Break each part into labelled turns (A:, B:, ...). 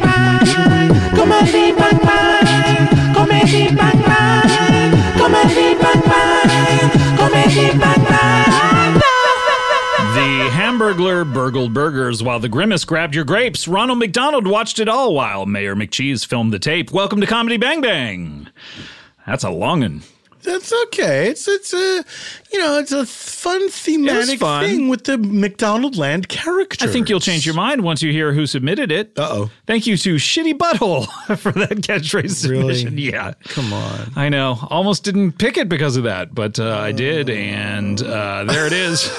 A: bang, comedy bang bang, comedy bang bang, comedy bang bang.
B: The Hamburglar burgled burgers while the Grimace grabbed your grapes. Ronald McDonald watched it all while Mayor McCheese filmed the tape. Welcome to Comedy Bang Bang. That's a longin'.
C: That's okay. It's it's a you know it's a fun thematic
B: fun.
C: thing with the McDonald Land character.
B: I think you'll change your mind once you hear who submitted it.
C: Uh-oh.
B: Thank you to Shitty Butthole for that catchphrase
C: Really?
B: submission. Yeah.
C: Come on.
B: I know. Almost didn't pick it because of that, but uh, I did, and uh, there it is.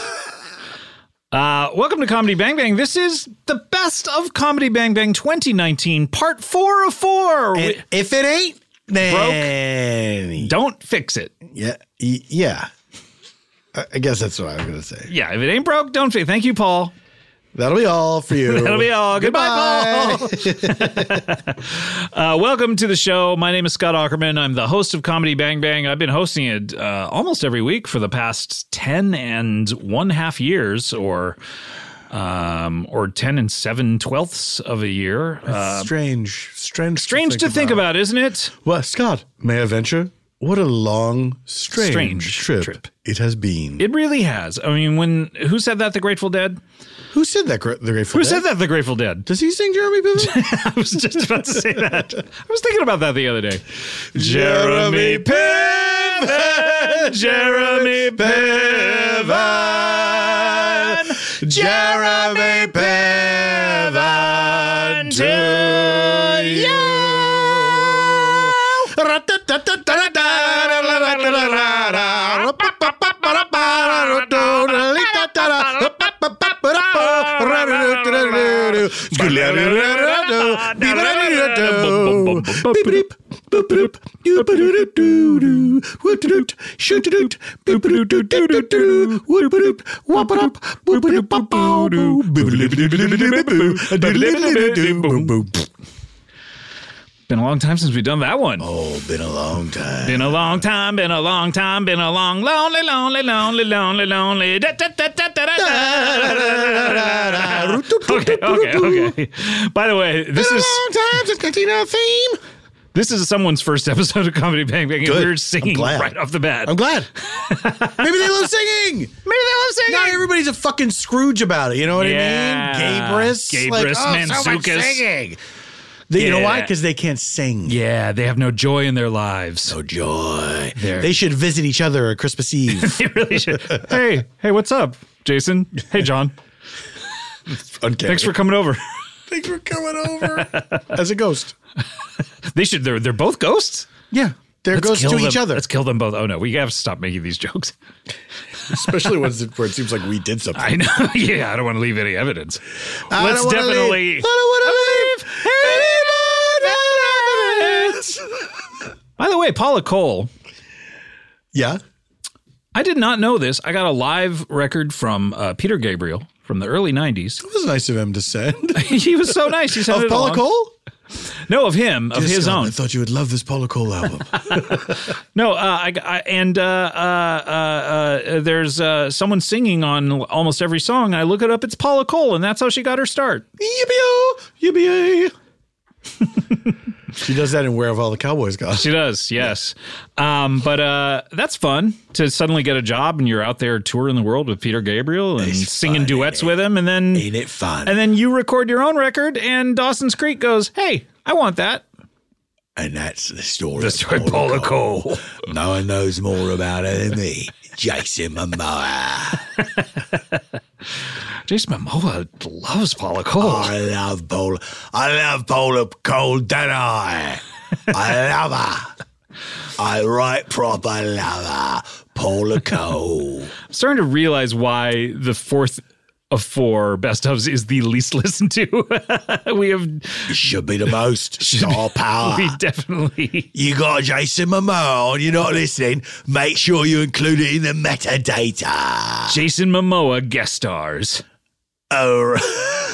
B: Uh, welcome to Comedy Bang Bang. This is the best of Comedy Bang Bang 2019, part four of four. We-
C: And if it ain't, then
B: don't fix it.
C: yeah, y- yeah. I I guess that's what I was gonna say.
B: Yeah, if it ain't broke, don't fix it. Thank you, Paul.
C: That'll be all for you.
B: That'll be all. Goodbye, Paul. uh, welcome to the show. My name is Scott Ackerman. I'm the host of Comedy Bang Bang. I've been hosting it uh, almost every week for the past 10 and one half years or um, or 10 and seven twelfths of a year. Uh,
C: strange, strange,
B: strange to think about, isn't it?
C: Well, Scott, may I venture? What a long, strange,
B: Strange
C: trip,
B: trip.
C: it has been.
B: It really has. I mean, when who said that? The Grateful Dead?
C: Who said that? Gra- The Grateful
B: Who
C: Dead?
B: said that? The Grateful Dead.
C: Does he sing Jeremy Piven?
B: I was just about to say that. I was thinking about that the other day.
C: Piven,
B: Jeremy Piven,
C: Jeremy Piven to
B: Been a long time since we've done that one.
C: Oh, been a long time.
B: Been a long time, been a long time, been a long, lonely, lonely, lonely, lonely, lonely. Da, da, da, da, da, da, da. Okay, okay, okay. By the way, this is
C: time since Cantina theme.
B: this is someone's first episode of Comedy Bang Bang, and
C: Good.
B: we're
C: I'm
B: singing
C: glad.
B: right off the bat.
C: I'm glad. Maybe they love singing. Maybe they love singing. Not everybody's a fucking Scrooge about it. You know what
B: Yeah.
C: I mean? Gabris,
B: Gabris,
C: like, oh, so much
B: Manzoukas.
C: singing. They, You know why?
B: Yeah.
C: Because they can't sing.
B: Yeah, they have no joy in their lives.
C: No joy.
B: There.
C: They should visit each other at Christmas Eve.
B: They really should. hey, hey, what's up, Jason? Hey, John.
C: Uncanny.
B: Thanks for coming over.
C: thanks for coming over as a ghost.
B: They should. They're they're both ghosts.
C: Yeah, they're ghosts to
B: kill
C: each
B: them-
C: other.
B: Let's kill them both. Oh no, we have to stop making these jokes.
C: Especially ones where it seems like we did something.
B: I know. yeah, I don't want to leave any evidence.
C: I
B: let's
C: don't wanna
B: definitely-
C: leave. I don't want to leave. any more evidence.
B: By the way, Paula Cole.
C: Yeah.
B: I did not know this. I got a live record from uh, Peter Gabriel from the early '90s.
C: It was nice of him to send.
B: he was so nice. He sent
C: of
B: it
C: Paula
B: along.
C: Cole?
B: No, of him, of his
C: Scott,
B: own.
C: I thought you would love this Paula Cole album.
B: No, uh, I, I and uh, uh, uh, uh, there's uh, someone singing on almost every song. I look it up. It's Paula Cole, and that's how she got her start.
C: Yippee-oh, yippee She does that in Where Have All the Cowboys Gone.
B: She does, yes. Um, but uh, that's fun to suddenly get a job and you're out there touring the world with Peter Gabriel and
C: It's
B: singing
C: fun,
B: duets with him, and then
C: Ain't it fun?
B: and then you record your own record, and Dawson's Creek goes, "Hey, I want that."
C: And that's the story.
B: The
C: of
B: story of Paula Cole.
C: No one knows more about it than me, Jason Momoa.
B: Jason Momoa loves Paula Cole.
C: I love Paula. I love Paula Cole, don't I? I love her. I right proper love her, Paula Cole.
B: I'm starting to realize why the fourth of four best ofs is the least listened to. we have
C: Should be the most star power.
B: we definitely
C: you got Jason Momoa on, Oh, you're not listening, make sure you include it in the metadata.
B: Jason Momoa guest stars.
C: All right.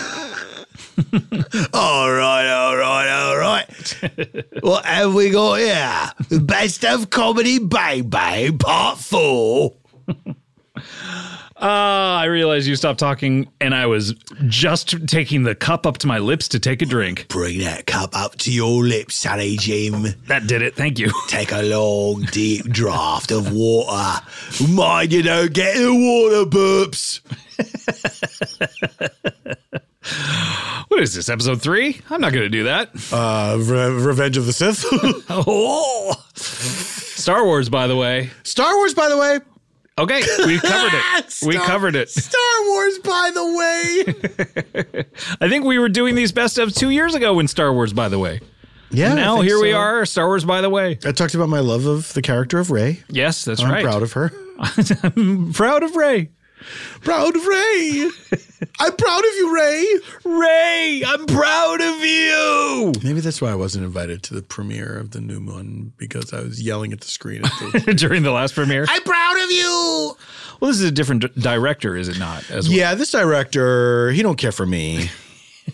C: all right, all right, all right. what have we got here? Best of Comedy Bang Bang Part 4.
B: Ah, I realized you stopped talking and I was just taking the cup up to my lips to take a drink.
C: Bring that cup up to your lips, Sally Jim.
B: That did it. Thank you.
C: Take a long, deep draft of water. Mind you don't get the water burps.
B: What is this? Episode 3? I'm not going to do that.
C: Uh, Revenge of the Sith.
B: Oh. Star Wars by the way.
C: Star Wars, by the way.
B: Okay, we covered it. we
C: Star-
B: covered it.
C: Star Wars, by the way.
B: I think we were doing these best of 2 years ago when Star Wars by the way.
C: Yeah. I
B: now
C: think
B: here we
C: so.
B: are, Star Wars by the way.
C: I talked about my love of the character of Ray.
B: Yes, that's
C: I'm
B: right.
C: proud of her.
B: proud of Ray.
C: Proud of Ray. I'm proud of you, Ray.
B: Ray, I'm proud of you.
C: Maybe that's why I wasn't invited to the premiere of the new one because I was yelling at the screen. At the-
B: During the last premiere.
C: I'm proud of you.
B: Well, this is a different d- director, is it not? As well?
C: Yeah, this director, he don't care for me.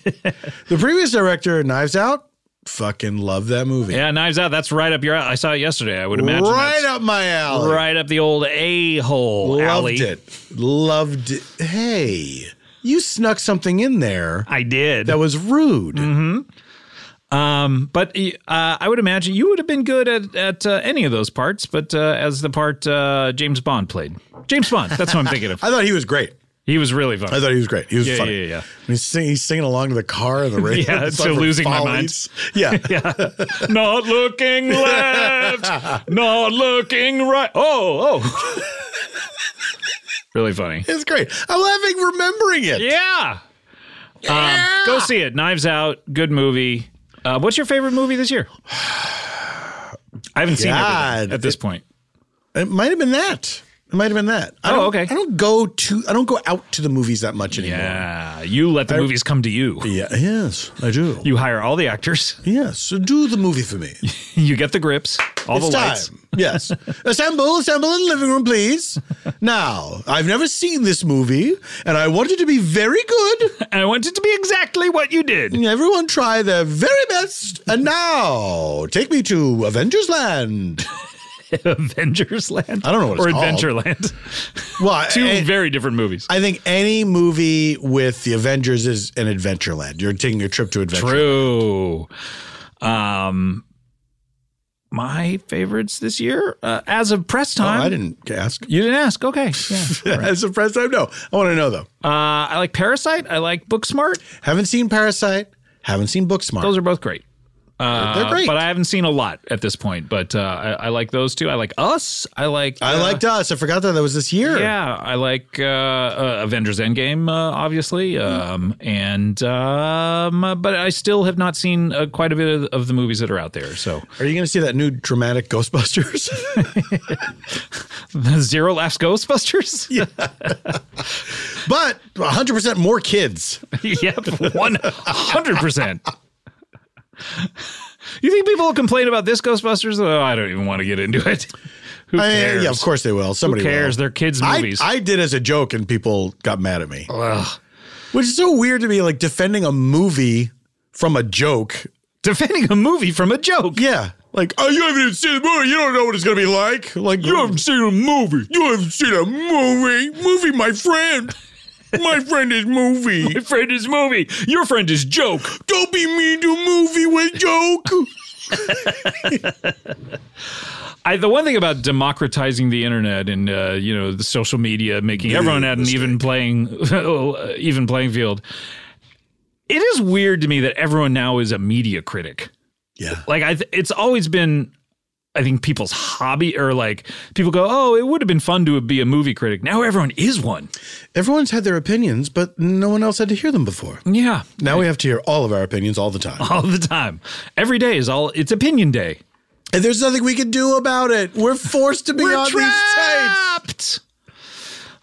C: the previous director, Knives Out, fucking love that movie.
B: Yeah, Knives Out. That's right up your. alley. I saw it yesterday. I would imagine
C: Right
B: that's
C: up my alley.
B: right up the old a hole
C: Loved
B: alley.
C: it. Loved it. Hey, you snuck something in there
B: I did. Mm-hmm.
C: that was rude.
B: Um, but uh, I would imagine you would have been good at at uh, any of those parts. But uh, as the part uh, James Bond played, James Bond. That's what I'm thinking of.
C: I thought he was great.
B: He was really fun.
C: I thought he was great. He was
B: Yeah,
C: funny.
B: yeah, yeah.
C: When He's, sing, he's singing along to the car and the radio.
B: Yeah,
C: the song
B: to
C: from
B: Losing My
C: Follies. Yeah.
B: Yeah. not looking left, not looking right. Oh, oh. really funny.
C: It's great. I'm laughing remembering it.
B: Yeah. Um, go see it. Knives Out. Good movie. Uh, what's your favorite movie this year? I haven't seen
C: God.
B: it at this point.
C: It might have been that. It might have been that. I
B: Oh,
C: don't-
B: okay.
C: I don't go to I don't go out to the movies that much anymore.
B: Yeah. You let the movies come to you.
C: Yeah, yes, I do.
B: You hire all the actors.
C: yes, so do the movie for me.
B: You get the grips, all
C: it's
B: the
C: time.
B: lights.
C: Yes. assemble, assemble in the living room, please. Now, I've never seen this movie, and I want it to be very good.
B: And I want it to be exactly what you did.
C: Everyone try their very best. And now, take me to Avengers Land.
B: Avengers Land.
C: I don't know what
B: or
C: it's called.
B: Adventureland.
C: Well, I-
B: Two
C: I,
B: very different movies.
C: I think any movie with the Avengers is an Adventureland. You're taking a trip to Adventure.
B: True. Um, my favorites this year, uh, as of press
C: Oh,
B: time.
C: I didn't ask.
B: You didn't ask. Okay. Yeah.
C: As a first time, no. I want to know though.
B: Uh, I like Parasite. I like Booksmart.
C: Haven't seen Parasite. Haven't seen Booksmart.
B: Those are both great. Uh,
C: They're great.
B: But I haven't seen a lot at this point. But uh, I, I like those two. I like Us. I like.
C: I
B: uh,
C: liked us. I forgot that that was this year.
B: Yeah, I like uh, uh, Avengers Endgame, uh, obviously, um, and um, uh, but I still have not seen uh, quite a bit of, of the movies that are out there. So
C: Are you going to see that new dramatic Ghostbusters?
B: Zero Laughs Ghostbusters.
C: but 100% more kids.
B: yep, one hundred percent. You think people will complain about this Ghostbusters? Oh, I don't even want to get into it. Who
C: I-
B: cares?
C: yeah, of course they will.
B: Who
C: Somebody
B: cares?
C: Will.
B: They're kids'
C: I,
B: movies.
C: I did as a joke and people got mad at me. Which is so weird to be like defending a movie from a joke.
B: Defending a movie from a joke.
C: Yeah. Like, oh, you haven't even seen the movie. You don't know what it's going to be like. Like, you haven't seen a movie. You haven't seen a movie. Movie, my friend. My friend is movie.
B: Your friend is movie. Your friend is joke.
C: Don't be mean to movie with joke.
B: I, the one thing about democratizing the internet and uh, you know the social media making everyone at an even playing even playing field, it is weird to me that everyone now is a media critic.
C: Yeah.
B: Like I, th- it's always been, I think people's hobby or like people go, oh, it would have been fun to be a movie critic. Now everyone is one.
C: Everyone's had their opinions, but no one else had to hear them before.
B: Yeah,
C: Now we have to hear all of our opinions all the time.
B: all the time. Every day is all. It's opinion day.
C: And there's nothing we can do about it. We're forced to be on these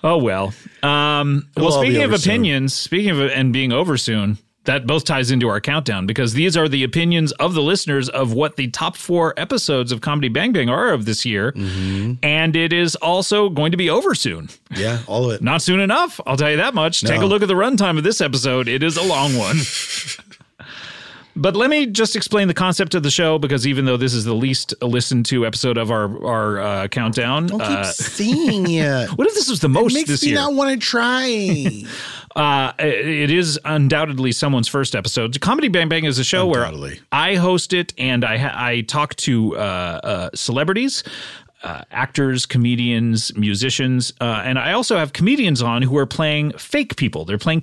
B: Oh well. Um, well,
C: It'll all be
B: speaking of
C: over soon.
B: opinions, speaking of and being over soon, that both ties into our countdown because these are the opinions of the listeners of what the top four episodes of Comedy Bang Bang are of this year,
C: Mm-hmm.
B: and it is also going to be over soon.
C: tapes. Yeah, all of it.
B: Not soon enough, I'll tell you that much. Take a
C: No.
B: look at the runtime of this episode; it is a long one. But let me just explain the concept of the show because even though this is the least listened to episode of our our uh, countdown,
C: Don't keep
B: uh,
C: seeing it.
B: what if this was the most
C: Makes
B: this
C: me
B: year?
C: not want to try.
B: Uh, it is undoubtedly someone's first episode. Comedy Bang Bang is a show where
C: Undoubtedly.
B: I host it and I ha- I talk to uh, uh, celebrities. Uh, actors, comedians, musicians, uh, and I also have comedians on who are playing fake people. They're playing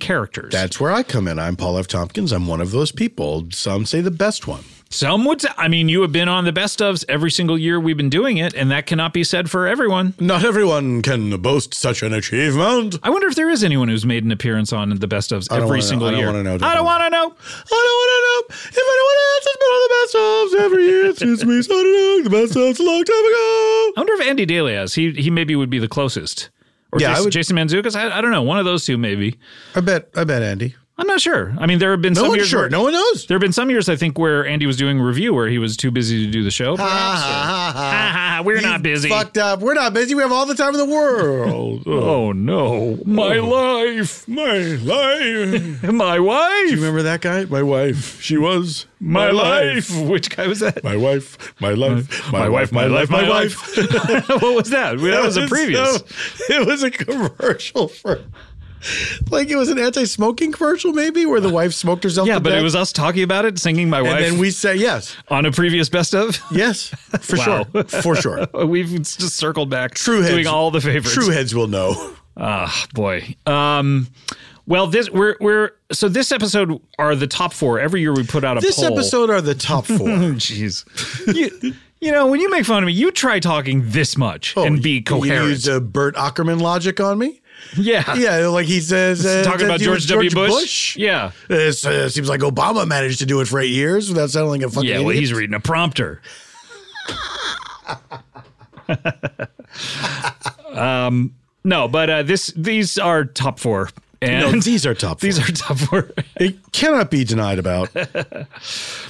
B: characters.
C: That's where I come in. I'm Paul F. Tompkins. I'm one of those people. Some say the best one.
B: Some would say, I mean, you have been on the best ofs every single year we've been doing it, and that cannot be said for everyone.
C: Not everyone can boast such an achievement.
B: I wonder if there is anyone who's made an appearance on the best ofs
C: don't
B: every
C: wanna know.
B: single
C: I don't
B: year.
C: wanna know,
B: I
C: Devin.
B: don't want to know.
C: I don't want to know if anyone else has been on the best ofs every year since we started doing the best ofs a long time ago.
B: I wonder if Andy Daly has. He he maybe would be the closest. Or
C: Yeah, I
B: Jason,
C: would-
B: Jason Manzukas. I, I don't know. One of those two maybe.
C: I bet. I bet Andy.
B: I'm not sure. I mean, there have been
C: No
B: some
C: one's
B: years.
C: sure.
B: where-
C: No one knows.
B: There have been some years I think where Andy was doing review where he was too busy to do the show.
C: Ha,
B: perhaps, or-
C: ha, ha, ha.
B: Ha, ha, We're
C: Ah, You
B: not busy.
C: Fucked up. We're not busy. We have all the time in the world.
B: Oh no, my life,
C: my life.
B: my wife,
C: Remember that guy? My wife. She was
B: my life. Which guy was that?
C: My wife. My life. My, wife. My life. My wife.
B: what was that? That was a previous.
C: it was a commercial for. Like it was an anti-smoking commercial, maybe, where the wife smoked herself.
B: Uh, Yeah,
C: to
B: but
C: death.
B: it was us talking about it, singing my
C: And
B: wife
C: then we say yes,
B: on a previous best of.
C: yes, for
B: Wow.
C: sure, for sure.
B: We've just circled back,
C: True heads.
B: doing all the favorites.
C: True heads will know.
B: Ah, boy. Um, well, this we're we're so this episode are the top four. Every year we put out a
C: This
B: poll.
C: episode are the top four.
B: jeez. you, you know, when you make fun of me, you try talking this much and be
C: Oh, You
B: coherent.
C: used uh, Bert Ackerman logic on me.
B: yeah,
C: Yeah, like he says, uh,
B: Talking
C: that
B: about
C: he was
B: George, W. Bush. Yeah,
C: This uh, seems like Obama managed to do it for eight years without sounding like a fucking
B: yeah. Well,
C: idiot.
B: he's reading a prompter. um, no, but uh, this these are top four, and
C: No, these are top.
B: these
C: four.
B: are top four.
C: it cannot be denied about.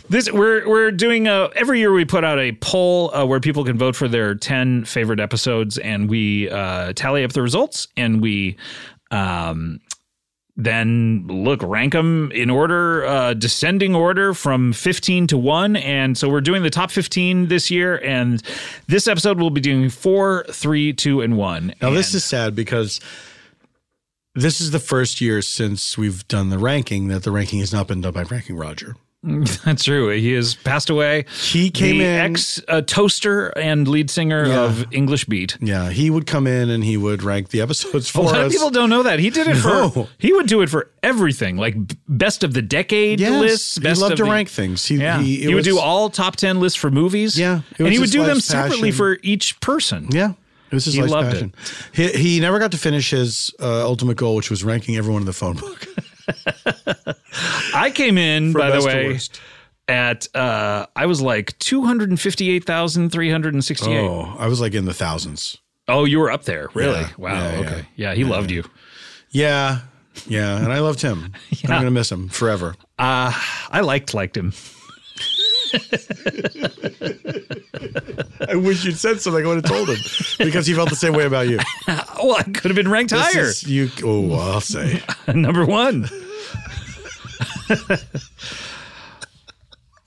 B: This we're we're doing a every year we put out a poll uh, where people can vote for their ten favorite episodes, and we uh, tally up the results, and we um, then look rank them in order, uh, descending order from fifteen to one, and so we're doing the top fifteen this year, and this episode we'll be doing four, three, two, and one.
C: Now
B: and
C: this is sad because this is the first year since we've done the ranking that the ranking has not been done by Ranking Roger.
B: That's true. He has passed away.
C: He came
B: the
C: in-
B: ex uh, toaster and lead singer
C: Yeah.
B: of English Beat.
C: Yeah, he would come in and he would rank the episodes for
B: A lot
C: us.
B: of people don't know that he did it for.
C: No.
B: He would do it for everything, like b- best of the decade
C: yes,
B: lists. Best
C: he loved
B: of
C: to
B: the-
C: rank things. He,
B: Yeah,
C: he,
B: he,
C: it
B: would
C: was-
B: do all top ten lists for movies.
C: Yeah, it
B: and
C: was
B: he would
C: his
B: do them
C: life's
B: separately
C: passion.
B: for each person.
C: Yeah, it was his
B: He
C: life's
B: loved
C: passion. He, he never got to finish his uh, ultimate goal, which was ranking everyone in the phone book.
B: I came in
C: From
B: by the
C: best to
B: way
C: worst.
B: at uh, I was like two hundred and fifty eight thousand three hundred and sixty eight. Oh.
C: Oh, I was like in the thousands.
B: you were up there, really?
C: Yeah.
B: Wow.
C: Yeah, yeah.
B: okay. Yeah, he loved you.
C: Yeah, yeah, and I loved him. I'm gonna miss him forever.
B: Uh, I liked liked him.
C: I wish you'd said something. I would have told him because he felt the same way about you.
B: Well, I could have been ranked
C: This
B: higher.
C: is- you. Oh, I'll say.
B: number one.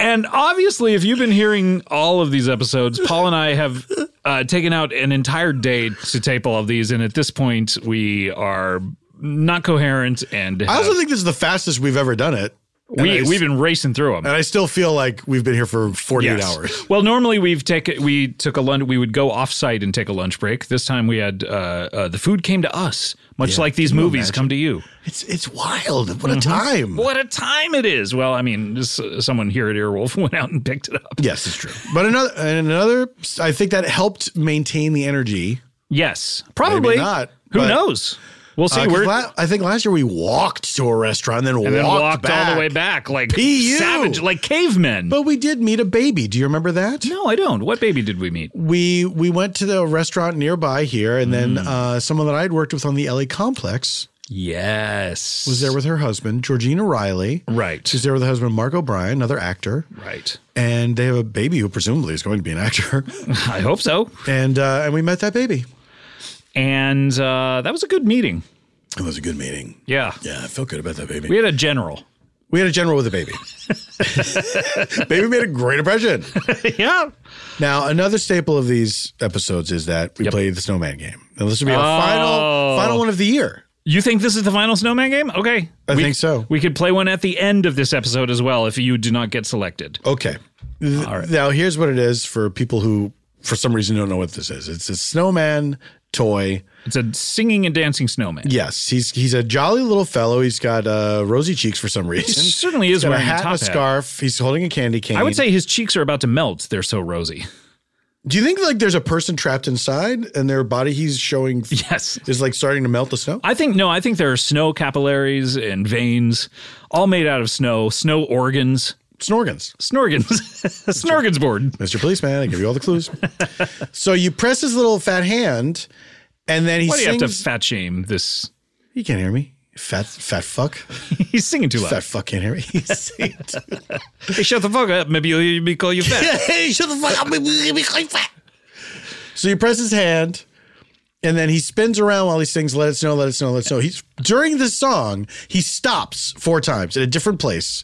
B: and obviously, if you've been hearing all of these episodes, Paul and I have uh, taken out an entire day to tape all of these. And at this point, we are not coherent and
C: I also
B: have-
C: think this is the fastest we've ever done it. And
B: we,
C: I-
B: we've been racing through them.
C: and I still feel like we've been here for 48
B: Yes.
C: hours.
B: Well, normally we've taken we took a lunch. We would go offsite and take a lunch break. This time we had uh, uh, the food came to us, much like these movies come to you.
C: It's it's wild. What a time.
B: Mm-hmm. What a time it is! Well, I mean, this, uh, someone here at Earwolf went out and picked it up.
C: Yes, it's true. But another and another I think that helped maintain the energy.
B: Yes, probably
C: not,
B: Who
C: but-
B: knows? We'll see.
C: Uh, 'cause
B: We're
C: la- I think last year we walked to a restaurant and then
B: and then
C: walked,
B: walked
C: back.
B: all the way back like
C: PU.
B: savage, like cavemen.
C: But we did meet a baby. Do you remember that?
B: no, I don't. What baby did we meet?
C: We we went to the restaurant nearby here, and then
B: Hmm.
C: uh, someone that I had worked with on the LA complex
B: Yes,
C: was there with her husband, Georgina Riley.
B: Right.
C: She's there with her husband, Mark O'Brien, another actor,
B: right.
C: and they have a baby who presumably is going to be an actor.
B: I hope so.
C: and uh, and we met that baby.
B: And uh, that was a good meeting.
C: It was a good meeting.
B: Yeah,
C: Yeah, I felt good about that baby.
B: we had a general.
C: We had a general with a baby. baby made a great impression.
B: yeah.
C: Now, another staple of these episodes is that we play the snowman game. Now, this will be our
B: Oh.
C: final final one of the year.
B: You think this is the final snowman game? Okay.
C: I think so.
B: We could play one at the end of this episode as well if you do not get selected.
C: Okay. Th- Now, here's what it is for people who, for some reason, don't know what this is. It's a snowman toy.
B: It's a singing and dancing snowman.
C: Yes, he's he's a jolly little fellow. He's got uh, rosy cheeks for some
B: He
C: reason.
B: certainly
C: He's
B: is
C: got a
B: wearing a,
C: hat
B: top
C: and a
B: hat.
C: scarf. He's holding a candy cane.
B: I would say his cheeks are about to melt. They're so rosy.
C: Do you think like there's a person trapped inside and their body he's showing
B: Yes.
C: is like starting to melt the snow?
B: I think no, I think there are snow capillaries and veins, all made out of snow, snow organs,
C: Snorgans.
B: snorgans, snorgans board.
C: Mr. Policeman, I give you all the clues. so you press his little fat hand, and then he
B: Why do you
C: sings.
B: have to fat shame this?
C: you can't hear me. Fat fat fuck.
B: He's singing too
C: Fat
B: loud.
C: fuck can't hear me. He sings.
B: Hey, shut the fuck up. Maybe you'll hear me call you fat.
C: hey, shut the fuck up. We- we- we like fat. So you press his hand, and then he spins around while he sings Let It Snow, Let It Snow, Let It Snow. He's during this song, he stops four times at a different place.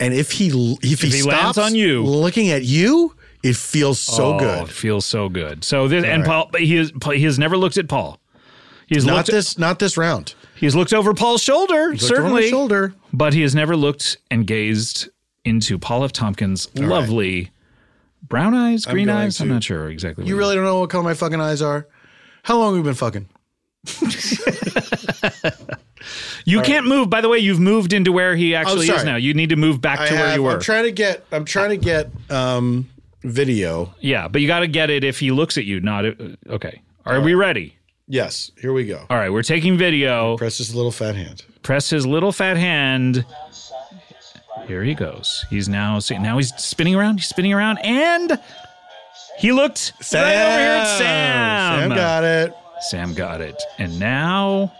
C: And if he if he,
B: Mm-hmm. he lands
C: stops
B: on you-
C: looking at you, it feels so
B: oh,
C: good.
B: It feels so good. So this and Paul, but he has he has never looked at Paul. He's
C: Not
B: looked
C: this not this round.
B: he's looked over Paul's shoulder
C: Looked over my
B: certainly,
C: shoulder.
B: but he has never looked and gazed into Paul F. Tompkins' lovely brown eyes, green
C: going
B: eyes. I'm
C: to-
B: not sure exactly.
C: You
B: what
C: really don't know what color my fucking eyes are? How long have we been fucking?
B: you can't move. By the way, you've moved into where he actually is
C: Oh, sorry.
B: now. You need to move back to
C: I
B: where
C: have,
B: you were.
C: I'm trying to get I'm trying to get um video.
B: yeah, but you got to get it if he looks at you. Not uh, okay. Are we ready?
C: Yes, here we go.
B: All right, we're taking video.
C: Press this little fat hand.
B: press his little fat hand. Here he goes. He's now see, now he's spinning around. He's spinning around, and he looked right over here at Sam.
C: Sam got it.
B: Sam got it, and now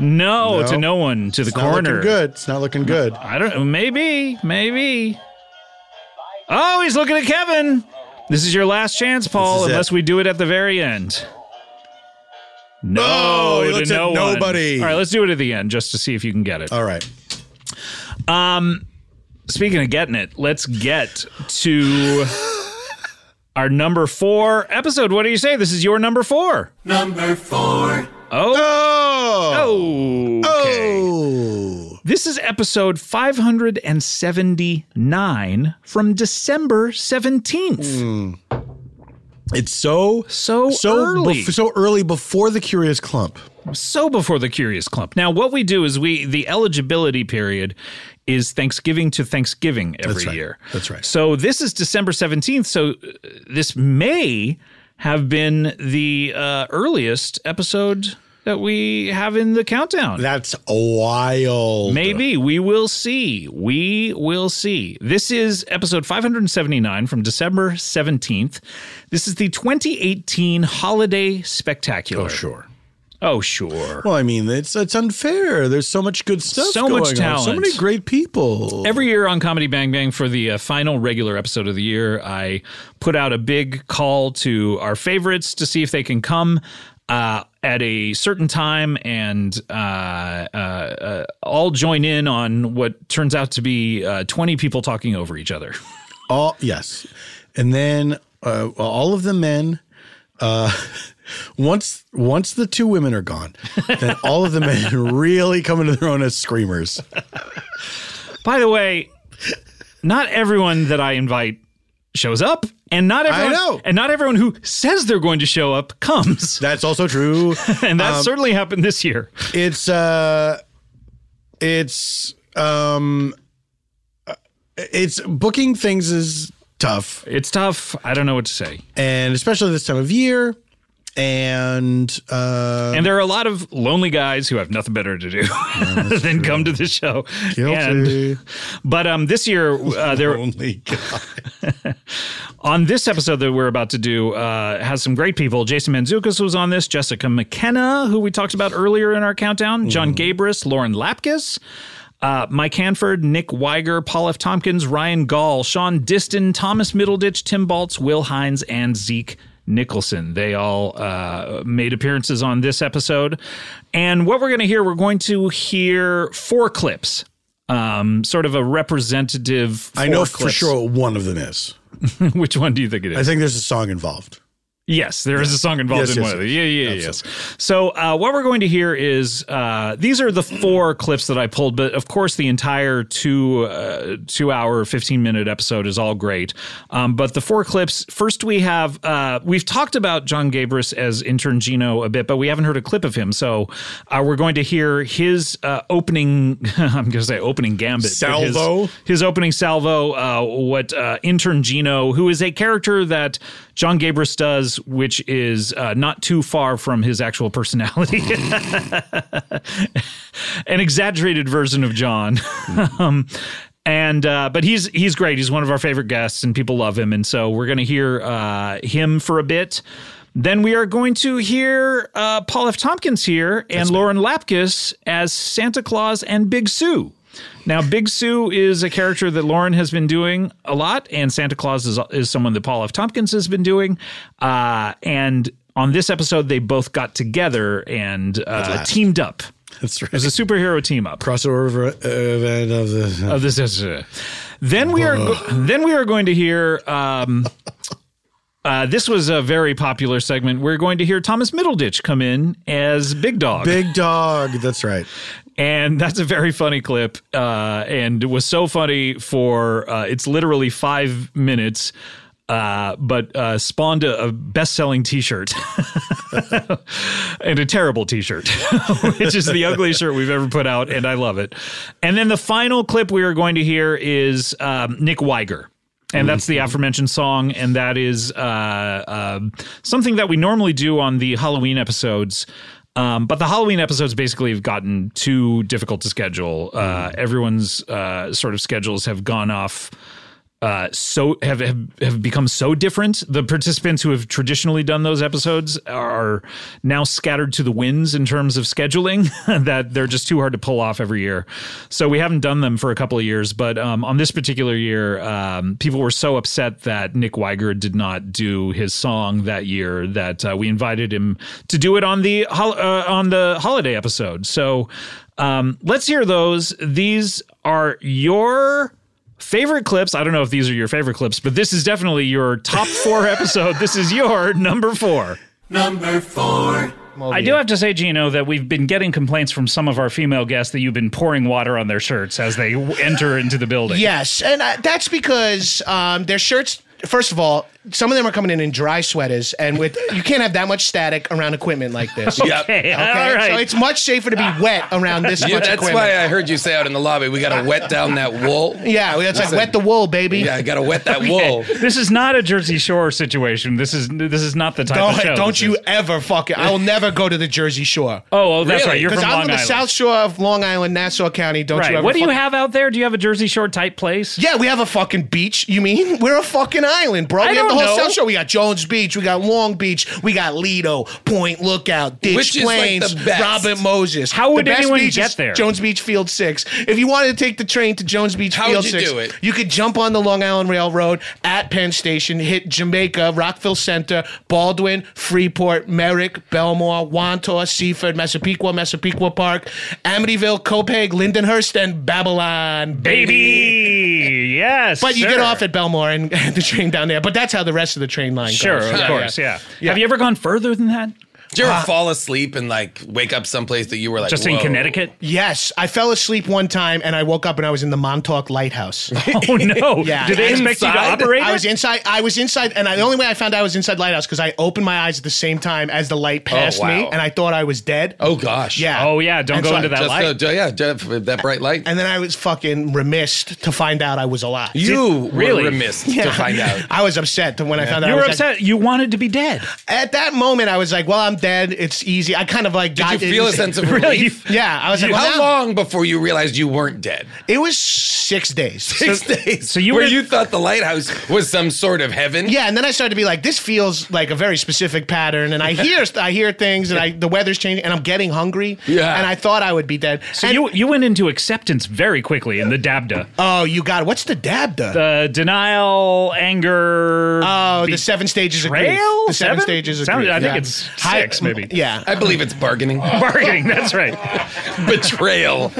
B: no,
C: No.
B: to no one to the
C: It's not
B: corner.
C: looking good. It's not looking good.
B: I don't. Maybe, maybe. Oh, he's looking at Kevin. This is your last chance, Paul.
C: This is it.
B: Unless we do it at the very end. No,
C: No, Oh, he
B: to
C: looks at
B: no one.
C: nobody.
B: All right, let's do it at the end just to see if you can get it. Um,
C: All right.
B: Speaking of getting it, let's get to our number four episode. What do you say? This is your number four. Number four. Oh.
C: Oh.
B: Oh. Okay.
C: Oh.
B: This is episode 579 from December 17th.
C: Hmm. It's so
B: So
C: so
B: early.
C: bef- so early before the Curious Clump.
B: so before the curious clump now what we do is we the eligibility period is thanksgiving to thanksgiving every
C: right.
B: year
C: That's right.
B: so this is december 17th so uh, this may have been the uh, earliest episode that we have in the countdown
C: That's wild.
B: Maybe we will see. We will see. This is episode 579 from December 17th. This is the 2018 Holiday Spectacular. Oh,
C: sure.
B: Oh, sure.
C: Well, I mean, it's it's unfair. There's so much good stuff.
B: So much
C: going on. So
B: talent.
C: many great people.
B: Every year on Comedy Bang Bang for the uh, final regular episode of the year, I put out a big call to our favorites to see if they can come uh, at a certain time and uh, uh, uh, all join in on what turns out to be uh, 20 people talking over each other.
C: All yes, and then uh, all of the men. Uh, once once the two women are gone, then all of the men really come into their own as screamers.
B: By the way, not everyone that I invite shows up. And not everyone,
C: know.
B: and not everyone who says they're going to show up comes,
C: That's also true. Um,
B: and that certainly happened this year.
C: it's uh, it's um, it's booking things is tough.
B: It's tough. I don't know what to say.
C: and especially this time of year. And uh,
B: And there are a lot of lonely guys who have nothing better to do than come to the show. And-
C: guilty.
B: but um, this year, uh, there
C: only God.
B: on this episode that we're about to do uh, has some great people. Jason Manzukas was on this, Jessica McKenna, who we talked about earlier in our countdown, John
C: Mm-hmm.
B: Gabris, Lauren Lapkus. Uh, Mike Hanford, Nick Weiger, Paul F. Tompkins, Ryan Gall, Sean Diston, Thomas Middleditch, Tim Baltz, Will Hines, and Zeke Nicholson. They all uh, made appearances on this episode. And what we're going to hear, we're going to hear four clips, um, sort of a representative. Four
C: I know for
B: clips.
C: sure what one of them is.
B: Which one do you think it is?
C: I think there's a song involved.
B: Yes, there is a song involved
C: Yes,
B: in
C: yes,
B: one
C: yes.
B: of these. Yeah, yeah, yeah, yes. So uh, what we're going to hear is uh, these are the four clips that I pulled, but of course the entire two uh, two hour fifteen minute episode is all great. Um, but the four clips. First, we have uh, we've talked about John Gabris as intern Gino a bit, but we haven't heard a clip of him. So uh, we're going to hear his uh, opening. I'm going to say opening gambit. but his-
C: Salvo?
B: his opening salvo, uh, what uh, intern Gino, who is a character that John Gabris does, which is uh, not too far from his actual personality, an exaggerated version of John. um, and uh, but he's he's great. He's one of our favorite guests, and people love him. And so we're going to hear uh, him for a bit. Then we are going to hear uh, Paul F. Tompkins here and Lauren Lapkus as Santa Claus and Big Sue. Now, Big Sue is a character that Lauren has been doing a lot, and Santa Claus is, is someone that Paul F. Tompkins has been doing. Uh, and on this episode, they both got together and uh, teamed up.
C: That's right.
B: It was a superhero team up
C: crossover uh, event of the.
B: of this episode. Then we are go- then we are going to hear. Um, uh, this was a very popular segment. We're going to hear Thomas Middleditch come in as Big Dog,
C: Big dog. That's right.
B: and that's a very funny clip, uh, and it was so funny for uh, it's literally five minutes. Uh, but uh, spawned a, a best-selling T-shirt and a terrible T-shirt, which is the ugliest shirt we've ever put out, and I love it. And then the final clip we are going to hear is um, Nick Weiger. And that's the aforementioned song, and that is uh, uh, something that we normally do on the Halloween episodes. Um, but the Halloween episodes basically have gotten too difficult to schedule. Uh, Everyone's uh, sort of schedules have gone off uh, so have, have have become so different. The participants who have traditionally done those episodes are now scattered to the winds in terms of scheduling that they're just too hard to pull off every year. So we haven't done them for a couple of years, but um, on this particular year, um, people were so upset that Nick Weiger did not do his song that year that uh, we invited him to do it on the hol- uh, on the holiday episode. So um, let's hear those. These are your favorite clips. I don't know if these are your favorite clips, but this is definitely your top four episode. This is your number four.
D: Number four. over
B: I do
D: you.
B: have to say, Gino, that we've been getting complaints from some of our female guests that you've been pouring water on their shirts as they w- enter into the building.
D: Yes, and I, that's because um, their shirts. First of all, some of them are coming in in dry sweaters, and with you can't have that much static around equipment like this.
E: Yep.
B: Okay, all
D: Okay?
B: right. Ah.
D: So it's much safer to be wet around this
E: Yeah,
D: much
E: that's
D: equipment.
E: why I heard you say out in the lobby, we got to wet down that wool.
D: yeah, well, that's like
E: Listen.
D: wet the wool, baby.
E: Yeah, I got to wet that wool.
B: this is not a Jersey Shore situation. This is this is not the type of show.
D: Don't,
B: this
D: don't you
B: is-
D: ever fuck it. I will never go to the Jersey Shore.
B: Oh, oh, that's
E: Really?
B: right. You're from
D: Because I'm
B: Long
D: on the
B: Island.
D: South Shore of Long Island, Nassau County. Don't you
B: right.
D: ever
B: What do you
D: fuck-
B: have out there? Do you have a Jersey Shore type place?
D: Yeah, we have a fucking beach. You mean we're a fucking island, bro?
B: I
D: we have the
B: don't
D: whole
B: know.
D: South Shore. We got Jones Beach, we got Long Beach, we got Lido, Point Lookout, Ditch
E: Which is, like,
D: Plains,
E: the best.
D: Robert Moses.
B: How
D: The
B: would
D: best
B: anyone
D: beach
B: get
D: is
B: there?
D: Jones Beach Field Six. If you wanted to take the train to Jones Beach
E: How
D: Field
E: would you
D: Six,
E: do it?
D: you could jump on the Long Island Railroad at Penn Station, hit Jamaica, Rockville Center, Baldwin, Freeport, Merrick, Belmore, Wantor, Seaford, Massapequa, Massapequa Park, Amityville, Copaig, Lindenhurst, and Babylon,
B: Baby. yes.
D: but you get
B: sir.
D: off at Belmore and the train down there. But that's how the rest of the train line
B: Sure,
D: goes.
B: of
D: Yeah,
B: course,
D: yeah.
B: yeah. Have you ever gone further than that?
E: Did you
D: Uh,
E: ever fall asleep and like wake up someplace that you were like
B: Just in
E: "Whoa."
B: Connecticut?
D: Yes, I fell asleep one time and I woke up and I was in the Montauk Lighthouse.
B: Oh no!
D: Yeah.
B: Do they expect you to
E: Inside?
B: operate?
D: I
B: it?
D: was inside. I was inside, and I, the only way I found out I was inside lighthouse because I opened my eyes at the same time as the light passed me,
E: Oh, wow.
D: and I thought I was dead.
E: Oh gosh.
D: yeah.
B: Oh yeah! Don't
D: And
B: go
D: so
B: into
D: I
B: that
E: Just
B: light.
E: uh, ju- yeah, ju- with that bright light.
D: And then I was fucking remiss to find out I was alive.
E: you were
B: really?
E: remiss to find out.
D: I was upset to- when I found out.
B: you
D: I
B: were
D: was
B: upset. you wanted to be dead.
D: at that moment. I was like, "Well, I'm dead. It's easy." I kind of like
E: Did you
D: got
E: feel a sense of
B: Really?
E: relief?
D: Yeah, I was like, well,
E: How
D: now-
E: long before you realized you weren't dead?
D: It was six days.
E: Six days.
B: so you
E: where
B: were-
E: you thought the lighthouse was some sort of heaven?
D: Yeah, and then I started to be like, this feels like a very specific pattern, and I hear I hear things, and I the weather's changing, and I'm getting hungry.
E: Yeah.
D: and I thought I would be dead.
B: So
D: And-
B: you you went into acceptance very quickly in the dabda.
D: oh, you got it. what's the dabda?
B: Uh, denial, anger.
D: oh,
B: be-
D: the seven stages of grief.
B: Betrayal?
D: The seven,
B: Seven?
D: stages of
B: Sound-
D: grief.
B: I think
D: yeah.
B: it's
D: Hi-
B: six, maybe.
D: Yeah.
E: I believe it's bargaining.
B: bargaining. That's right.
E: Betrayal.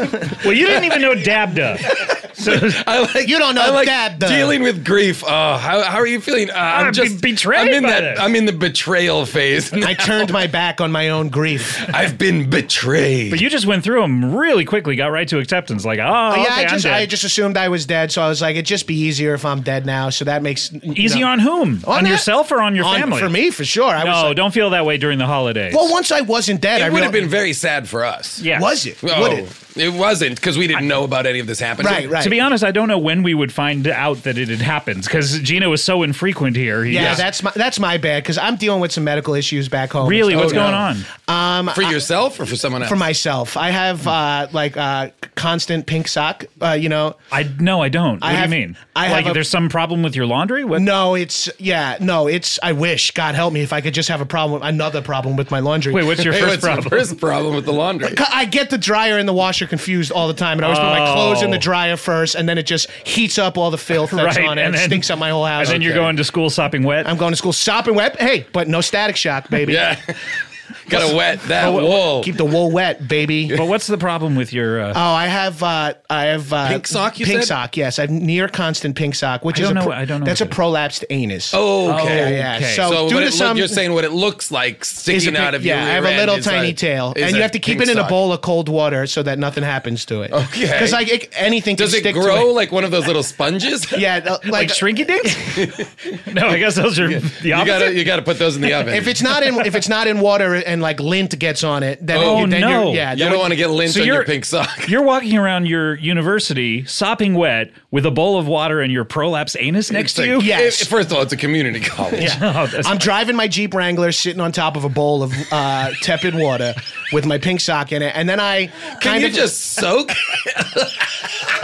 B: Well, you didn't even know dabda. So
E: I like
D: You don't know
E: I like
D: that, though.
E: dealing with grief. Oh, how, how are you feeling? Uh,
B: I'm
E: I'm
B: be-
E: just
B: betrayed
E: I'm in
B: by
E: that.
B: this.
E: I'm in the betrayal phase.
D: I turned my back on my own grief.
E: I've been betrayed.
B: But you just went through them really quickly, got right to acceptance. Like, oh,
D: yeah,
B: okay,
D: I just
B: I'm dead.
D: I just assumed I was dead, so I was like, it'd just be easier if I'm dead now. So that makes
B: Easy on whom? On,
D: that-
B: yourself or on your
D: on-
B: family?
D: For me, for sure. I
B: No,
D: was like,
B: don't feel that way during the holidays.
D: well, once I wasn't dead,
E: it
D: I
E: would have
D: real-
E: been very sad for us.
B: Yes.
D: Was it?
E: Oh,
D: Would it?
E: it wasn't because we didn't know about any of this happening.
D: Right, right.
B: To be honest, I don't know when we would find out that it had happened because Gino was so infrequent here. He
D: Yeah,
B: just-
D: that's my that's my bad because I'm dealing with some medical issues back home.
B: really
D: It's-
B: what's
E: Oh,
B: going
E: no.
B: on.
E: For yourself or for someone else?
D: um, for myself. I have uh, like uh, constant pink sock. Uh, you know,
B: I no, I don't. What do
D: have-
B: you mean?
D: I
B: like,
D: have a-
B: there's some problem with your laundry? What?
D: no, it's yeah, no, it's. I wish God help me if I could just have a problem, another problem with my laundry.
B: Wait, what's your
E: Hey,
B: first
E: what's
B: problem?
E: your first problem with the laundry?
D: I get the dryer and the washer confused all the time, and I always put my
B: Oh.
D: clothes in the dryer first, and then it just heats up all the filth that's
B: Right,
D: on it,
B: and
D: and,
B: then-
D: stinks up my whole
B: and
D: house.
B: then you're going to school sopping wet.
D: I'm going to school sopping wet. Hey, but no static shock, baby. Oh,
E: Yeah. Gotta wet that wool.
D: Keep the wool wet, baby.
B: but what's the problem with your? Uh,
D: Oh, I have uh, I have uh,
E: Pink sock, you
D: pink
E: said?
D: sock. Yes, I have near constant pink sock, which
B: I
D: is
B: don't
D: a
B: know-
D: pro-
B: I don't know
D: That's a
B: what it is.
D: prolapsed anus.
E: okay.
D: yeah.
B: okay.
D: So,
E: So
D: due to
E: what it look,
D: some,
E: you're saying what it looks like
D: is a
E: sticking
D: pink-
E: out of your
D: yeah, I have
E: rear
D: a
E: end
D: little
E: is
D: tiny
E: a-
D: tail,
E: is
D: and you have to keep
E: pink
D: it in a
E: sock.
D: bowl of cold water so that nothing happens to it.
E: Okay.
D: because like it, anything
E: Does
D: can
E: it
D: stick
E: grow
D: To
E: like one of those little sponges?
D: it. Yeah, uh,
B: like
D: like.
B: shrinky dinks? no, I guess those are the
E: You
B: opposite.
E: gotta you gotta put those in the oven.
D: if it's not in if it's not in water and like lint gets on it, then,
E: Oh,
D: then
B: no.
D: you're, yeah,
E: you don't want to get lint
B: So
E: on your
B: you're-
E: pink sock.
B: You're walking around your university sopping wet with a bowl of water and your prolapsed anus next to you.
E: It's like-
D: Yes.
E: it- first of all, it's a community college.
B: Oh, that's-
D: I'm driving my Jeep Wrangler, sitting on top of a bowl of uh, tepid water with my pink sock in it, and then I kind
E: Can you
D: of
E: just soak?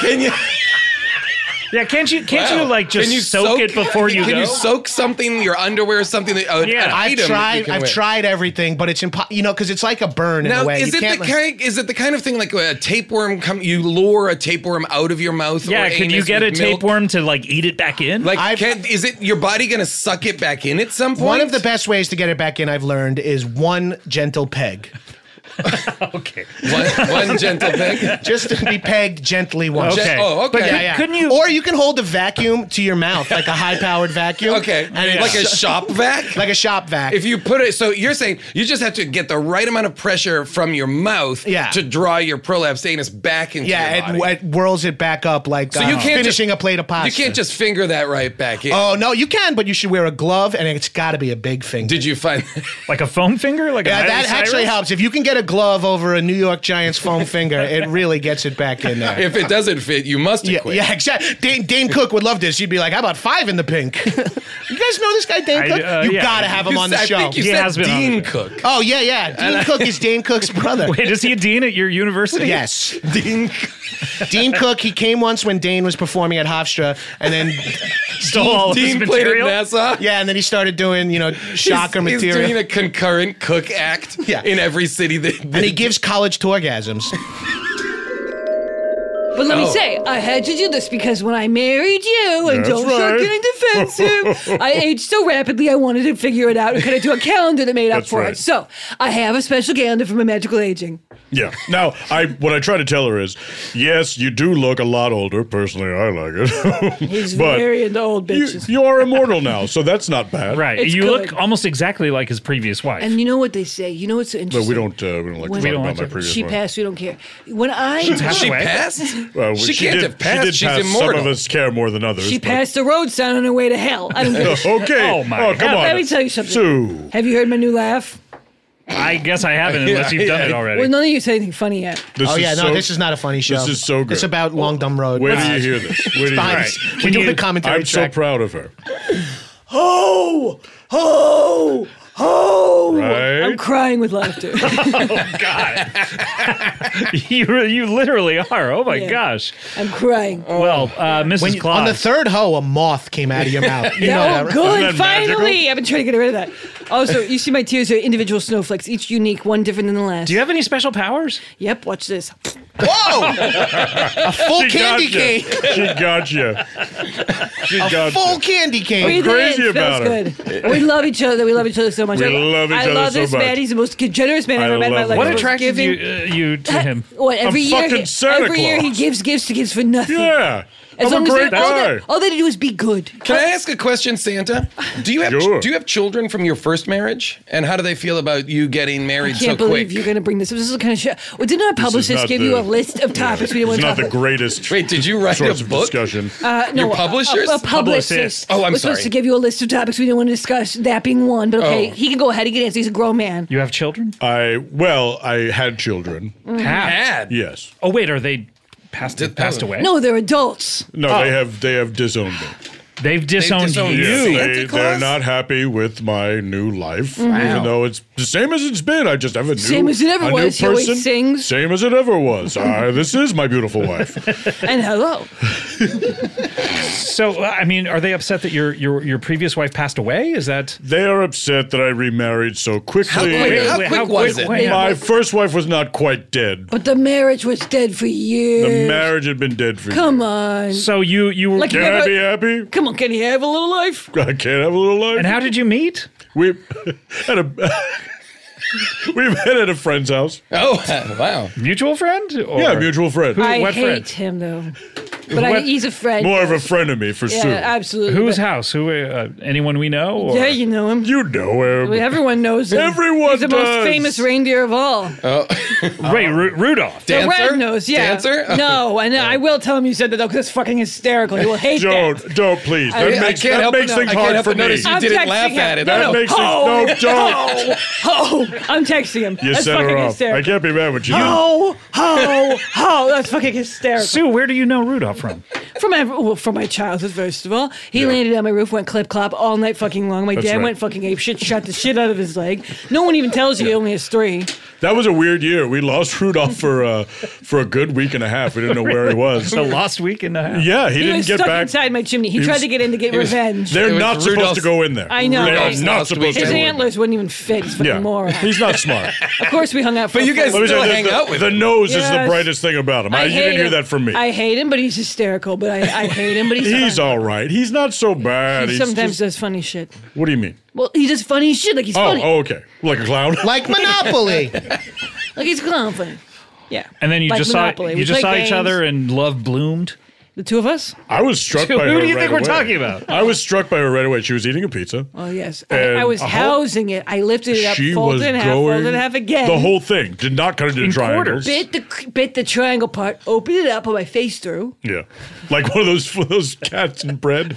E: can you
B: yeah, can't you can't
E: wow.
B: you like just
E: Can you
B: soak, it before you
E: Can
B: go?
E: you soak something, your underwear, something that uh,
B: Yeah.
E: an
B: I've
E: item
D: I've
E: that you
D: tried.
E: can
D: I've
E: wear?
D: tried everything, but it's impossible. You know, because it's like a burn in
E: Now,
D: a way.
E: is
D: You
E: it
D: can't
E: the
D: let-
E: kind? Is it the kind of thing like a tapeworm? Come, you lure a tapeworm out of your mouth?
B: yeah,
E: or
B: could you
E: anus
B: get a
E: with milk?
B: tapeworm to like eat it back in?
E: Like,
D: I've-
E: can, is it your body going to suck it back in at some point?
D: One of the best ways to get it back in, I've learned, is one gentle peg.
A: Okay.
E: One, one gentle peg.
D: Just to be pegged gently once.
A: Okay.
E: Oh, okay.
D: But yeah, yeah.
A: couldn't you-
D: Or you can hold a vacuum to your mouth, like a high-powered vacuum.
E: Okay.
D: and it-
E: Like a shop vac?
D: like a shop vac.
E: if you put it, so you're saying you just have to get the right amount of pressure from your mouth
D: Yeah.
E: to draw your prolapsed anus back into your
D: yeah,
E: body.
D: it, it whirls it back up like
E: So you
D: uh,
E: can't
D: finishing a
E: just-
D: plate of pasta.
E: you can't just finger that right back in.
D: Oh no, you can, but you should wear a glove, and it's got to be a big finger.
E: Did you find?
A: Like a foam finger? Like
D: yeah,
A: a
D: that
A: Miley
D: actually
A: Cyrus?
D: helps. If you can get a glove over a New York Giants foam finger, it really gets it back in there.
E: if it doesn't fit, you must have
D: Yeah,
E: quit.
D: yeah, exactly. Dane, Dane Cook would love this. She'd be like, "How about five in the pink?" you guys know this guy, Dane
A: I-
D: Cook.
A: uh,
D: you
A: yeah.
D: gotta have him
E: You
D: on the
E: said-
D: show.
E: I think you
A: He
E: said
A: has been on
E: Dean
A: the show.
E: Cook.
D: oh yeah, yeah. Dean Cook is Dane Cook's brother.
A: Wait, is he a dean at your university?
D: Yes, Dean. Dean Cook. He came once when Dane was performing at Hofstra, and then
A: Stole all of his
E: Dean played at
A: material?
E: NASA.
D: yeah, and then he started doing you know
E: He's-
D: shocker
E: he's,
D: material.
E: doing a concurrent cook act
D: Yeah.
E: in every city that,
D: and he gives college tourgasms.
F: But let
E: Oh.
F: me say, I had to do this because when I married you, and don't start getting defensive, I aged so rapidly I wanted to figure it out. And could I do a calendar that made up
G: That's
F: for
G: right.
F: it? So I have a special calendar for my magical aging.
G: Yeah. Now, I what I try to tell her is, yes, you do look a lot older. Personally, I like it.
F: He's
G: But
F: very into old
G: you,
F: bitches.
G: you are immortal now, so that's not bad.
A: Right.
F: It's
A: you
F: good.
A: look almost exactly like his previous wife.
F: and you know what they say? You know what's so
G: But
F: interesting?
G: we don't uh, we don't like
F: When-
G: to
A: don't
G: talk
A: like
G: about my
A: to-
G: previous
F: she
G: one.
F: passed. We don't care. When I
A: passed
E: she
A: away.
E: passed.
G: Well,
E: she, can't
G: did,
E: have passed.
G: She did
E: She's
G: pass.
E: immortal.
G: Some of us care more than others.
F: she
G: but-
F: passed the road sign on her way to hell. I don't give a shit.
G: Okay.
A: Oh, my
G: come
A: God.
G: on.
F: Let me tell you something.
G: Sue.
F: Have you heard my new laugh?
A: I guess I haven't, unless you've done it already.
F: Well, none of you said anything funny yet.
G: This
D: oh yeah,
G: is
D: no,
G: so-
D: this is not a funny show.
G: is so good.
D: It's about Long Dumb Road.
G: Where do
D: Uh,
G: you hear this? Where do you
D: behind
G: hear
D: the
G: this?
D: scenes. We're doing the commentary
G: I'm so
D: track.
G: proud of her.
H: Ho! Ho!
F: Oh,
H: Ho!
G: Right?
F: I'm crying with laughter.
A: you, re- you literally are. Oh my
F: Yeah.
A: gosh.
F: I'm crying.
A: Well, uh,
D: Oh. when
A: Mrs.
D: you- on the
A: Claus.
D: third hoe, a moth came out of your mouth. You know
F: Yeah,
D: that,
F: oh,
D: right?
F: good.
G: Isn't that
F: Finally.
G: magical?
F: I've been trying to get rid of that. Also, you see my tears are individual snowflakes, each unique, one different than the last.
A: Do you have any special powers?
F: Yep, watch this.
D: Whoa! a full
G: She got
D: candy
G: you.
D: cane.
G: She got you. She got
D: Full
G: you.
D: candy cane.
F: Breathe
G: crazy
F: it in.
G: about
F: Feels good. We love each other. We love each other so much.
G: We
F: I,
G: love each
F: I
G: other
F: love
G: so
F: this
G: much.
F: man. He's the most generous man
G: I
F: I've ever met in my
G: love him.
F: life.
A: What
F: He's the most
A: attracted
F: giving.
A: you, uh, you to him?
F: What, every
G: I'm
F: year,
G: fucking
F: he-
G: Santa
F: every year he
G: Claus.
F: gives gifts to kids for nothing.
G: Yeah.
F: As
G: I'm
F: long
G: a
F: as they-
G: great
F: all
G: guy.
F: they- All they do is be good.
E: Can I ask a question, Santa? Do you have
G: Sure.
E: do you have children from your first marriage? And how do they feel about you getting married
F: I can't
E: so
F: believe
E: quick?
F: you're going to bring this up. This is the kind of shit. Well, didn't our publicist
G: not
F: give you
G: the-
F: a list of topics we didn't
G: It's
F: want to
G: not
F: talk
G: the
F: about?
G: greatest
E: Wait, did you write a
G: source of
E: book?
G: discussion.
F: Uh, no,
E: Your
F: a-
E: publishers?
F: A, a publicist.
A: Publicist.
E: Oh, I'm
F: was supposed
E: sorry.
F: to give you a list of topics we didn't want to discuss. That being one, but okay,
E: Oh.
F: he can go ahead. He can answer. He's a grown man.
A: You have children?
G: I well, I had children.
F: Mm-hmm.
E: Bad.
G: Yes.
A: Oh, wait, are they passed,
E: Did-
A: passed away?
F: No, they're adults.
G: No, they have they have disowned me.
A: They've disowned,
E: disowned
A: you.
E: you. Santa
G: They, they're
E: Claus?
G: not happy with my new life, even though it's the same as it's been. I just have a new,
F: Same as it ever
G: a
F: was. He
G: New
F: always
G: person,
F: sings.
G: Same as it ever was. Ah, this is my beautiful wife.
F: Oh. And hello,
A: So, uh, I mean, are they upset that your your your previous wife passed away? Is that
G: They are upset that I remarried so quickly.
E: How quick, how
A: Wait,
E: quick
A: how
E: was
A: quick-
E: it?
A: wait.
G: My first wife was not quite dead.
F: but the marriage was dead for years.
G: The marriage had been dead for
F: Come
G: years.
F: on,
A: so? You you were
F: Like
G: Can
F: Yeah,
G: I
F: but-
G: be happy?
F: come on, can he have a little life?
G: I can't have a little life.
A: and how did you meet?
G: we had a we met at a friend's house.
E: Oh, wow.
A: Mutual friend? Or
G: Yeah, a mutual friend.
F: I
A: what
F: hate
A: friend?
F: him though, but I,
A: What-
F: he's a friend.
G: More of a friend of me for
F: yeah,
G: sure.
F: absolutely.
A: Whose
F: But-
A: house? Who? Uh, anyone we know? Or?
F: Yeah, you know him.
G: you know him.
F: Well, everyone knows him.
G: Everyone
F: He's the
G: does.
F: most famous reindeer of all.
D: Oh.
A: Right, Ru- Rudolph.
F: The
E: Dancer?
F: red nose, yeah.
E: Dancer? Oh.
F: No, and I will tell him you said that though, because it's fucking hysterical. He will hate
G: don't,
F: that.
G: don't please.
F: I-
G: That
F: I
G: makes,
E: can't
G: that
E: help
G: makes
E: it.
G: things
E: I can't
G: hard
E: help
G: for
E: but
G: me.
E: notice you
G: That
F: I'm
E: didn't
F: texting
E: laugh
F: him.
E: at it.
F: No, no.
G: makes
F: Oh.
G: things. No, don't.
F: Ho! I'm texting him.
G: You
F: that's
G: set
F: fucking
G: her off. I
F: hysterical.
G: can't be mad with you.
F: Ho! Ho! Ho! That's fucking hysterical.
A: Sue, where do you know Rudolph from?
F: From my well, from my childhood, first of all, he landed on my roof, went clip clop all night fucking long. My
G: That's
F: dad
G: right.
F: went fucking ape shit, shot the shit out of his leg. No one even tells you he only has three.
G: That was a weird year. We lost Rudolph for uh, for a good week and a half. We didn't know where he was.
A: The lost week and a half.
G: Yeah, he,
F: He,
G: didn't
F: was
G: get
F: stuck
G: back.
F: inside my chimney. He,
G: He
F: tried
G: was-
F: to get in to get
E: was-
F: revenge.
G: They're
E: It was
G: not supposed to
E: Rudolph's-
G: go in there.
F: I know,
G: They are
F: right?
G: not
E: Last
G: supposed to
F: his
E: weekend.
G: go in there.
F: antlers wouldn't even fit. He's fucking moron.
G: Yeah, he's not smart.
F: Of course, we hung out. For
E: But
F: a
E: you guys
F: full-
G: Let me
E: Still
G: tell you,
E: hang
G: the,
E: out with
G: the nose is the
F: Yes.
G: brightest thing about him. I, you
F: hate
G: didn't hear
F: him.
G: that from me.
F: I hate him, but he's hysterical. But I, I hate him, but he's
G: he's
F: fine.
G: all right. He's not so bad.
F: he
G: He's
F: sometimes
G: just-
F: does funny shit.
G: what do you mean?
F: Well, he does funny shit like he's
G: Oh,
F: funny.
G: oh, okay. Like a clown.
D: Like Monopoly.
F: Like it's confident. Yeah.
B: And then you
F: Like
B: just
F: Monopoly.
B: saw you
F: We play
B: just saw
F: games.
B: each other, and love bloomed.
F: The two of us?
G: I was struck by her.
B: Who do you
G: right
B: think we're
G: away.
B: talking about?
G: I was struck by her right away. She was eating a pizza.
F: Oh yes. I,
G: And
F: I was
G: a whole-
F: housing it. I lifted it up,
G: she
F: folded
G: was
F: it in half,
G: going
F: folded it in half again.
G: The whole thing did not cut into triangles.
F: bit the bit the triangle part, opened it up, put my face through.
G: Yeah, like one of those one of those cats and bread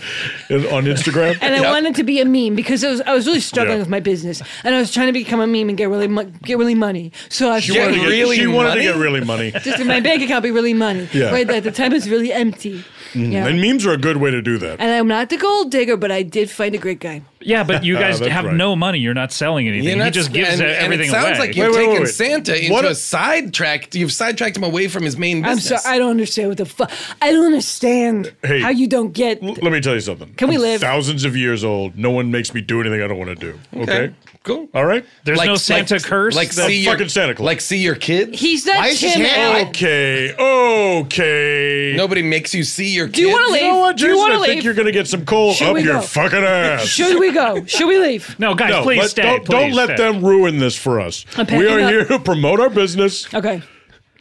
G: in- on Instagram.
F: And I wanted to be a meme because I was, I was really struggling
G: Yeah.
F: with my business, and I was trying to become a meme and get really mo- get really money. So I was
G: she wanted,
F: trying
G: to, get,
E: Really
G: she wanted to
E: money?
G: get really money.
F: just in my bank account be really money.
G: Yeah.
F: Right at the time it's really empty. Yeah.
G: Mm-hmm. And memes are a good way to do that.
F: and I'm not the gold digger, but I did find a great guy.
B: Yeah, but you guys
G: Uh, that's
B: have
G: right.
B: no money. You're not selling anything.
E: You're
B: he
E: not-
B: just gives
E: and,
B: everything
E: and it sounds
B: away.
E: like
G: Wait,
E: you've
G: wait,
E: taken
G: wait.
E: Santa into
G: What
E: a,
G: a-
E: sidetrack. You've sidetracked him away from his main
F: I'm
E: business.
F: sorry, I don't understand what the fuck. I don't understand
G: Hey.
F: how you don't get.
G: L- Let me tell you something.
F: Can we
G: I'm
F: live-
G: Thousands of years old. No one makes me do anything I don't want to do. Okay.
E: Okay, cool.
G: All right.
B: There's no Santa curse.
E: Like
B: that-
E: see your,
G: fucking Santa Claus.
E: Like see your kid.
F: He's not
D: is his
F: Tim.
D: hand-
F: Allen.
G: Okay. Okay.
E: Nobody makes you see your kid.
F: Do you want to leave?
G: You know what,
F: Do you
G: Jason?
F: want
G: I
F: to
G: think
F: leave?
G: you're gonna get some coal
F: Should
G: up
F: we
G: your
F: go?
G: fucking ass.
F: Should we go? Should we leave?
B: no, guys, please
G: let-
B: stay.
G: don't,
B: please
G: don't let
B: stay.
G: them ruin this for us.
F: I'm
G: We
F: packing
G: are
F: up.
G: here to promote our business.
F: Okay.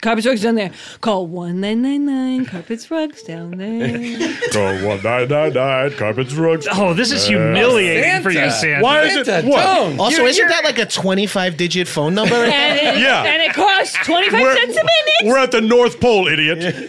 F: Carpets rugs down there. Call one nine nine nine. Carpets rugs down there.
G: Go one nine nine nine carpets rugs.
B: Oh, this
F: Uh,
B: is humiliating
E: Santa.
B: for you, Santa.
G: Why is
E: Santa,
G: it what?
E: don't.
D: Also,
B: You're-
D: isn't
B: you're-
D: that like a 25 digit phone number?
F: And it,
G: Yeah.
F: and it costs twenty five cents a minute.
G: we're at the North Pole, idiot.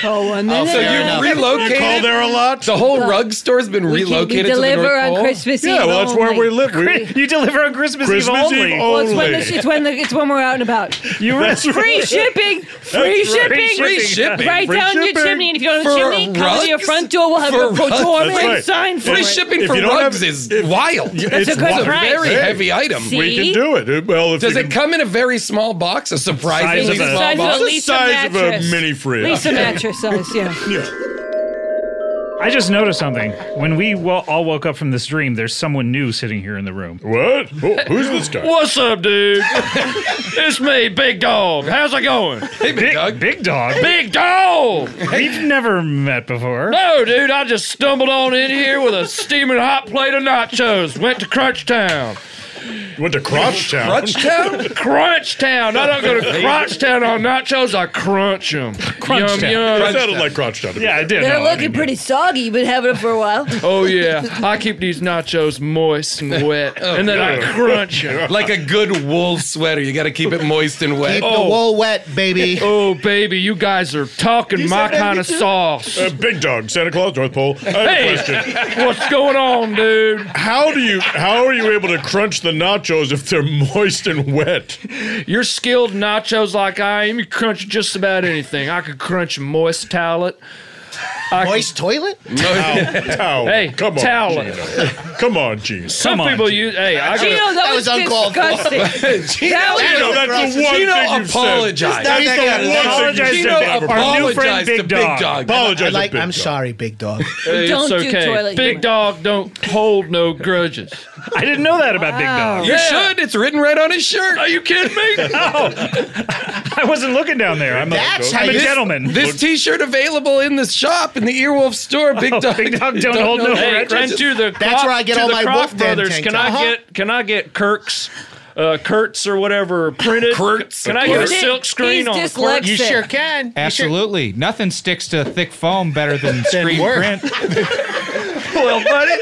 F: Call one nine
E: So
F: nine
E: you
F: nine.
E: relocated.
G: Oh, You call there a lot.
E: The whole rug store's been
F: We can- we
E: relocated to the
F: deliver
E: North
F: on
E: Pole.
F: Christmas Eve.
G: yeah, well, that's where
F: only.
G: we live. We,
B: you deliver on Christmas,
G: Christmas
B: Eve only.
G: Eve
F: Well, it's when,
G: only.
F: the, it's when the, it's when we're out and about.
B: You were
G: That's right.
F: Free shipping, free
G: right.
F: shipping,
B: Free
E: shipping.
F: Right
G: Free
F: down your
G: shipping.
F: chimney, and if you don't have
E: For
F: a chimney, come to your
E: rugs?
F: front door. We'll have
E: For
F: a
E: rugs?
F: protonary
G: That's
F: sign for
E: Free
F: it.
E: shipping
G: If
E: for
G: you don't
E: rugs
G: have-
E: is
G: if-
E: wild.
F: That's a
G: it's
F: good
G: wild.
F: price.
E: Very
G: Hey.
E: heavy item.
F: See?
G: we can do it. Well, if
E: Does
G: you
E: it come in a very small box? A
B: Size
E: surprisingly
B: of a-
E: small
F: Size of
G: It's
E: box?
G: the
F: Lisa
G: size of
F: mattress.
G: a mini fridge.
F: Lisa mattress size, yeah.
B: I just noticed something. When we wo- all woke up from this dream, there's someone new sitting here in the room.
G: What? Who- who's this guy?
I: What's up, dude? it's me, Big Dog. How's it going?
E: Hey, big dog.
B: Big dog.
I: Big Dog!
B: We've never met before.
I: No, dude, I just stumbled on in here with a steaming hot plate of nachos. Went to Crunch Town.
G: Went to Crotch Town.
E: Crutch town?
I: Crunch Town! I don't go to Crunch Town on nachos, I crunch them. Crunch yum,
B: Town.
I: Yum.
G: That sounded like Crotch Town. to me.
B: Yeah, I did.
F: They're
B: No, I
F: looking
B: mean-
F: pretty soggy. You've been having them for a while.
I: Oh, yeah. I keep these nachos moist and wet,
G: Oh,
I: and then I crunch them.
E: Oh, Like a good wool sweater. You got to keep it moist and wet.
D: Keep the wool wet, baby.
I: Oh, baby, you guys are talking my kind of sauce.
G: Uh, big dog, Santa Claus, North Pole. I have a question.
I: Hey, what's going on, dude?
G: How do you? How are you able to crunch the nachos if they're moist and wet?
I: You're skilled nachos like I am. You crunch just about anything. I could crunch a moist towel.
D: Moist toilet?
G: Towel.
I: Hey,
G: come on,
I: towel.
G: Gino. Come on, Gino.
I: Some
B: on,
I: people
B: dude.
I: use. Hey, I got.
F: Gino, that,
D: That
F: was
D: was uncalled for.
F: disgusting.
E: Gino,
F: That was-
G: Gino, that's the one
E: Gino
G: thing you've
E: apologized.
G: said. That's the
E: Gino
G: one thing you've
E: Gino
G: said.
B: Our new friend,
E: apologized to
B: Big
E: Big
B: Dog.
E: Dog.
G: Apologize.
D: I
G: to
D: like,
G: big
D: I'm
G: dog.
D: sorry, big dog.
I: Hey,
F: Don't
I: it's
F: do
I: okay.
F: toilet
I: Big
F: humor.
I: dog don't hold no grudges.
B: I didn't know that about Big
E: You
I: Yeah.
E: should. It's written right on his shirt.
I: Are you kidding me?
B: Dog. I wasn't looking down there. I'm a,
D: That's how
B: I'm a
D: you-
B: gentleman.
E: This T-shirt available in the shop in the Earwolf store. Oh, Big Dog.
B: Big Dog don't hold no
I: hey,
B: grudges.
I: and to the
D: That's
I: Kroc-
D: where I get
I: to
D: all
I: the
D: my
I: Kroc
D: Wolf Den
I: brothers.
D: tank
I: Can
D: top.
I: I
D: Uh-huh.
I: get can I get Kirk's, uh, Kurtz or whatever printed?
E: Kurtz.
I: Can I get a
F: He's
I: silk screen on?
F: dyslexic.
I: Kurtz?
F: You sure
D: can.
J: Absolutely. Nothing sticks to thick foam better than screen
D: work.
J: print.
I: Well, buddy,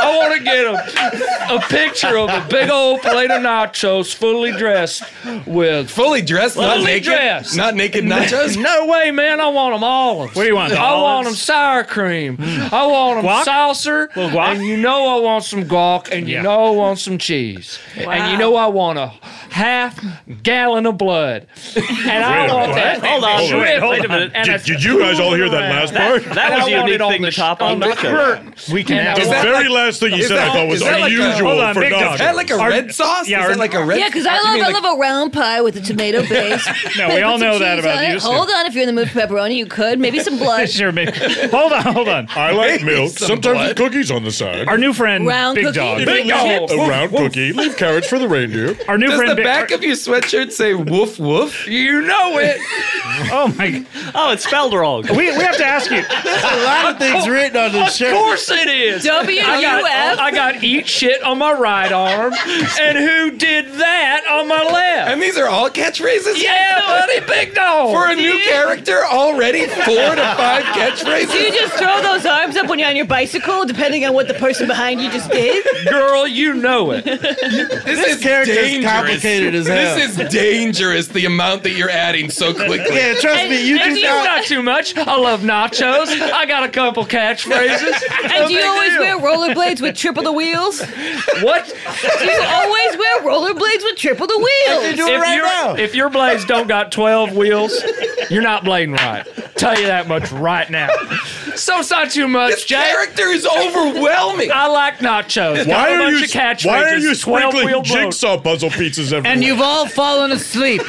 I: I want to get a, a picture of a big old plate of nachos, fully dressed with.
E: Fully dressed, not
I: Fully
E: naked.
I: dressed.
E: Not naked nachos.
I: No way, man! I want them olives.
B: What do you want,
I: I want
B: olives?
I: them sour cream. I want them
B: Guac?
I: saucer.
B: Little guac?
I: And you know I want some guac, and you
B: Yeah.
I: know I want some cheese, and
F: Wow.
I: you know I want a half gallon of blood, and I
G: Wait,
I: want
G: what?
I: that.
G: Hold
I: on,
G: on,
B: wait, hold on.
I: And
G: Did,
I: it's
G: did you guys all hear that
I: around.
G: last part?
I: And
K: That was
I: I
K: a
I: want it
K: unique
I: on
K: thing
I: the
K: to top on
I: on the
K: nachos.
I: curtain.
J: We can
I: And I
J: have
G: The
I: want-
G: very last thing you
E: is
G: said,
E: that-
G: I thought was
E: is that like a-
G: unusual
B: hold on,
G: for
B: big dog.
G: nachos.
E: Is that like a
B: Our-
E: red sauce?
B: yeah,
E: Is
B: our-
E: that like a red?
F: Yeah, because I
E: you
F: love
E: mean
F: I
E: like-
F: love a round pie with a tomato base.
B: No,
F: Put-
B: we all
F: put some
B: know that
F: cheese
B: about
F: on
B: you,
F: it.
B: Sue.
F: Hold on, if you're in the mood for pepperoni, you could maybe some blood.
B: Sure, maybe. Hold on, hold on.
G: I like milk.
E: Some
G: Sometimes
E: blood.
G: with cookies on the side.
B: Our new friend,
F: Round
B: Big
F: cookie?
B: Dog.
G: If you
I: Big
G: leave
I: dog.
G: A round cookie. Leave carrots for the reindeer.
B: Our new
E: Does
B: friend,
E: the the back of your sweatshirt say woof woof? You know it.
K: oh my! Oh, it's spelled wrong.
A: We, we have to ask you.
K: There's a lot of things written on this shirt. Of course it is.
I: W
K: I
I: U F.
K: got, I got eat shit on my right arm, and who did that on my left?
E: And these are all catchphrases?
K: Yeah, buddy, big dog.
I: Oh,
E: For a new character already, four to five catchphrases.
F: Do you just throw those arms up when you're on your bicycle, depending on what the person behind you just did?
I: Girl, you know it.
E: This, is
K: character is
E: dangerous.
K: complicated as hell.
E: This is dangerous. The amount that you're adding so quickly.
K: Yeah, trust me, you do
I: not. too much. I love nachos. I got a couple catchphrases.
F: And do you always wear rollerblades with triple the wheels?
I: What?
F: Do you always wear rollerblades with triple the wheels?
I: if, your- if your blades don't got 12 wheels, you're not blading right. Tell you that much right now. So it's not too much, this
E: character is overwhelming.
I: I like nachos.
G: Why
I: Got a
G: are
I: bunch
G: you
I: of catchphrases,
G: Why are you
I: 12 wheel
G: sprinkling
I: boat.
G: jigsaw puzzle pieces everywhere?
K: And you've all fallen asleep.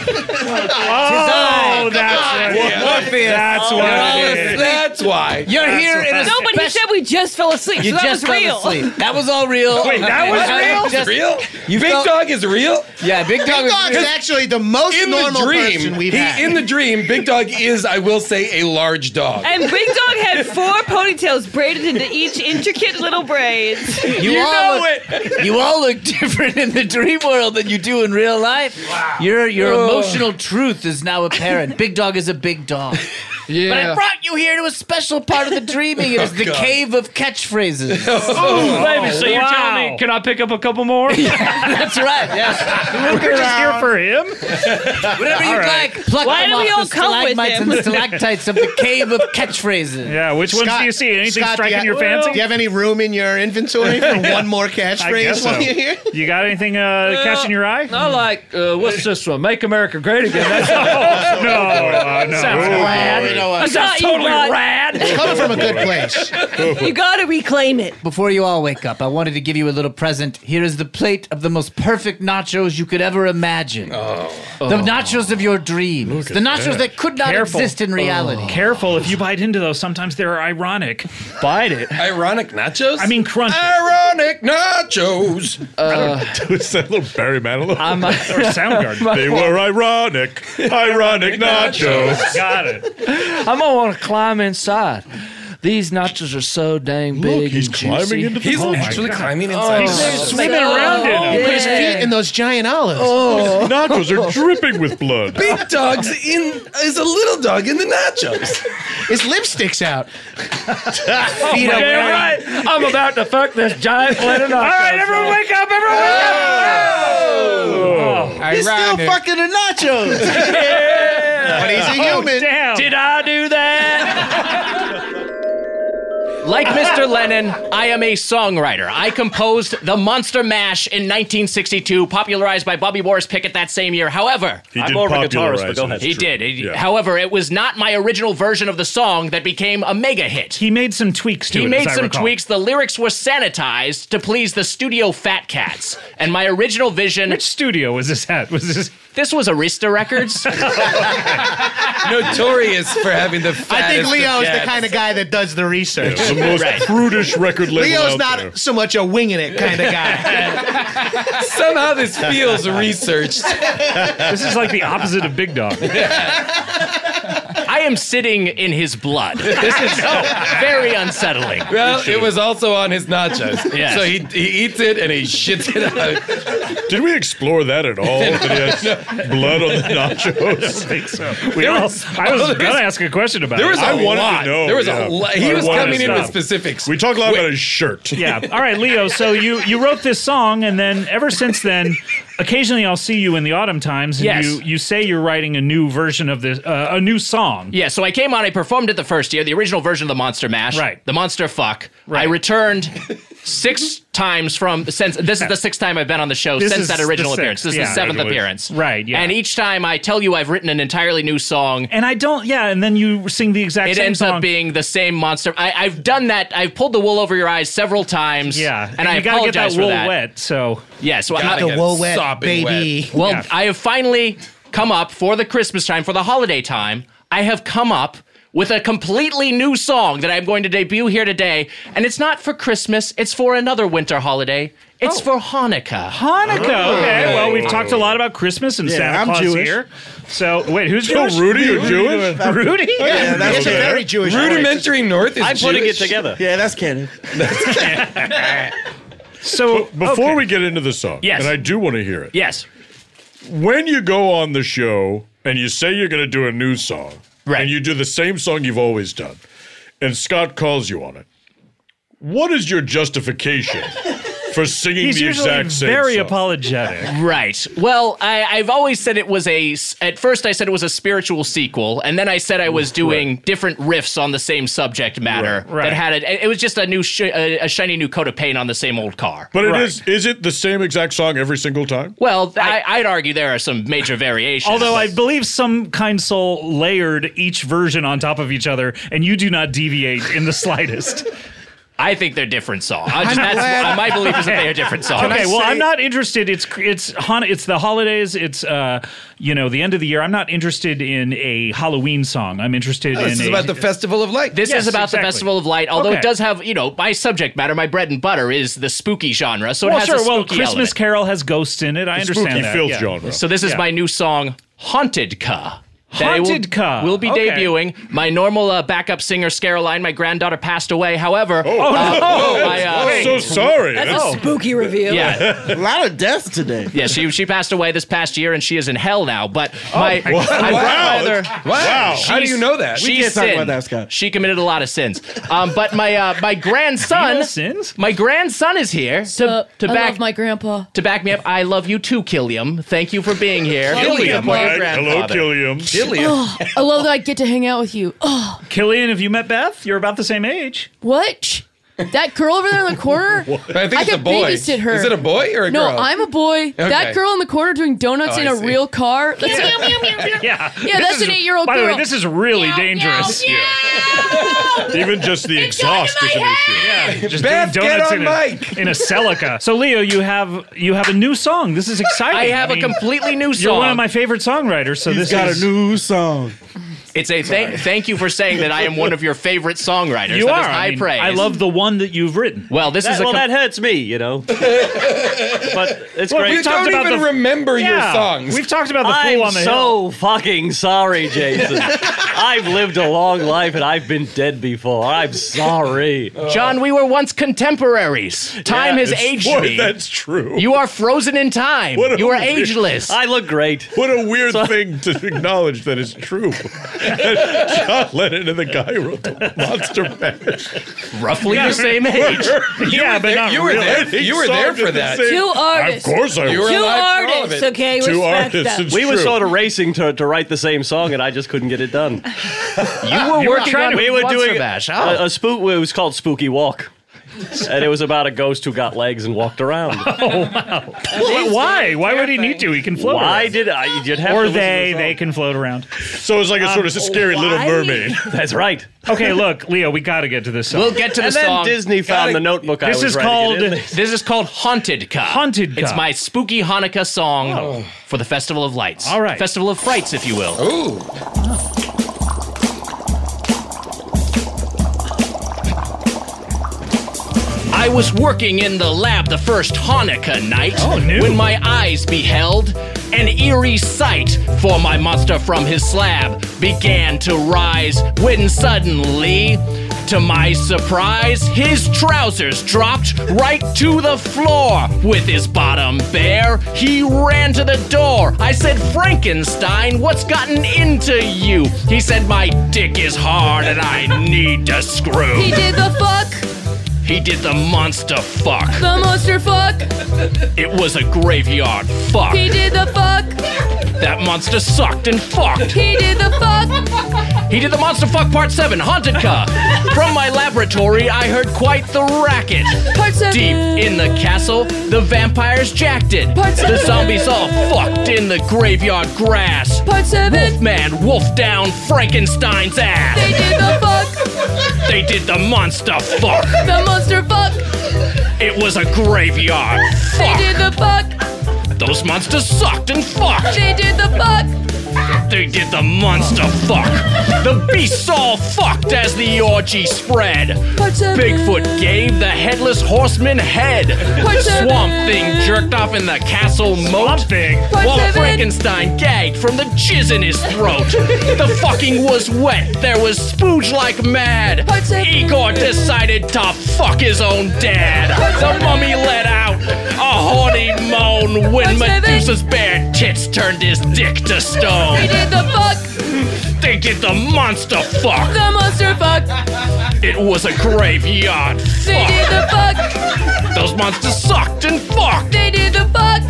G: Oh, that's
K: it.
G: it.
K: Morpheus.
G: That's
K: You're
G: what
K: all
G: it is.
K: asleep.
E: That's why.
K: You're here in a
F: No, but he
K: spec-
F: said we just fell asleep.
K: You
F: so that
K: just
F: was
K: fell
F: real.
K: asleep. That was all real.
E: Wait, that was
K: Okay.
E: real?
K: Just-
E: Real?
K: You
E: Big
K: felt-
E: Dog is real?
K: Yeah, Big Dog is
E: Dog
K: real.
E: is
C: actually the most
E: In the dream,
K: we've
E: he-
K: had.
E: in the dream, Big Dog is, I will say, a large dog.
F: And Big Dog had four ponytails braided into each intricate little braids.
K: You, all look, You all look different in the dream world than you do in real life. Your your
I: Oh.
F: Ugh.
K: emotional truth is now apparent. Big dog is a big dog. Yeah. But I brought you here to a special part of the dreaming. It is
I: Oh,
K: the
I: God.
K: cave of catchphrases.
I: Oh, Ooh, baby, so you're telling me, can I pick up a couple more?
K: That's right. Yeah.
I: We're just here for him.
K: Whatever you
I: All right.
K: like, pluck
I: Why
K: them
I: do
K: off
I: we all
K: the
I: come with
K: stalagmites
I: him?
K: and stalactites of the cave of catchphrases.
A: Yeah, which ones do you see? Anything striking
D: do you
A: your
D: have-
A: fancy?
D: Do you have any room in your inventory for one more catchphrase
A: so.
D: while you're here?
A: You got anything uh, catching your eye?
I: I like, uh, what's this one? Make America Great Again. That's
A: no, uh, no.
I: Sounds
A: Oh,
I: rad.
A: boy.
I: That sounds
F: You
I: totally
F: got-
I: rad.
K: It's coming from a good place.
F: You gotta reclaim it.
K: Before you all wake up, I wanted to give you a little present. Here is the plate of the most perfect nachos you could ever imagine.
E: Oh.
I: Oh,
K: The nachos of your dreams. The nachos that. could not exist in reality.
A: Oh. Careful, if you bite into those, sometimes they're ironic.
I: Bite it.
E: Ironic nachos?
A: I mean, crunch.
E: Ironic nachos.
A: Uh,
G: It's that little Barry Manilow.
I: I'm-
G: or Soundgarden. they were ironic. Ironic nachos.
A: Got it.
I: I'm gonna want to climb inside. These nachos are so dang big.
G: he's
I: and
G: climbing
I: juicy.
G: into the- He's Oh my
E: actually climbing inside.
I: He's
E: the-
I: swimming
K: Oh,
I: around in
D: He
I: them.
D: put his feet in Oh. those giant olives.
I: Oh,
G: These nachos are dripping with blood.
E: Big dog's in is a little dog in the nachos.
D: His lipstick's out.
I: Oh,
D: Feet
I: my
D: up.
I: damn right. I'm about to fuck this giant plate of nachos. All right, everyone, wake up! Everyone, wake up!
K: He's still fucking a nachos.
D: But he's a human.
I: Oh, Did I do that?
L: Like Mr. Lennon, I am a songwriter. I composed the Monster Mash in 1962, popularized by Bobby Morris Pickett that same year. However,
G: He did popularize it, it's
L: He
G: true.
L: did. He-
G: Yeah.
L: However, it was not my original version of the song that became a mega hit.
A: He made some tweaks to
L: He
A: it.
L: made
A: as I
L: some
A: recall.
L: tweaks. The lyrics were sanitized to please the studio fat cats. And my original vision.
A: Which studio was this at? Was this?
L: This was Arista Records.
E: Notorious for having the
D: I think
E: fattest
D: Leo
E: of
D: is the
E: cats.
D: kind of guy that does the research.
G: The most prudish record label
D: Leo's
G: out
D: not
G: there.
D: so much a winging it kind of guy.
E: Somehow this feels researched.
A: This is like the opposite of Big Dog.
L: I am sitting in his blood. This is very unsettling.
E: Well, it was also on his nachos.
L: Yes.
E: So he, he eats it and he shits it out.
G: Did we explore that at all? That he has blood on the nachos?
A: think so. We all,
E: was-
A: I was
E: oh, there's-
A: gonna ask a question about
E: There
A: it.
E: was a
G: I wanted to
E: lot.
G: know,
E: There was
G: yeah.
E: a lot. He
G: I
E: was
G: wanted
E: coming
G: to
E: in with
G: stop.
E: specifics.
G: We talk a lot about his shirt.
A: yeah. All right, Leo. So you you wrote this song, and then ever since then, occasionally I'll see you in the autumn times, and
L: Yes.
A: you you say you're writing a new version of this, uh, a new song.
L: Yeah, so I came on, I performed it the first year, the original version of the Monster Mash.
A: Right.
L: The Monster Fuck. I returned six times from since this is the sixth time I've been on the show
A: This
L: since
A: is
L: that
A: the
L: original
A: sixth,
L: appearance. This is
A: yeah.
L: the seventh
A: Congratulations.
L: appearance.
A: Right, yeah.
L: And each time I tell you I've written an entirely new song.
A: And I don't. Yeah. And then you sing the exact
L: It
A: same
L: ends
A: song.
L: up being the same monster. I, I've done that. I've pulled the wool over your eyes several times.
A: yeah.
L: and, I
A: you gotta get
L: apologize
A: that wool
L: for that.
A: wet. So
L: Yeah, so
E: Gotta
L: I,
E: get it sopping wet.
L: well,
A: Yeah.
L: I have finally come up for the Christmas time, for the holiday time. I have come up with a completely new song that I'm going to debut here today. And it's not for Christmas, it's for another winter holiday. It's for
E: Oh.
L: Hanukkah. Oh.
B: Hanukkah. Okay. Well, we've talked a lot about Christmas and
L: Yeah,
B: Santa
L: I'm
B: Claus
L: Jewish.
B: here. So wait, who's
L: So
B: Jewish?
L: Rudy, you're
B: Rudy? Oh,
L: Jewish?
B: Rudy?
L: Yeah, Yeah, that's it's a fair. very
I: Jewish Rudimentary voice. North is I'm putting Jewish. it together.
M: Yeah, that's canon.
B: So
G: before we get into the song,
B: Yes.
G: and I do want to hear it.
B: Yes.
G: When you go on the show and you say you're going to do a new song, right. and you do the same song you've always done, and Scott calls you on it, what is your justification for singing
L: He's
G: the
L: usually
G: exact same
L: very
G: song?
B: apologetic.
L: Right. Well, I, I've always said it was a. s- At first, I said it was a spiritual sequel, and then I said I was doing different riffs on the same subject matter
G: Right, right.
L: that had a. It was just a new, sh- a, a shiny new coat of paint on the same old car.
G: But it is is it the same exact song every single time?
L: Well, th- I, I'd argue there are some major variations.
B: Although I believe some kind soul layered each version on top of each other, and you do not deviate in the slightest.
L: I think they're different songs. I just, that's, uh, my belief is that they are different songs.
B: Okay, well, I'm not interested. It's it's Han- it's the holidays. It's uh, you know, the end of the year. I'm not interested in a Halloween song. I'm interested
I: Oh,
B: in
I: this is
B: a,
I: about the Festival of Light.
L: This
B: Yes,
L: is about
B: exactly.
L: the Festival of Light, although
B: Okay.
L: it does have, you know, my subject matter, my bread and butter is the spooky genre. So it
B: well,
L: has
B: sure.
L: a spooky
B: well, Christmas
L: element.
B: Carol has ghosts in it. I
L: The
B: understand
L: spooky
B: that.
L: filth
B: yeah.
L: genre. So this is my new song, Haunted Ka. that I will-
B: Haunted Ka.
L: Will be
B: Okay.
L: debuting. My normal uh, backup singer, Scaroline, my granddaughter passed away. However, oh,
M: no. I'm so sorry.
L: That's
M: That's a Oh.
L: spooky reveal. Yeah.
M: a lot of deaths today.
L: Yeah, she she passed away this past year, and she is in hell now. But
B: Oh
L: my,
M: wow.
L: my
M: Wow.
L: grandmother,
M: Wow. How do you know that? We
L: She
M: can't talk
L: sinned.
M: about that, Scott.
L: She committed a lot of sins. Um, but my uh, my grandson,
B: sins?
L: my grandson is here to to
N: I
L: back
N: love my grandpa.
L: to back me up. I love you too, Killiam. Thank you for being here,
G: Killiam,
L: My
G: right? Hello,
L: grandfather.
G: Killiam.
N: Oh, I love that I get to hang out with you. Oh,
B: Killian, have you met Beth? You're about the same age.
N: what? That girl over there in the corner?
B: I think it's
N: could
B: a boy.
N: babysit her.
B: Is it a boy or a
N: no,
B: girl?
N: I'm a boy.
B: Okay.
N: That girl in the corner doing donuts
B: Oh, I
N: in a
B: see.
N: real car. That's
B: Yeah.
N: meow, meow, meow, meow.
B: Yeah.
N: Yeah,
B: This
N: that's
B: is-
N: an eight-year-old
B: By the way,
N: girl.
B: this is really dangerous.
G: Even just the exhaust is an issue.
B: Yeah, just
G: Beth,
B: doing
G: get
B: donuts
G: on
B: in,
G: mic.
B: A, in a Celica. So, Leo, you have you have a new song. This is exciting.
L: I have a completely new
B: You're one of
L: song.
B: my favorite songwriters. So
L: He's
B: this
L: got a
B: is,
O: new song.
L: It's a thank, thank you for saying that I am one of your favorite songwriters.
B: You
L: That is
B: are. I
L: high
B: mean,
L: praise.
B: I love the one that you've written.
L: Well, this
B: That-
L: is a
B: well,
L: com-
B: that
M: hurts me, you know.
B: but
M: it's great.
I: You don't even remember your
M: Yeah.
I: songs.
B: We've talked about
M: I'm so fucking sorry, Jason. I've lived a long life and I've been dead before. I'm sorry.
I: Uh.
L: John, we were once contemporaries. Time
M: Yeah,
L: has
M: it's-
L: aged
M: boy,
L: me.
M: that's
G: true.
L: You are frozen in time.
G: What a
L: you are
G: weird-
L: ageless.
G: I
M: look great.
G: What a weird thing to acknowledge that is true. That John Lennon and the guy who wrote the Monster Mash.
L: Roughly the same age.
G: yeah, but not
I: you were
G: really.
I: there- you were there for that.
N: Two artists.
M: Of course I
N: Two
M: was. You were alive
I: for all of
N: artists,
I: it.
N: okay?
M: Two
N: respect
M: artists,
N: them.
M: it's We were sort of racing to, to write the same song, and I just couldn't get it done.
L: You were working on
M: we were
L: Monster
M: doing
L: Mash. Oh.
M: a, a spook. It was called Spooky Walk, and it was about a ghost who got legs and walked around.
B: Why? Why, would he need to? He can float.
M: Why
B: around.
M: did I? You'd have
B: or
M: to listen to
B: they
M: the Um,
B: they can float around.
G: So it's like a sort of scary Little why? Mermaid.
M: That's right.
B: Okay, look, Leo, we got to get to this song.
L: We'll get to the
M: and then
L: song.
M: Disney found
L: Gotta-
M: the notebook. I
L: This
M: was
L: is
M: writing
L: called-
M: it in.
L: This is called Haunted Ka. Haunted
M: Ka.
L: It's my spooky Hanukkah song for the Festival of Lights. All right. Festival of Frights, if you will. Ooh. I was working in the lab the first Hanukkah night when my eyes beheld an eerie sight. For my monster from his slab began to rise when suddenly, to my surprise, his trousers dropped right to the floor. With his bottom bare, he ran to the door. I said, Frankenstein, what's gotten into you? He said, My dick is hard and I need to screw.
N: He did the fuck,
L: He did the monster fuck.
N: the monster fuck.
L: It was a graveyard fuck.
N: He did the fuck,
L: That monster sucked and fucked.
N: he did the fuck.
L: He did the monster fuck part seven, haunted car. From my laboratory, I heard quite the racket.
N: Part seven.
L: Deep in the castle, the vampires jacked it.
N: Part
L: The
N: seven.
L: zombies all fucked in the graveyard grass.
N: Part seven.
L: Wolfman wolfed down Frankenstein's ass.
N: They did the fuck,
L: They did the monster fuck.
N: the monster fuck.
L: It was a graveyard.
N: They did the fuck,
L: Those monsters sucked and fucked.
N: they did the fuck.
L: They did the monster fuck. The beasts all fucked as the orgy spread. Bigfoot gave the headless horseman head.
N: What's up,
L: Swamp Thing jerked off in the castle moat.
N: What's
L: While
N: up,
L: Frankenstein gagged from the jizz in his throat. the fucking was wet. There was spooge like mad. Igor decided to fuck his own dad. The mummy let out a horny moan when Medusa's bare tits turned his dick to stone.
N: They did
F: the fuck.
L: They did the monster fuck.
F: The monster fuck.
L: It was a graveyard
F: They
L: fuck.
F: did the fuck.
L: Those monsters sucked and fucked.
F: They did the fuck.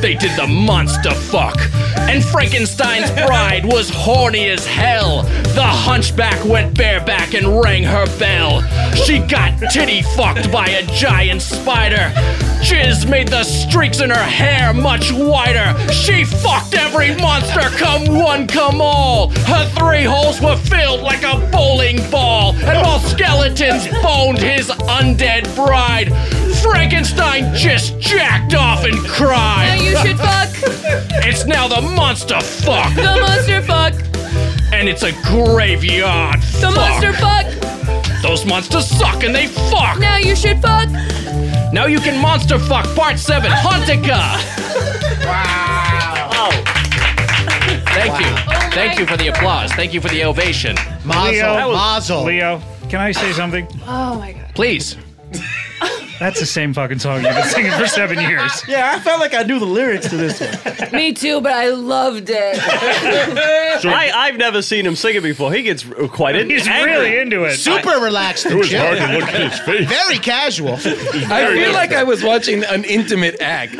L: They did the monster fuck. And Frankenstein's bride was horny as hell. The hunchback went bareback and rang her bell. She got titty fucked by a giant spider. Jizz made the streaks in her hair much wider. She fucked every monster, come one, come all. Her three holes were filled like a bowling ball. And while skeletons boned his undead bride, Frankenstein just jacked off and cried.
N: Now you should fuck.
L: It's now the monster fuck.
N: The monster
F: fuck.
L: And it's a graveyard
F: The
L: fuck.
F: monster fuck.
L: Those monsters suck and they fuck.
F: Now you should fuck.
L: Now you can monster fuck part seven, Hauntica. Oh.
N: Wow.
L: Thank you. Thank you for the applause. Thank you for the ovation.
A: Leo, Leo, can I say something?
F: Oh my god.
L: Please.
A: That's the same fucking song you've been singing for seven years.
P: Yeah, I felt like I knew the lyrics to this one.
F: Me too, but I loved it.
Q: I, I've never seen him sing it before. He gets r- quite in- angry.
D: Super
Q: I-
D: relaxed. and chill. Very casual.
E: I feel like I was watching an intimate act.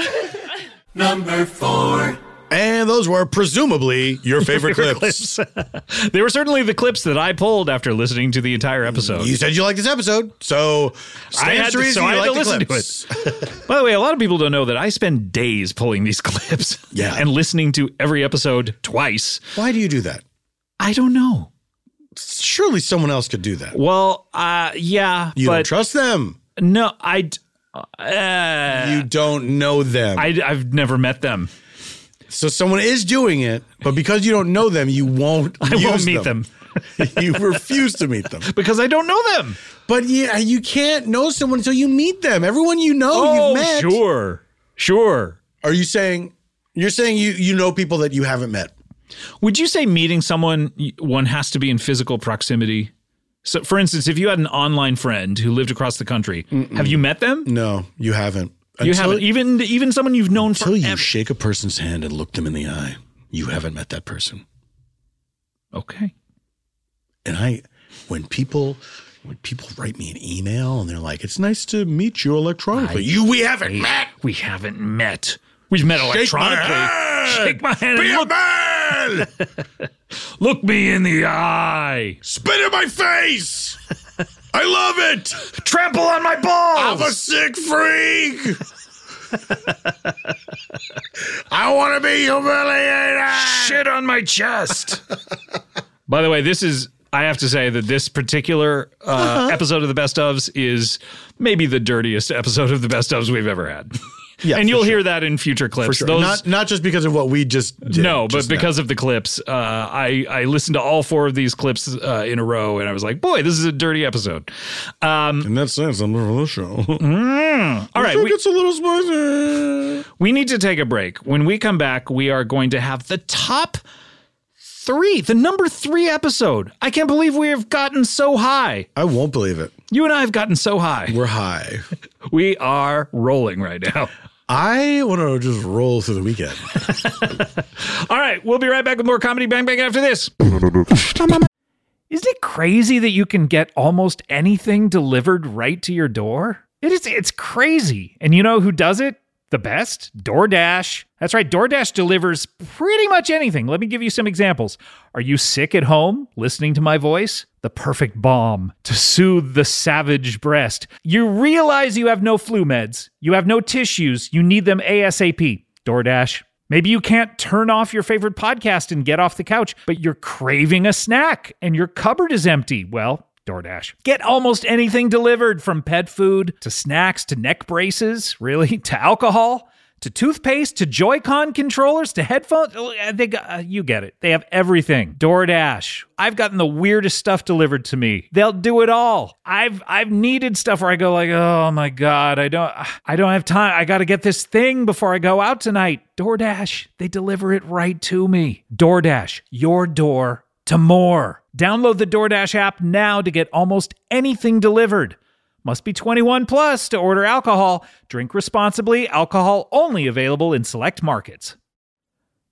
C: Number four. And those were presumably your favorite clips.
B: they were certainly the clips that I pulled after listening to the entire episode.
C: You said you liked this episode, so
B: I
C: stands to
B: had to,
C: reason
B: so I
C: you
B: had to
C: like the
B: listen
C: clips.
B: to it. By the way, a lot of people don't know that I spend days pulling these clips yeah. and listening to every episode twice.
C: Why do you do that?
B: I don't know.
C: Surely someone else could do that.
B: Well, uh, yeah,
C: You
B: but
C: don't trust them.
B: No, I. d- Uh,
C: you don't know them.
B: I, have never met them.
C: So someone is doing it, but because you don't know them, you won't.
B: I
C: use
B: won't meet
C: you refuse to meet them
B: because I don't know them.
C: But yeah, you can't know someone until you meet them. Everyone you know,
B: Oh,
C: you've met.
B: sure, sure.
C: Are you saying you're saying you you know people that you haven't met?
B: Would you say meeting someone y- one has to be in physical proximity? So, for instance, if you had an online friend who lived across the country, have you met them?
C: No, Um, you haven't.
B: you
C: Until-
B: haven't. Even even someone you've known
C: Until you
B: forever.
C: shake a person's hand and look them in the eye, you haven't met that person.
B: Okay.
C: And I, when people, when people write me an email and they're like, "It's nice to meet you electronically," you we haven't met.
B: We haven't met. We've met
C: Shake my
B: electronically. Shake my hand.
C: Be
B: and
C: a
B: look, look me in the eye.
C: Spit in my face. I love it.
B: Trample on my balls.
C: I'm a sick freak. I want to be humiliated.
B: Shit on my chest. By the way, this is. I have to say that this particular uh,
C: Uh-huh.
B: episode of the Best ofs is maybe the dirtiest episode of the Best ofs we've ever had.
C: Yeah,
B: and
C: for
B: you'll
C: sure.
B: hear that in future clips.
C: For sure.
B: Those-
C: not not just because of what we just did.
B: no, but
C: just now.
B: because of the clips, uh, I I listened to all four of these clips uh, in a row, and I was like, boy, this is a dirty episode. Um, Mm.
C: in that sense, I'm for the show.
B: all right, we,
C: a little spicy.
B: we need to take a break. When we come back, we are going to have the top three, the number three episode. I can't believe we have gotten so high.
C: I won't believe it.
B: You and I have gotten so high.
C: We're high.
B: we are rolling right now.
C: I want to just roll through the weekend.
B: All right, we'll be right back with more comedy bang bang after this. Isn't it crazy that you can get almost anything delivered right to your door? It is it's crazy. And you know who does it? The best? DoorDash. That's right, DoorDash delivers pretty much anything. Let me give you some examples. Are you sick at home listening to my voice? The perfect balm to soothe the savage breast. You realize you have no flu meds, you have no tissues, you need them ASAP. DoorDash. Maybe you can't turn off your favorite podcast and get off the couch, but you're craving a snack and your cupboard is empty. Well, DoorDash. Get almost anything delivered from pet food to snacks to neck braces, really, to alcohol. to toothpaste to Joy-Con controllers to headphones. Uh, They got, uh, you get it. They have everything. DoorDash. I've gotten the weirdest stuff delivered to me. They'll do it all. I've I've needed stuff where I go like, "Oh my god, I don't I don't have time. I got to get this thing before I go out tonight." DoorDash. They deliver it right to me. DoorDash. Your door to more. Download the DoorDash app now to get almost anything delivered. Must be 21 plus to order alcohol. Drink responsibly. Alcohol only available in select markets.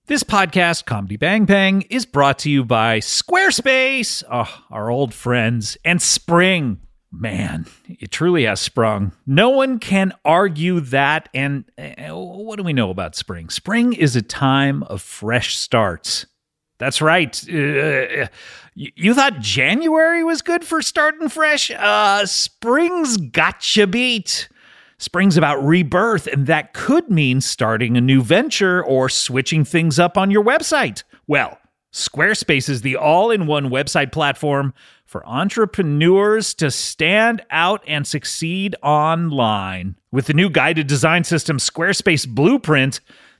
B: This podcast, Comedy Bang Bang, is brought to you by Squarespace, oh, our old friends, and Spring. Man, it truly has sprung. No one can argue that. And uh, what do we know about spring? Spring is a time of fresh starts. That's right. Uh, you you thought January was good for starting fresh? Uh, spring's gotcha beat. Spring's about rebirth, and that could mean starting a new venture or switching things up on your website. Well, Squarespace is the all in one website platform for entrepreneurs to stand out and succeed online. With the new guided design system, Squarespace Blueprint,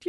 B: Do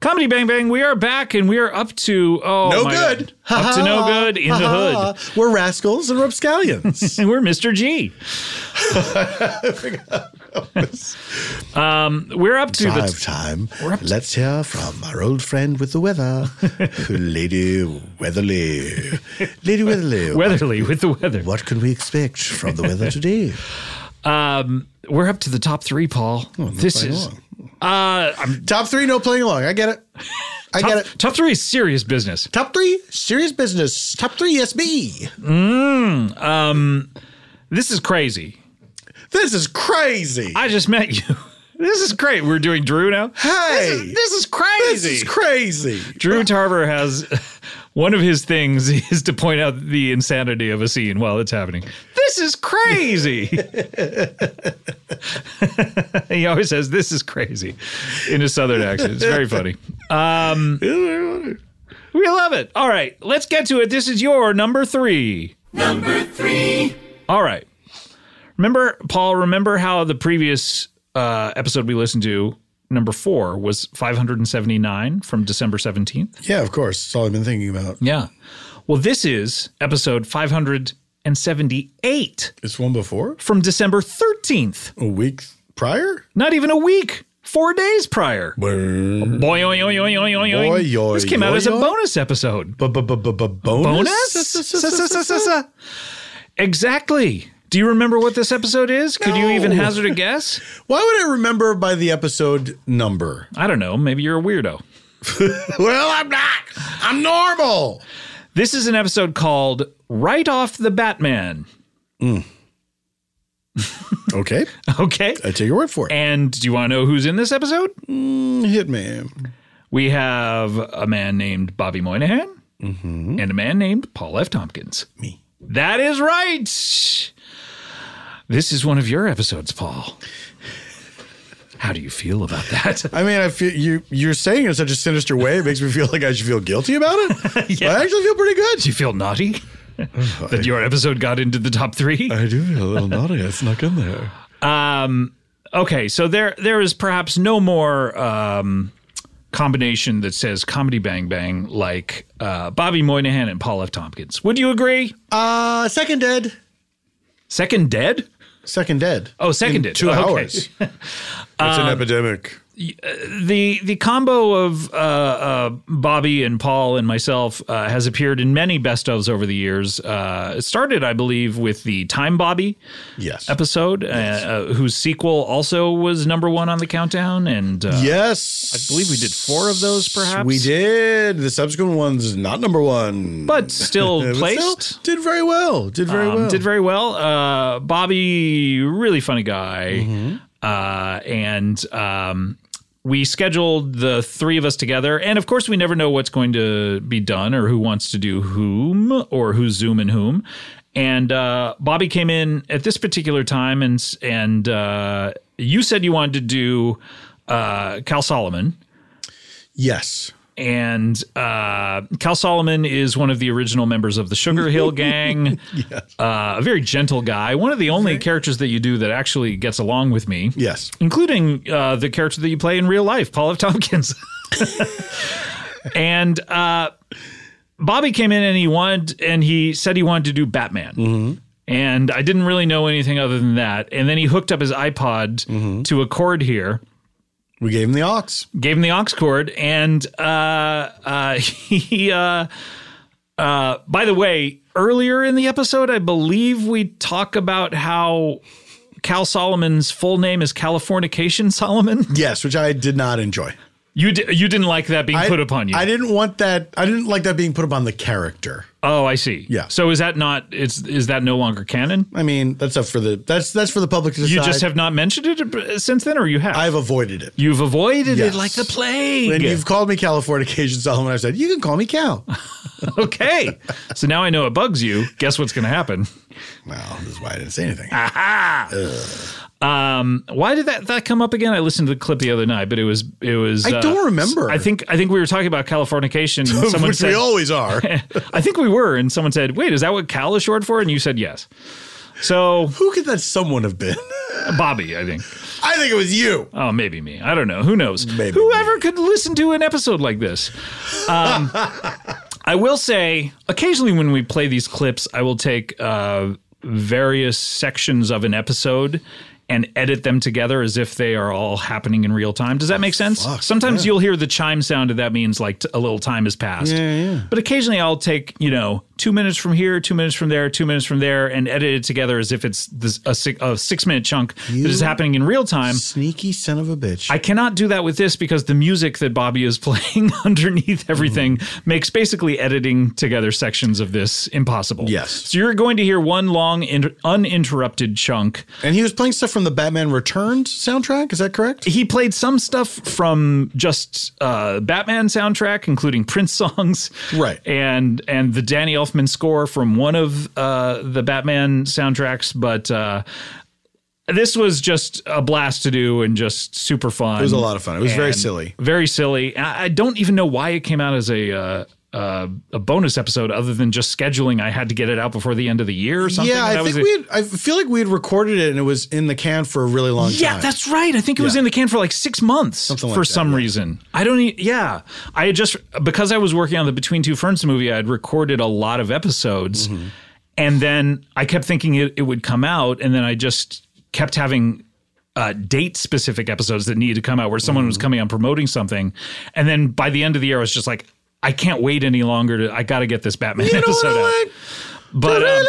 A: Comedy Bang Bang, we are back and we are up to oh
C: no
A: my
C: good.
A: God. up to no good in the hood.
C: We're rascals and rapscallions.
A: and we're Mr. G. Um, we're up to the
C: Drive time. Let's hear from our old friend with the weather, Lady Weatherly. Lady Weatherly.
A: Weatherly with the weather.
C: What can we expect from the weather today?
A: um, we're up to the top three, Paul.
C: Oh,
A: this
C: playing
A: is
C: along.
A: uh, I'm,
C: top three, no playing along. I get it. I
A: top,
C: get it.
A: Top three is serious business.
C: Top three, serious business. Top three, yes, me.
A: Mm, um, this is crazy.
C: This is crazy.
A: I just met you. This is great. We're doing Drew now.
C: Hey,
A: this is, this is crazy.
C: This is crazy.
A: Drew Tarver has one of his things is to point out the insanity of a scene while it's happening. This is crazy. he always says this is crazy in a southern accent. It's very funny. Um, we love it. All right, let's get to it. This is your number three.
R: Number three.
A: All right. Remember, Paul, remember how the previous uh, episode we listened to, number four, was 579 from December 17th?
C: Yeah, of course. That's all I've been thinking about.
A: Yeah. Well, this is episode 578.
C: It's one before?
A: From December 13th.
C: A week prior?
A: Not even a week. Four days prior. Boing, oing, oing, oing, oing, oing.
C: Boy, yoy,
A: This came out
C: yoy,
A: as a
C: yoy.
A: bonus episode.
C: Bonus?
A: Bonus? Exactly. Do you remember what this episode is? Could you even
C: No.
A: hazard a guess?
C: Why would I remember by the episode number?
A: I don't know. Maybe you're a weirdo.
C: well, I'm not. I'm normal.
B: This is an episode called Right Off the Batman.
C: Hmm. okay.
B: Okay.
C: I take your word for it. Mm,
B: And do you want to know who's in this episode?
C: hit me.
B: We have a man named Bobby Moynihan
C: Mm-hmm.
B: and a man named Paul F. Tompkins. Me. That is right. This is one of your episodes, Paul. How do you feel about that?
C: I mean, I feel you. You're saying it in such a sinister way. It makes me feel like I should feel guilty about it. But I actually feel pretty good.
B: Do you feel naughty that your episode got into the top three? I
C: do feel a little naughty. I snuck in there.
B: Um, okay, so there there is perhaps no more um, combination that says comedy bang bang like uh, Bobby Moynihan and Paul F. Tompkins. Would you agree?
C: Uh, second dead.
B: Second dead.
C: Second dead.
B: Oh, second dead.
C: two
B: Okay.
C: hours. It's
B: Um,
C: an epidemic.
B: the the combo of uh, uh, Bobby and Paul and myself uh, has appeared in many best ofs over the years. Uh, it started, I believe, with the Time Bobby
C: yes.
B: episode, uh, uh, whose sequel also was number one on the countdown. And uh,
C: yes,
B: I believe we did four of those, perhaps.
C: We did. The subsequent one's not number one,
B: But still placed.
C: did very well. Did very
B: Um,
C: well.
B: Did very well. Uh, Bobby, really funny guy. Uh, and um, we scheduled the three of us together. And of course, we never know what's going to be done or who wants to do whom or who's Zoom and whom. And uh, Bobby came in at this particular time, and s- and uh, you said you wanted to do uh, Cal Solomon.
C: Yes.
B: And uh, Cal Solomon is one of the original members of the Sugar Hill Gang. uh, a very gentle guy. One of the only characters that you do that actually gets along with me.
C: Yes.
B: Including uh, the character that you play in real life, Paul F. Tompkins. and uh, Bobby came in and he wanted, and he said he wanted to do Batman.
M: Mm-hmm.
B: And I didn't really know anything other than that. And then he hooked up his iPod to a cord here.
C: Mm-hmm. We gave him the aux.
B: Gave him the aux cord, and uh, uh, he. Uh, uh, by the way, earlier in the episode, I believe we talk about how Cal Solomon's full name is Californication Solomon.
C: Yes, which I did not enjoy.
B: You di- you didn't like that being
C: I-
B: put upon you.
C: I didn't want that. I didn't like that being put upon the character.
B: oh, I see.
C: Yeah.
B: So is that not? It's is that no longer canon?
C: I mean, that's up for the that's that's for the public to decide.
B: You just have not mentioned it uh, since then, or you have?
C: I've avoided it.
B: You've avoided
C: Yes.
B: it like the plague.
C: And you've called me Californication Solomon. I've said you can call me Cal.
B: okay. So now I know it bugs you. Guess what's going to happen?
C: Well, this is why I didn't say anything.
B: Aha! Um, why did that that come up again? I listened to the clip the other night, but it was it was. uh,
C: I don't remember.
B: I think I think we were talking about Californication. And
C: Which
B: someone
C: we
B: said-
C: always are.
B: I think we were, and someone said, "Wait, is that what Cal is short for?" And you said yes. So
C: who could that someone have been?
B: Bobby, I think.
C: I think it was you.
B: Oh, maybe me. I don't know. Who knows? Whoever could listen to an episode like this. Um, I will say, occasionally when we play these clips, I will take uh, various sections of an episode and edit them together as if they are all happening in real time. Does that make sense? Sometimes
I: yeah.
B: you'll hear the chime sound, and that means like t- a little time has passed.
I: yeah.
B: But occasionally I'll take, you know, two minutes from here, two minutes from there, two minutes from there, and edit it together as if it's this, a, six, a six minute chunk that is
C: You
B: happening in real time.
C: Sneaky son of a bitch.
B: I cannot do that with this because the music that Bobby is playing underneath everything
C: Mm-hmm.
B: makes basically editing together sections of this impossible. Yes. So you're going to hear one long, in- uninterrupted chunk.
C: And he was playing stuff from the Batman Returned soundtrack. Is that correct?
B: He played some stuff from just uh, Batman soundtrack, including Prince songs, right? And and the Danny Elfman score from one of uh, the Batman soundtracks, but. Uh, this was just a blast to do and just super fun.
C: It was a lot of fun. It was very
B: And
C: silly.
B: Very silly. And I I don't even know why it came out as a uh, uh, a bonus episode, other than just scheduling. I had to get it out before the end of the year or something.
C: Yeah,
B: and
C: I
B: that was
C: think
B: it.
C: we. Had, I feel like we had recorded it and it was in the can for a really long
B: Yeah,
C: time.
B: that's right. I think it was in the can for like six months
C: Something like
B: for
C: that,
B: some reason. I don't. E- yeah, I had just because I was working on the Between Two Ferns movie, I had recorded a lot of episodes, and then I kept thinking it, it would come out, and then I just kept having. Uh, date specific episodes that needed to come out where someone was coming on promoting something. And then by the end of the year, I was just like, I can't wait any longer. To, I got to get this Batman episode out. But um,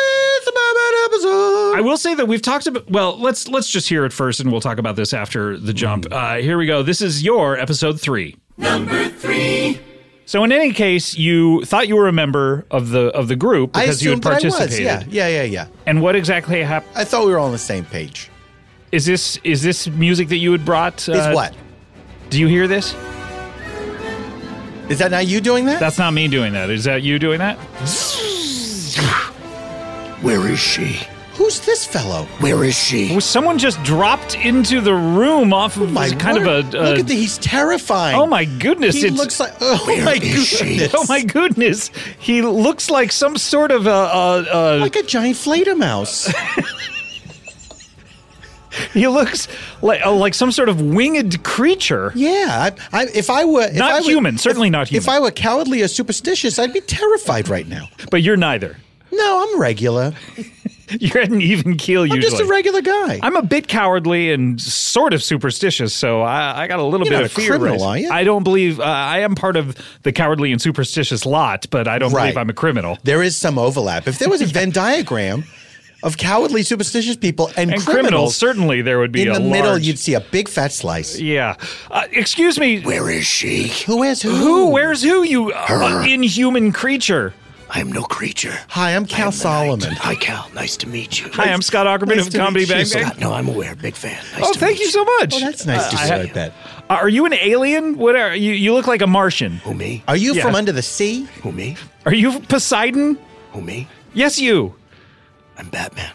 B: I will say that we've talked about. Well, let's let's just hear it first, and we'll talk about
C: Hmm.
B: this after the jump. Uh, here we go. This is your episode three.
N: Number three.
B: So in any case, you thought you were a member of the of the group
C: I
B: because you had
C: assumed that I was,
B: participated.
C: yeah, yeah, yeah, yeah.
B: And what exactly happened?
C: I thought we were all on the same page.
B: Is this is this music that you had brought? uh,
C: Is what?
B: Do you hear this?
C: Is that not you doing that?
B: That's not me doing that. Is that you doing that?
C: Where is she? Who's this fellow?
B: Where is she? someone just dropped into the room off of
C: my
B: kind
C: word.
B: of a. a
C: Look at the- he's terrifying.
B: Oh my goodness!
C: He
B: it's-
C: looks like- oh Where my is she? goodness.
B: Oh my goodness! He looks like some sort of a, a, a like
C: a giant mouse.
B: he looks like uh, like some sort of winged creature.
C: Yeah, I, I, if I were if
B: Not
C: I were-
B: human, certainly not human.
C: If I were cowardly or superstitious, I'd be terrified right now.
B: But you're neither.
C: No, I'm regular.
B: You're at an even keel usually.
C: I'm just a regular guy.
B: I'm a bit cowardly and sort of superstitious, so I, I got a little
C: You're
B: bit
C: not
B: of
C: a
B: fear.
C: criminal,
B: raised.
C: are you?
B: I don't believe uh, I am part of the cowardly and superstitious lot, but I don't believe
C: Right.
B: I'm a criminal.
C: There is some overlap. If there was a Venn diagram of cowardly, superstitious people and,
B: And criminals, certainly there would be
C: in
B: a
C: the middle,
B: large-
C: you'd see a big fat slice.
B: Yeah. Uh, excuse me.
C: Where is she? Who is who?
B: Who? Where's who? You uh, inhuman creature. I'm no creature.
C: Hi, I'm Cal Solomon.
S: Hi, Cal. Nice to meet you.
B: Hi, I'm Scott Ackerman
S: Nice
B: of
S: to
B: Comedy
S: meet you,
B: Bang Bang.
S: Scott, no, I'm aware. Big fan. Nice
B: oh,
S: to
B: thank
S: meet Uh,
B: you so much.
C: Oh, that's nice to
B: I
C: see
B: ha-
C: like that.
B: Are you an alien? What are you? You look like a Martian. Who me?
C: Are you from under the sea?
B: Who me? Are you Poseidon?
S: Who me?
B: Yes, you.
S: I'm Batman.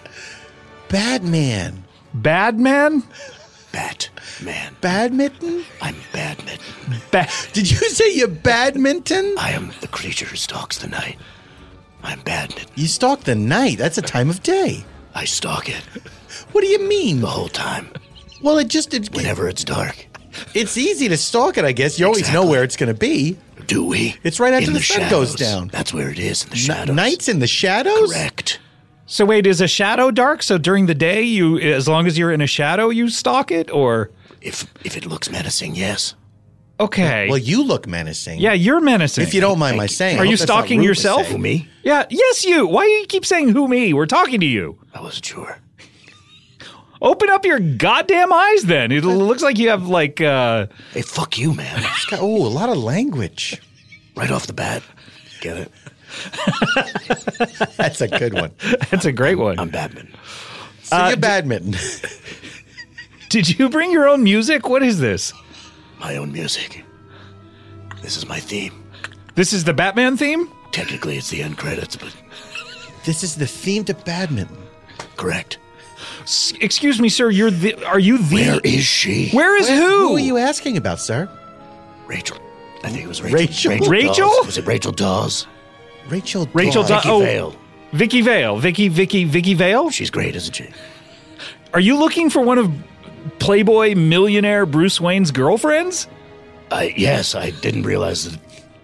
C: Batman.
B: Badman?
S: Man.
C: Badminton?
S: I'm Badman.
C: Did you say you're badminton?
S: I am the creature who stalks the night. I'm Badman.
C: You stalk the night. That's a time of day.
S: I stalk it
C: What do you mean?
S: the whole time.
C: Well, it just it,
S: Whenever it's dark.
C: It's easy to stalk it, I guess. You always know where it's going to be.
S: Do we?
C: It's right after
S: In
C: the,
S: the
C: sun goes
S: shadows.
C: down.
S: That's where it is in the
C: shadows. Nights in the shadows.
S: Correct.
B: So wait, is a shadow dark? So during the day, you as long as you're in a shadow, you stalk it, or
S: if if it looks menacing, yes.
B: Okay.
C: Well, you look menacing.
B: Yeah, you're menacing.
C: If you don't mind my saying,
B: are
C: I
B: you
C: hope that's not
B: stalking
C: rude to
B: yourself?
C: say.
B: Yeah. Yes, you. Why do you keep saying who me? We're talking to you.
S: I wasn't sure.
B: Open up your goddamn eyes, then. It looks like you have like. uh
S: Hey, fuck you, man.
C: oh, a lot of language.
S: Right off the bat. Get it?
C: That's a good one.
B: That's a great one. Uh, I'm
S: Badman.
C: So you're badminton.
B: Did you bring your own music? What is this?
S: My own music. This is my theme.
B: This is the Batman theme?
S: Technically, it's the end credits, but
C: This is the theme to badminton.
S: correct.
B: S- excuse me, sir. You're the. Are you the?
S: Where is she?
B: Where is who?
C: Who are you asking about, sir?
S: Rachel. I think it was Rachel.
B: Rachel? Rachel?
S: Dawes. Was it Rachel Dawes?
C: Rachel. Daw-
B: Rachel Daw-
S: Vicky
B: oh,
S: Vale.
B: Vicky Vale. Vicky. Vicky. Vicky Vale.
S: She's great, isn't she?
B: Are you looking for one of Playboy millionaire Bruce Wayne's girlfriends?
S: I yes, I didn't realize that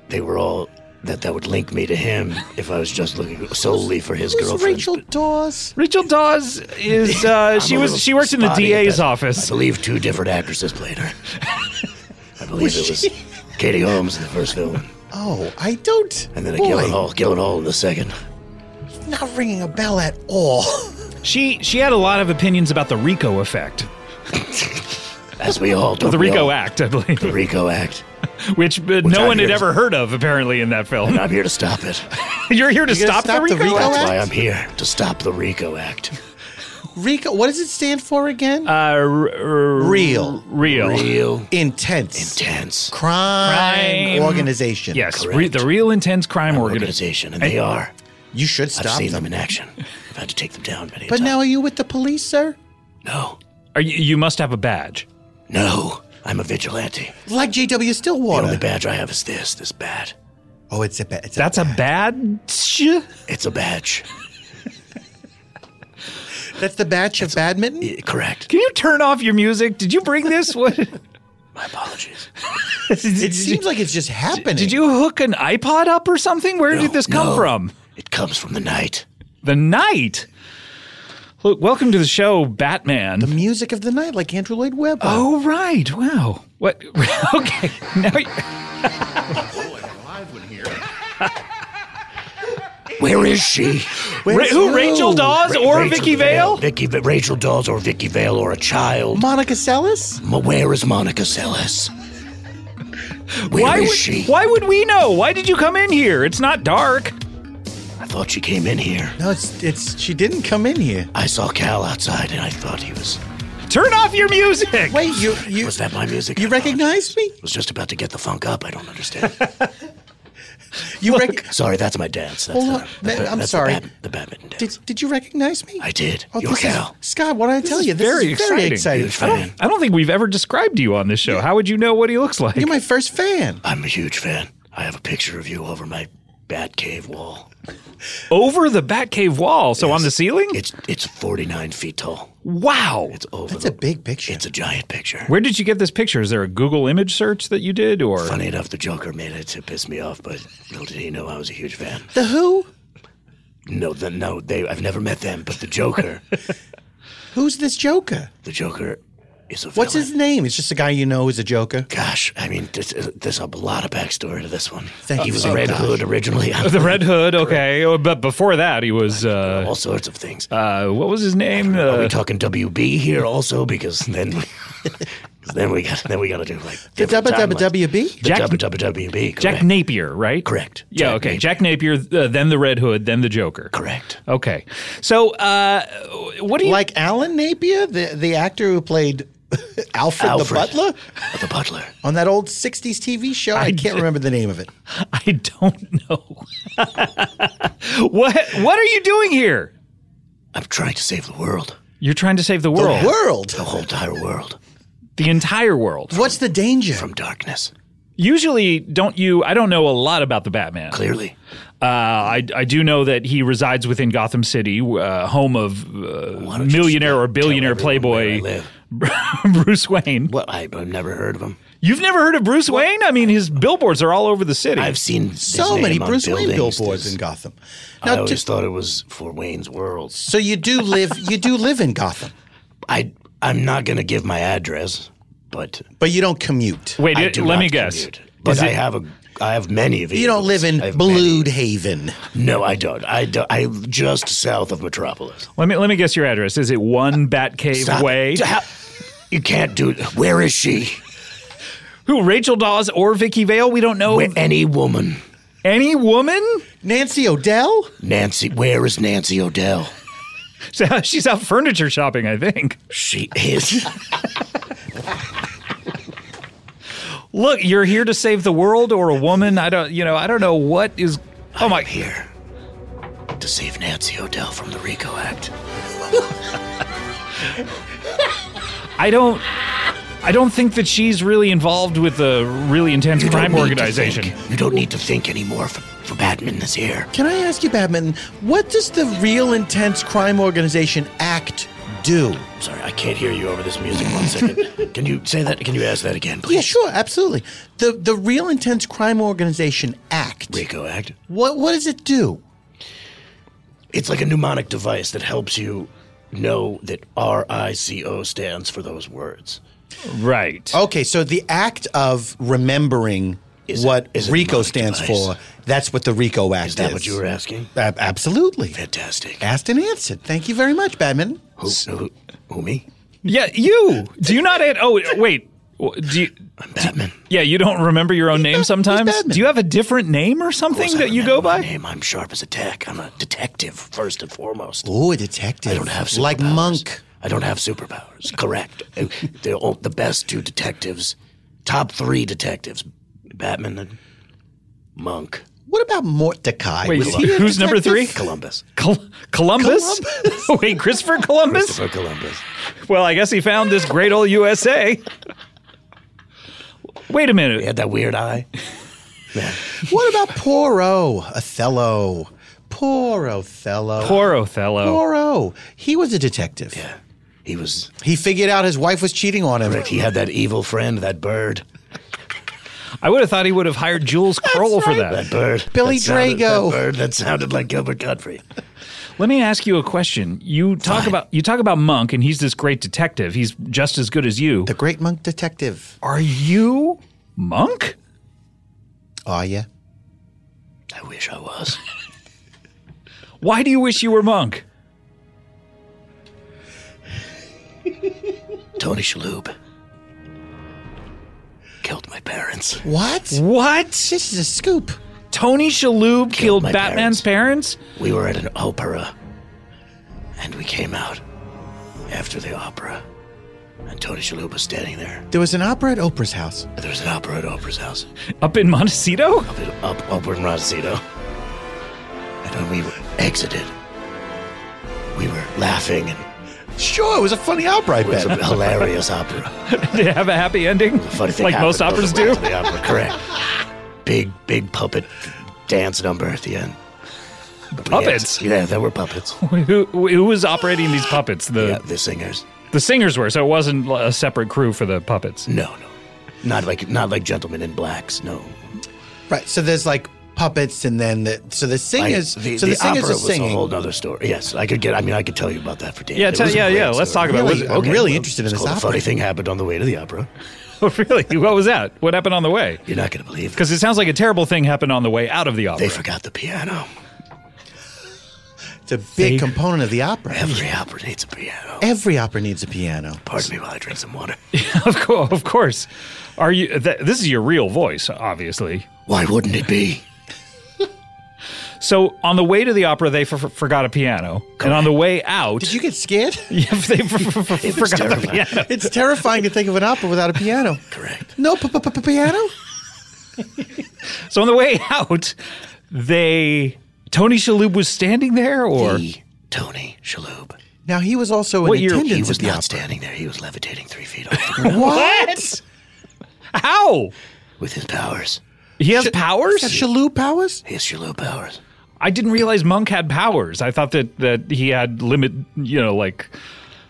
S: they were all that that would link me to him if I was just looking solely for his
C: Who's
S: girlfriend.
C: Rachel Dawes?
B: Rachel Dawes is uh,
S: I'm
B: she
S: a
B: was
S: little
B: she works in the
S: spotty at
B: DA's
S: that.
B: office.
S: I believe two different actresses played her. I believe
C: Was
S: it was Katie Holmes in the first film,
C: Oh, I don't.
S: and then a
C: boy,
S: Gyllenhaal, Gyllenhaal in the second.
C: not ringing a bell at all.
B: She she had a lot of opinions about the Rico effect.
S: As we all do.
B: the Rico Act, I believe.
S: The Rico Act.
B: Which, uh, no
S: I'm
B: one had
S: here to-
B: ever heard of, apparently, in that film.
S: And I'm here to stop it.
B: You're here to
C: You're gonna
B: stop, the Rico,
S: That's
B: Act?
S: why I'm here to stop the Rico Act.
C: Rico, what does it stand for again?
B: Uh, r- r-
C: Real.
B: Real.
S: Real
C: Intense.
S: intense
C: Crime,
B: Crime.
C: organization.
B: Yes, re- the real intense crime organization.
S: organization, and they are.
C: You should
S: I've
C: stop
S: seen
C: them.
S: them in action. I've had to take them down many
C: But
S: times.
C: now are you with the police, sir?
S: No,
B: Are you, you must have a badge.
S: no, I'm a vigilante.
C: Like J.W.
S: The only
C: Stillwater.
S: badge I have is this. This badge.
C: Oh, it's a bad. It's
B: That's a badge.
S: It's a badge.
C: a, that's the batch of badminton.
S: Y- Correct.
B: Can you turn off your music? Did you bring this? What?
S: My apologies.
C: it seems like it's just happening.
B: Did you hook an iPod up or something? Where did this come
S: no.
B: from?
S: It comes from the night.
B: The night. Look, welcome to the show, Batman.
C: the music of the night, like Andrew Lloyd Webber?
B: oh right, wow. What? okay, now. you-
S: Where is she?
B: Ra-
C: Where's
B: who? Rachel Dawes
S: Ra-
B: or
S: Rachel
B: Vicky Vale?
S: Vicky, Va- Rachel Dawes or Vicky Vale or a child.
C: Monica Sellis?
S: M- Where is Monica Sellis? Where
B: why
S: is
B: would,
S: she?
B: Why would we know? Why did you come in here? It's not dark.
S: I thought she came in here.
C: No, it's it's she didn't come in here.
S: I saw Cal outside and I thought he was.
B: Turn off your music.
C: Wait, you you
S: Was that my music?
C: you recognize me?
S: I was just about to get the funk up. I don't understand.
C: You rec-
S: sorry, that's my dance. That's
C: Hold
S: the-
C: on,
S: the,
C: man, I'm
S: that's
C: sorry.
S: The, badminton. the badminton.
C: Did, did you recognize me?
S: I did.
C: Oh,
S: You're
C: this is-
S: Cal.
C: Scott, what did I tell you? This
B: very
C: is very exciting.
B: exciting. I, don't, I don't think we've ever described you on this show. How would you know what he looks like?
C: You're my first fan.
S: I'm a huge fan. I have a picture of you over my Batcave wall.
B: Over the Batcave wall, so on the ceiling?
S: It's it's 49 feet tall.
B: Wow.
S: It's over.
C: That's a big picture.
S: It's a giant picture.
B: Where did you get this picture? Is there a Google image search that you did, or
S: Funny enough, the Joker made it to piss me off, but little did he know I was a huge fan.
C: The Who?
S: No, the, no, they. I've never met them, but the Joker.
C: Who's this Joker?
S: the Joker is a.
C: What's his name? It's just a guy you know is a Joker.
S: Gosh, I mean, this is- there's a lot of backstory to this one.
C: Thank
S: he
C: you
S: was
C: so
S: a Red
C: much.
S: Hood originally.
B: the Red Hood? Okay, Oh, but before that, he was uh,
S: all sorts of things.
B: Uh, what was his name?
S: Are we
B: Uh,
S: talking WB here also? Because then, we, 'cause then we got then we got to do like
C: The
S: different timelines.
C: WWWB?
S: The
B: Jack-
S: WWWB. Correct.
B: Jack Napier, right?
S: Correct.
B: Yeah, okay. Jack Napier, uh, then the Red Hood, then the Joker.
S: Correct.
B: Okay. So, uh, what do you
C: Like Alan Napier, the, the actor who played Alfred, the
S: Alfred.
C: Butler
S: The Butler.
C: on that old 60s TV show? I, can't remember the name of it.
B: I don't know. what What are you doing here?
S: I'm trying to save the world.
B: You're trying to save the world,
C: The world.
S: The whole entire world
B: the entire world.
C: What's the danger?
S: from darkness.
B: Usually, don't you? I don't know a lot about the Batman.
S: Clearly.
B: Uh, I, I do know that he resides within Gotham City, uh, home of uh,
S: you
B: millionaire or billionaire
S: I
B: playboy
S: live.
B: Bruce Wayne.
S: What? I, I've never heard of him.
B: You've never heard of Bruce Wayne? I mean, his billboards are all over the city.
S: I've seen his
C: So
S: name
C: many
S: on
C: Bruce Wayne
S: buildings.
C: billboards in Gotham.
S: I
C: Now,
S: always
C: just,
S: thought it was for Wayne's World.
C: so you do live you do live in Gotham,
S: I I'm not gonna give my address, but
C: but you don't commute.
B: Wait,
S: I
B: it-
S: do
B: let
S: not
B: me guess.
S: commute. But
B: Is
S: I
B: it-
S: have a I have many of
C: You don't live in
S: I have
C: Blood Haven.
S: many. No, I don't. I do I just south of Metropolis.
B: Let me let me guess your address. Is it one Batcave
S: Stop it.
B: Way?
S: How- You can't do it. Where is she?
B: Who? Rachel Dawes or Vicky Vale? We don't know
S: Where, any woman,
B: any woman.
C: Nancy Odell?
S: Nancy. Where is Nancy Odell?
B: So She's out furniture shopping, I think.
S: She is.
B: Look, you're here to save the world or a woman. I don't, you know, I don't know what is. Oh my!
S: here to save Nancy Odell from the RICO Act.
B: I don't. I don't think that she's really involved with a really intense
S: You don't
B: crime
S: need to
B: organization.
S: think. You don't need to think anymore for, for Batman is here.
C: Can I ask you, Batman, what does the real intense crime organization ACT do?
S: Sorry, I can't hear you over this music. One second. Can you say that? Can you ask that again, please?
C: Yeah, sure, absolutely. The the real intense crime organization ACT.
S: RICO Act.
C: What what does it do?
S: It's like a mnemonic device that helps you know that R I C O stands for those words.
B: Right.
C: Okay, so the act of remembering
S: Is it-
C: what
S: is it
C: RICO
S: mnemonic
C: stands
S: device?
C: for, that's what the RICO Act
S: Is that what you were asking?
C: Ab- absolutely.
S: Fantastic.
C: Asked and answered. Thank you very much, Batman.
S: Who, who, who me?
B: Yeah, you. Do you not? Add, oh, wait. Do you,
S: I'm Batman.
B: yeah, you don't remember your own name
C: he's
B: sometimes.
C: Batman.
B: Do you have a different name
S: Of
B: or
S: course
B: something
S: I
B: that you
S: remember
B: go
S: my
B: by?
S: Name. I'm sharp as a tack. I'm a detective first and foremost.
C: Oh, a detective.
S: I don't have superpowers.
C: like Monk.
S: I don't have superpowers. Correct. Uh, They're all the best two detectives, top three detectives, Batman and Monk.
C: What about Mordecai?
B: Wait,
C: Was he a
B: who's number
C: detective?
B: three?
S: Columbus.
B: Col- Columbus? Wait, Christopher Columbus?
S: Christopher Columbus.
B: Well, I guess he found this great old USA. Wait a minute.
S: He had that weird eye. Yeah.
C: What about Poro Othello? Poor Othello.
B: Poor Othello.
C: Poro. He was a detective.
S: Yeah. He was
C: He figured out his wife was cheating on him.
S: correct. He had that evil friend, that bird.
B: I would have thought he would have hired Jules Kroll for that.
S: That bird.
C: Billy
S: that sounded-
C: Drago.
S: That bird that sounded like Gilbert Godfrey.
B: Let me ask you a question. You talk about you talk about Monk and he's this great detective. He's just as good as you.
C: The Great Monk Detective.
B: Are you Monk?
C: Are you?
S: I wish I was.
B: Why do you wish you were Monk?
S: Tony Shalhoub. killed my parents.
B: What? What? This
C: is a scoop.
B: Tony Shalhoub killed,
S: my
B: Batman's parents.
S: We were at an opera, and we came out after the opera, and Tony Shalhoub was standing there.
C: There was an opera at Oprah's house.
S: There was an opera at Oprah's house,
B: Up in Montecito?
S: up in up, up in Montecito, and when we exited, we were laughing and
C: Sure, it was a funny opera. I
S: it was a
C: bet.
S: hilarious opera.
B: Did it have a happy ending?
S: funny thing
B: like most
S: happened,
B: operas
S: though,
B: do?
S: the way to the opera, correct. Big, big puppet dance number at the end. But we
B: Puppets?
S: danced- yeah, there were puppets.
B: who, who was operating these puppets? The
S: the singers.
B: The singers were, so it wasn't a separate crew for the puppets.
S: No, no. Not like not like gentlemen in blacks. No.
C: Right. So there's like puppets, and then the so the
S: Like,
C: singers.
S: the,
C: so the,
S: the
C: singers
S: opera
C: are singing.
S: was a whole other story. Yes, I could get. I mean, I could tell you about that for days.
B: Yeah,
S: It
B: tell-
S: was a
B: yeah,
S: great
B: yeah, let's
S: story.
B: talk about it. Really, Was it- I'm okay. really
C: interested in
S: It's
C: this
S: called
C: opera.
S: A funny thing happened on the way to the opera.
B: Oh, really? What was that? What happened on the way?
S: You're not going to believe it.
B: Because it sounds like a terrible thing happened on the way out of the opera.
S: They forgot the piano.
C: It's a big component of the opera.
S: Every opera needs a piano.
C: Every opera needs a piano.
S: Pardon me while I drink some water.
B: of, course, of course. Are you? Th- this is your real voice, obviously.
S: Why wouldn't it be?
B: So on the way to the opera, they f- f- forgot a piano, and on the way out,
C: Did you get scared?
B: Yeah, they f- f- f- forgot the piano.
C: It's terrifying to think of an opera without a piano. Correct. No p- p- p- piano.
B: So on the way out, they Tony Shalhoub was standing there, or
S: Tony Shalhoub.
C: Now he was also in
B: What year-
C: attendance
B: he
C: at
B: was
C: the
S: not
C: opera.
S: standing there. He was levitating three feet off.
C: What?
B: How?
S: With his powers.
B: He has powers.
C: Shalhoub powers.
S: He has Shalhoub powers.
B: I didn't realize Monk had powers. I thought that that he had limit, you know, like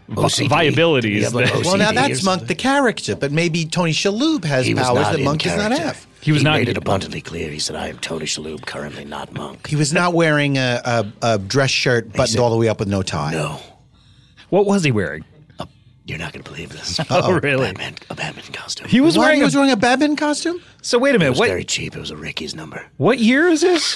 B: vi-
S: OCD.
B: viabilities.
S: Yeah, but
B: that-
C: Well, now that's Monk the character, but maybe Tony Shalhoub has
S: He was
C: powers
S: not
C: that
S: in
C: Monk does not
S: character.
C: have.
B: He was not-
S: made it abundantly clear. He said, "I am Tony Shalhoub, currently not monk."
C: He was not wearing a, a, a dress shirt buttoned all the way up with no tie.
S: No,
B: What was he wearing?
S: you're not going to believe this.
B: Oh, really?
S: Batman, a Batman costume.
B: He was
C: Why,
B: wearing.
C: he
B: a-
C: was wearing a Batman costume.
B: so wait a
S: It
B: minute.
S: was
B: What
S: very cheap. It was a Ricky's number,
B: what year is this?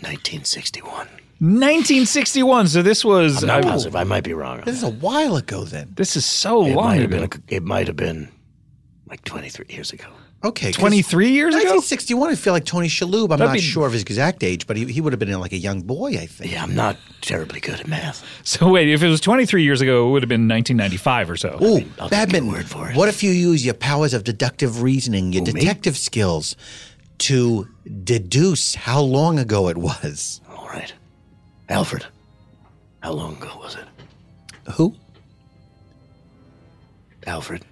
S: 1961.
B: 1961. So this was.
S: I'm not
B: oh,
S: positive. I might be wrong. on
C: This is
S: that.
C: a while ago. Then
B: This is so
S: it
B: long
S: might have been.
B: ago.
S: A, it might have been like 23 years ago.
C: okay, 'cause
B: 23 years ago.
C: 1961. I feel like Tony Shalhoub. I'm
B: That'd
C: not
B: be-
C: sure of his exact age, but he, he would have been like a young boy, I think.
S: Yeah, I'm not terribly good at math.
B: So wait, if it was 23 years ago, it would have been 1995 or so.
C: Ooh,
S: I'll take
C: Batman.
S: your word for it.
C: What if you use your powers of deductive reasoning, your detective skills, to deduce how long ago it was?
S: All right, Alfred. How long ago was it,
C: Who?
S: Alfred?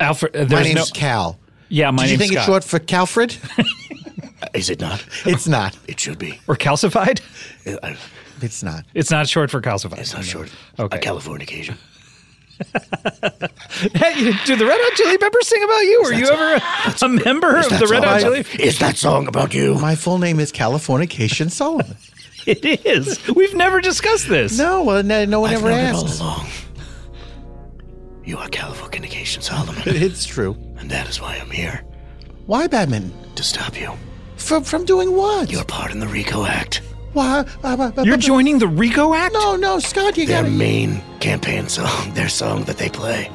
B: Alfred, uh,
C: My
B: there's no.
C: name's Cal.
B: yeah, my
C: Did you
B: name's
C: think
B: Scott.
C: it's short for Calfred?
S: Is it not?
C: It's not.
S: It should be.
B: or calcified?
S: It- I-
C: It's not.
B: It's not short for calcified.
S: It's not short.
B: Okay.
S: A Californication.
B: Did the Red Hot Chili Peppers sing about you? Were you ever a, a member of
S: Is that
B: the Red
S: song
B: Hot Chili?
S: about- Is that song about you?
C: My full name is Californication Solomon.
B: It is. We've never discussed this.
C: No, well, no, no one
S: I've
C: ever
S: known it
C: asked.
S: all along. You are Californication Solomon,
C: It's true.
S: and that is why I'm here
C: Why Batman?
S: to stop you.
C: From from doing what?
S: Your part in the RICO Act,
C: Why? Uh, uh, uh,
B: You're
C: but-
B: joining the RICO Act?
C: No, no, Scott, you
S: their
C: got it.
S: main campaign song, their song that they play.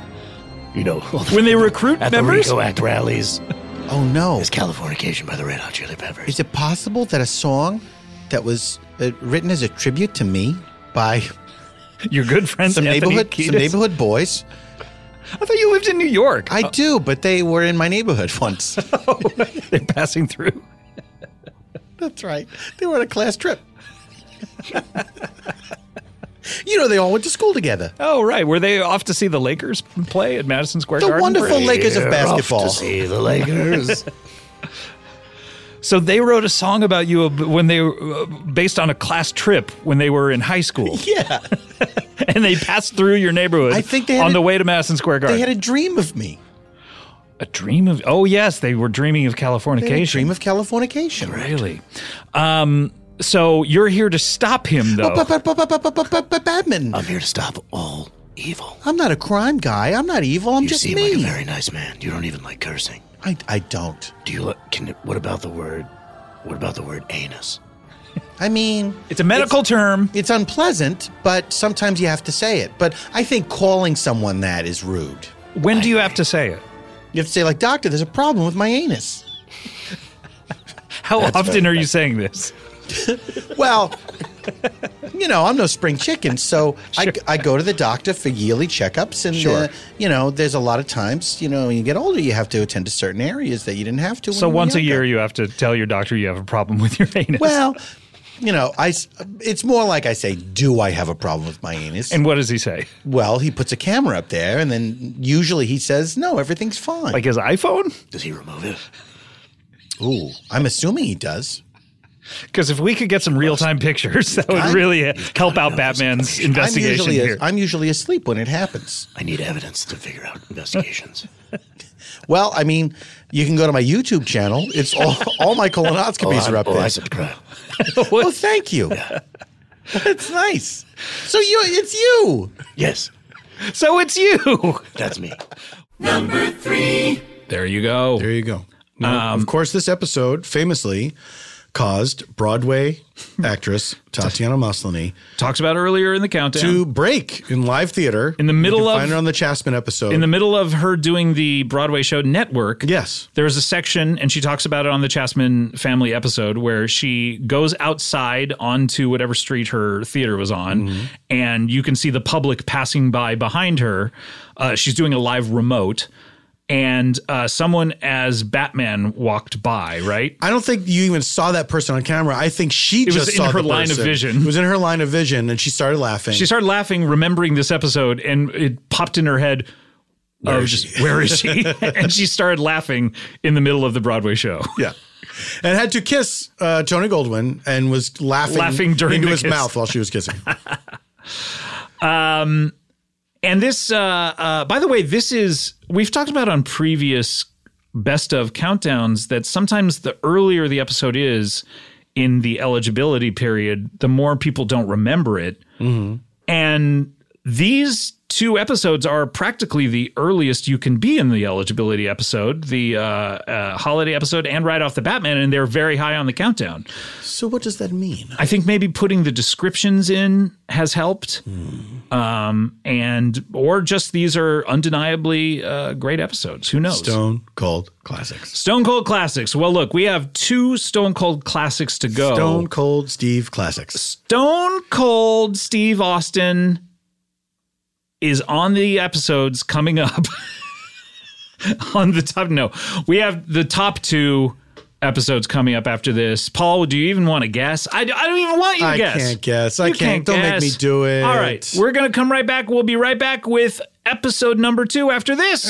S: You know, all the
B: When they
S: people
B: recruit
S: at
B: members?
S: the RICO Act rallies
C: Oh no!
S: is Californication by the Red Hot Chili Peppers.
C: Is it possible that a song that was uh, written as a tribute to me by
B: Your good friends,
C: some
B: Anthony
C: neighborhood
B: Kiedis?
C: some neighborhood boys?
B: I thought you lived in New York. Uh, Oh,
C: I do, but they were in my neighborhood once.
B: They're passing through.
C: That's right. They were on a class trip. you know, they all went to school together.
B: Oh, right. Were they off to see the Lakers play at Madison Square
C: The
B: Garden? for-
C: wonderful Lakers of
S: We're off
C: basketball.
S: to see the Lakers.
B: So they wrote a song about you ab- when they were uh, based on a class trip when they were in high school,
C: Yeah,
B: and they passed through your neighborhood.
C: I think they had
B: on
C: a-
B: the way to Madison Square Garden.
C: they had a dream of me.
B: a, dream of. Oh yes, they were dreaming of
C: They had a
B: Californication.
C: dream of Californication.
B: really. Um, so you're here to stop him, though.
C: But, but, but, but, but, but, but, but, but Batman,
S: I'm here to stop all evil.
C: I'm not a crime guy. I'm not evil. I'm
S: you
C: just
S: seem
C: me.
S: like a very nice man. You don't even like cursing.
C: I, I don't.
S: Do you? li- Can what about the word? What about the word anus?
C: I mean,
B: it's a medical term.
C: it's unpleasant, but sometimes you have to say it. But I think calling someone that is rude.
B: When do you have to say it?
C: You have to say like, doctor, there's a problem with my anus.
A: How
C: That's
A: often
C: very
A: are you saying this?
C: well, you know, I'm no spring chicken, so I, I go to the doctor for yearly checkups, and
A: Sure.
C: uh, you know, there's a lot of times, you know, when you get older, you have to attend to certain areas that you didn't have to.
A: So
C: when you were
A: once a
C: younger.
A: year, you have to tell your doctor you have a problem with your anus.
C: Well, you know, I s- it's more like I say, do I have a problem with my anus?
A: And what does he say?
C: Well, he puts a camera up there, and then usually he says, no, everything's fine.
A: Like his iPhone?
C: Does he remove it? Ooh, I'm assuming he does.
A: Because if we could get some real time pictures, that would
C: I'm-
A: really help out Batman's investigation
C: I'm usually,
A: here.
C: I'm usually asleep when it happens. I need evidence to figure out investigations. well, I mean, you can go to my YouTube channel. It's all, all my colonoscopies
S: Oh, I-
C: are up
S: oh,
C: there.
S: I subscribe.
C: well, thank you. That's nice. So you, it's you.
S: Yes.
A: So it's you.
S: That's me.
B: There you go. Um, There
C: you go. Now, of course, this episode famously caused Broadway actress Tatiana Maslany
B: talks about earlier in the countdown
C: to break in live theater in
B: the middle of-
C: find her on the Chasman episode.
B: in the middle of her doing the Broadway show Network.
C: Yes.
B: There's a section, and she talks about it on the Chasman family episode, where she goes outside onto whatever street her theater was on,
C: Mm-hmm.
B: and you can see the public passing by behind her. Uh, she's doing a live remote. And uh, someone as Batman walked by, right?
C: I don't think you even saw that person on camera. I think she
B: It was
C: just
B: in
C: saw
B: her
C: the
B: line of
C: person.
B: vision.
C: It was in her line of vision, and she started laughing.
B: She started laughing, remembering this episode, and it popped in her head.
C: Where
B: oh,
C: is
B: just-
C: she?
B: where is she? and she started laughing in the middle of the Broadway show.
C: Yeah. and had to kiss uh, Tony Goldwyn and was laughing,
B: Laughing during
C: into
B: the
C: his
B: kiss.
C: mouth while she was kissing.
B: Um, and this, uh, uh, by the way, this is we've talked about on previous best of countdowns that sometimes the earlier the episode is in the eligibility period, the more people don't remember it. And these two episodes are practically the earliest you can be in the eligibility episode, the uh, uh, holiday episode, and right off the Batman, and they're very high on the countdown.
C: So what does that mean?
B: I think maybe putting the descriptions in has helped,
C: Hmm.
B: um, and or just these are undeniably uh, great episodes. Who knows?
C: Stone Cold Classics.
B: Stone Cold Classics. Well, look, we have two Stone Cold Classics to go.
C: Stone Cold Steve Classics.
B: Stone Cold Steve Austin is on the episodes coming up on the top. No, we have the top two episodes coming up after this. Paul, do you even want to guess? I, I don't even want you to
C: I
B: guess.
C: can't guess. I can't. Don't make me do it.
B: All right. We're going to come right back. We'll be right back with episode number two after this.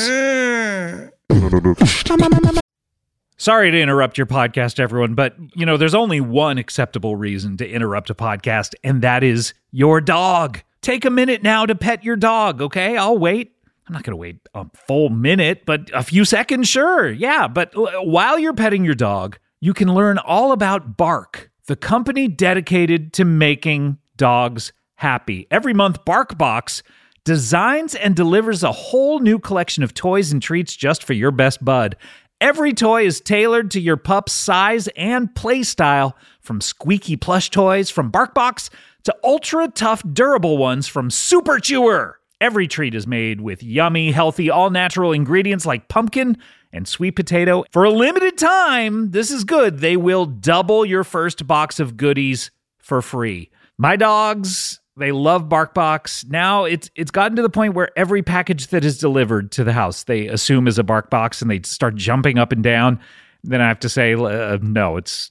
A: Sorry to interrupt your podcast, everyone, but you know, there's only one acceptable reason to interrupt a podcast, and that is your dog. Take a minute now to pet your dog, okay? I'll wait. I'm not going to wait a full minute, but a few seconds, sure. Yeah. But l- while you're petting your dog, you can learn all about Bark, the company dedicated to making dogs happy. Every month, Barkbox designs and delivers a whole new collection of toys and treats just for your best bud. Every toy is tailored to your pup's size and play style, from squeaky plush toys from BarkBox to ultra tough durable ones from Super Chewer. Every treat is made with yummy, healthy, all natural ingredients like pumpkin and sweet potato. For a limited time, this is good. They will double your first box of goodies for free. My dogs, they love BarkBox. Now it's it's gotten to the point where every package that is delivered to the house, they assume is a BarkBox, and they start jumping up and down. Then I have to say, uh, no, it's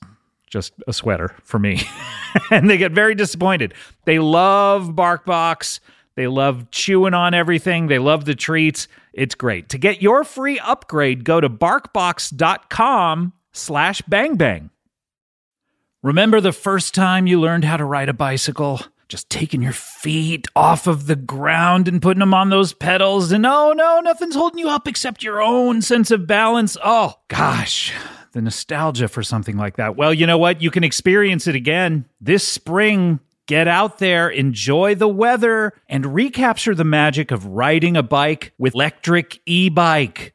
A: just a sweater for me, and they get very disappointed. They love BarkBox. They love chewing on everything. They love the treats. It's great. To get your free upgrade, go to barkbox.com slash bangbang. Remember the first time you learned how to ride a bicycle? Just taking your feet off of the ground and putting them on those pedals, and oh no, nothing's holding you up except your own sense of balance. Oh gosh, the nostalgia for something like that. Well, you know what? You can experience it again this spring. Get out there, enjoy the weather, and recapture the magic of riding a bike with electric e bike.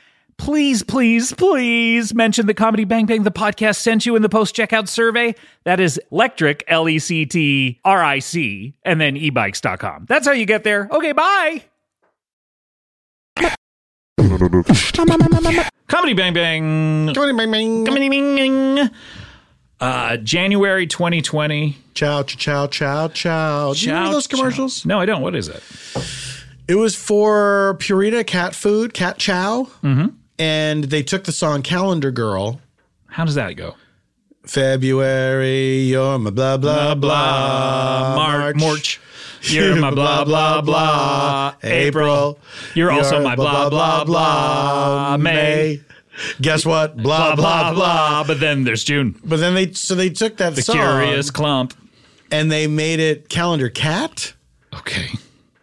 A: please, please, please mention the Comedy Bang Bang the podcast sent you in the post checkout survey. That is electric, L E C T R I C, and then e ebikes.com. That's how you get there. Okay, bye.
B: Comedy Bang Bang.
C: Comedy Bang Bang.
B: Comedy Bang Bang. Uh, January 2020.
C: Chow, chow, chow, chow. Do you remember those commercials?
B: No, I don't. What is it?
C: It was for Purina cat food, cat chow,
B: Mhm.
C: and they took the song Calendar Girl.
B: How does that go?
C: February, you're my blah, blah, blah.
B: March. March. You're my blah, blah, blah. April. You're also my blah, blah, blah. May.
C: Guess what? Blah, blah, blah.
B: But then there's June.
C: But then they, so they took that
B: The
C: song.
B: curious clump.
C: and they made it calendar cat.
B: Okay.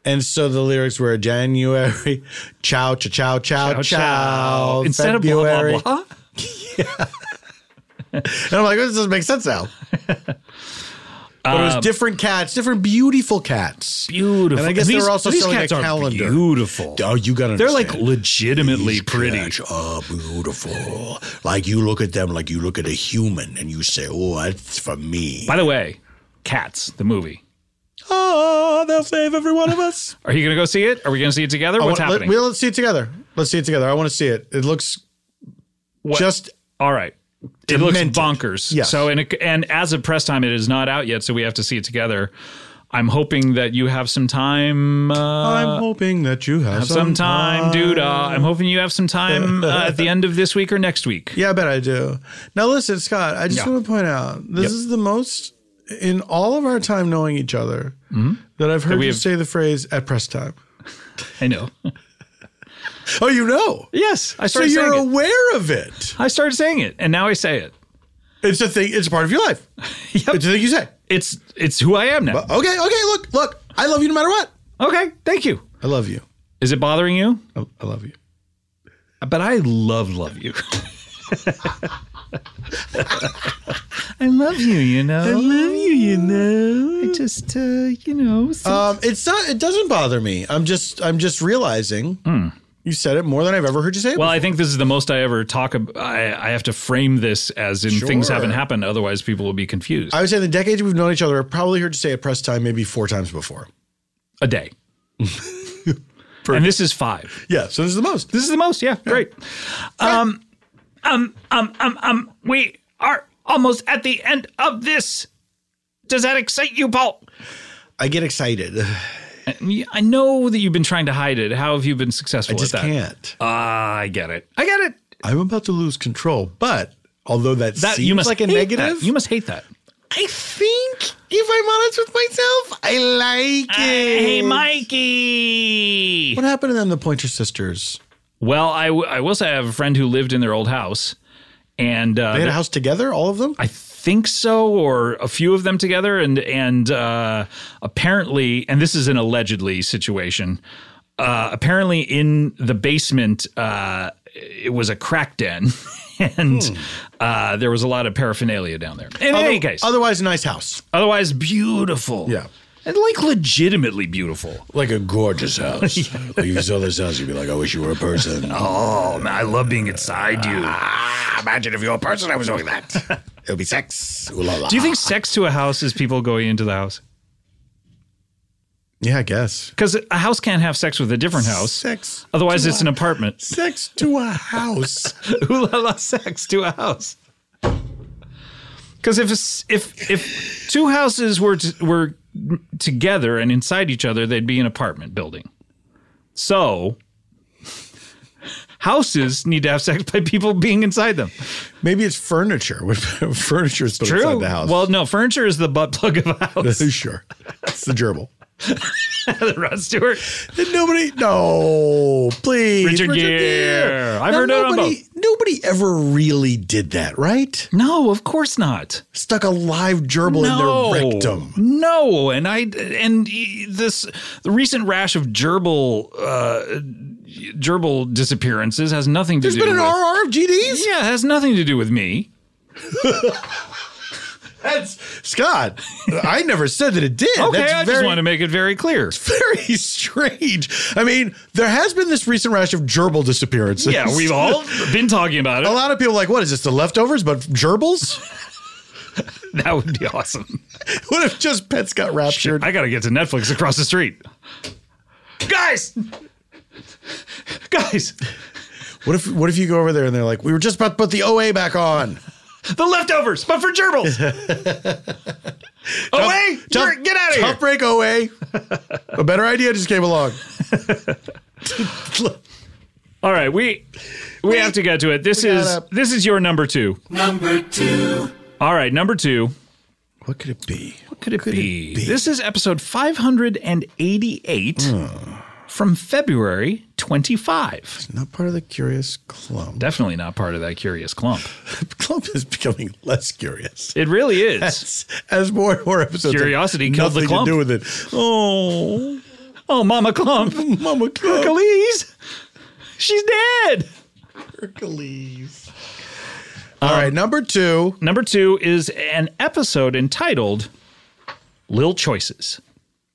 C: And so the lyrics were January, chow, chow, chow, chow,
B: Chow,
C: chow.
B: chow. Instead of blah, blah,
C: February.
B: blah?
C: and I'm like, this doesn't make sense now. but it was
B: Um,
C: different cats, different beautiful cats.
B: Beautiful.
C: And I guess
B: And
C: they
B: these-
C: were also
B: these
C: selling
B: cats
C: a
B: are
C: calendar.
B: beautiful.
C: Oh, you got to
B: They're like legitimately pretty.
H: are beautiful. Like you look at them like you look at a human and you say, oh, that's for me.
B: By the way, Cats, the movie.
C: Oh, they'll save every one of us.
B: Are you going to go see it? Are we going to see it together?
C: I
B: What's
C: wanna- let-
B: happening?
C: well, let's see it together. Let's see it together. I want to see it. It looks
B: What-
C: just
B: All right. It looks bonkers.
C: Yes.
B: So and it- and as of press time, it is not out yet, so we have to see it together. I'm hoping that you have some time. Uh,
C: I'm hoping that you have,
B: have some time, dude. Uh, I'm hoping you have some time uh, at the end of this week or next week.
C: Yeah, I bet I do. Now, listen, Scott, I just
B: Yeah.
C: want to point out this
B: Yep.
C: is the most in all of our time knowing each other that I've heard
B: Mm-hmm. we
C: you
B: have-
C: say the phrase at press time.
B: I know.
C: Oh, you know.
B: Yes, I
C: So
B: started.
C: you're
B: saying
C: aware of it.
B: it. I started saying it, and now I say it.
C: It's a thing. It's a part of your life. It's a thing you say.
B: It's it's who I am now.
C: But- okay, okay. Look, look. I love you no matter what.
B: Okay, thank you.
C: I love you.
B: Is it bothering you?
C: I, I love you.
B: But I love love you. I love you, you know. I love you, you know. I just, uh, you know.
C: Um, it's not. It doesn't bother me. I'm just. I'm just realizing. You said it more than I've ever heard you say it.
B: Hmm. Well, I think this is the most I ever talk about. I, I have to frame this as in things
C: Sure.
B: haven't happened. Otherwise, people will be confused.
C: I would say in the decades we've known each other, I've probably heard you say at press time maybe four times before.
B: A day. and this is five.
C: Yeah, so this is the most.
B: This is the most. Yeah, great. Um, um, um, um, um, we are almost at the end of this. Does that excite you, Paul?
C: I get excited.
B: I know that you've been trying to hide it. How have you been successful
C: I just
B: at that?
C: can't. Uh,
B: Ah, I get it. I get it.
C: I'm about to lose control, but although that,
B: That
C: seems
B: you must
C: like a
B: hate that.
C: negative,
B: You must hate that.
C: I think if I'm honest with myself, I like it.
B: Hey, Mikey.
C: What happened to them, the Pointer Sisters?
B: Well, I, w- I will say I have a friend who lived in their old house, and uh,
C: They had a house together, all of them?
B: I think so, or a few of them together, and and uh, apparently, and this is an allegedly situation. Uh, apparently, in the basement, uh, it was a crack den, and
H: Hmm.
B: uh, there was a lot of paraphernalia down there. In any
C: Other-
B: case,
C: Otherwise, a nice house.
B: otherwise beautiful,
C: Yeah.
B: and like legitimately beautiful.
H: Like a gorgeous house. Like you saw this house, you'd be like, I wish you were a person.
B: Oh man, I love being inside you.
H: Ah, imagine if you were a person, I was doing that.
C: It'll be sex. Ooh la la.
B: Do you think sex to a house is people going into the house?
C: Yeah, I guess.
B: Because a house can't have sex with a different house.
C: Sex
B: Otherwise,
C: to
B: it's an
C: a-
B: apartment.
C: Sex to a house.
B: Ooh la la, sex to a house. Because if it's- if if two houses were t- were together and inside each other, they'd be an apartment building. So houses need to have sex by people being inside them.
C: Maybe it's furniture. furniture is still inside the house.
B: Well, no, furniture is the butt plug of a house.
C: sure, it's the gerbil.
B: Rod Stewart.
C: Then nobody, no, please.
B: Richard Gere. I've heard it on
C: nobody,
B: both.
C: Nobody ever really did that, right?
B: No, of course not.
C: Stuck a live gerbil in their rectum.
B: No, and I and this the recent rash of gerbil uh, gerbil disappearances has nothing to
C: There's
B: do.
C: been an
B: with,
C: RR of GDs?
B: Yeah, it has nothing to do with me.
C: That's Scott. I never said that it did.
B: Okay,
C: That's
B: I just
C: very-
B: want to make it very clear.
C: very strange. I mean, there has been this recent rash of gerbil disappearances.
B: Yeah, we've all been talking about it.
C: A lot of people are like, what is this? The leftovers, but gerbils?
B: That would be awesome.
C: what if just pets got raptured?
B: I gotta get to Netflix across the street. Guys, guys,
C: What if what if you go over there and they're like, we were just about to put the OA back on?
B: the leftovers, but for gerbils. away, You're- get out of here.
C: Tough break OA. A better idea just came along.
B: All right, we we have to get to it. This
C: We
B: is
C: gotta-
B: this is your number two.
N: Number two.
B: All right, number two.
C: What could it be?
B: What could it, be? This is episode 588 from February 25.
C: Not part of the curious clump.
B: Definitely not part of that curious clump.
C: Clump is becoming less curious.
B: It really is.
C: As, as more and more episodes have
B: Curiosity killed the
C: nothing
B: clump.
C: to do with it. Oh,
B: oh, Mama Clump,
C: Mama Clump,
B: Hercules, she's dead.
C: Hercules. All right, number two.
B: Um, Number two is an episode entitled "Lil Choices."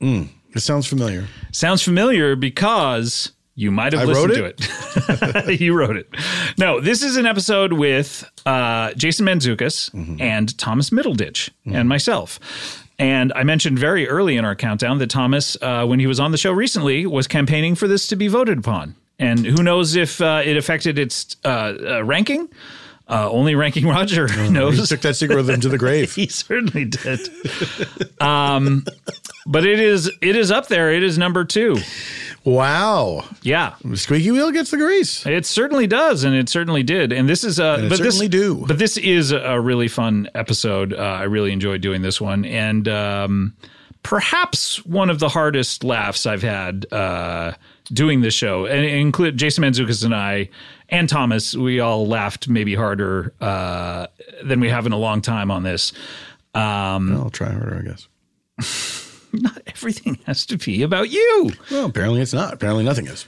C: Hmm, It sounds familiar.
B: Sounds familiar because you might have
C: I
B: listened
C: wrote
B: to it. you wrote it. No, this is an episode with uh, Jason Manzukis
C: Mm-hmm.
B: and Thomas Middleditch and myself. And I mentioned very early in our countdown that Thomas, uh, when he was on the show recently, was campaigning for this to be voted upon. And who knows if uh, it affected its uh, uh, ranking? Uh, only ranking Roger knows.
C: Oh, He took that secret with him to the grave.
B: He certainly did. um, but it is it is up there. It is number two.
C: Wow.
B: Yeah,
C: Squeaky wheel gets the grease.
B: it certainly does, and it certainly did. And this is uh,
C: And it
B: but this,
C: certainly do.
B: But this is a- a really fun episode. Uh, I really enjoyed doing this one, and um, perhaps one of the hardest laughs I've had uh, doing this show. And it include Jason Manzukis and I, and Thomas. We all laughed maybe harder uh, than we have in a long time on this. Um,
C: I'll try harder, I guess.
B: not everything has to be about you.
C: Well, apparently it's not. Apparently nothing is.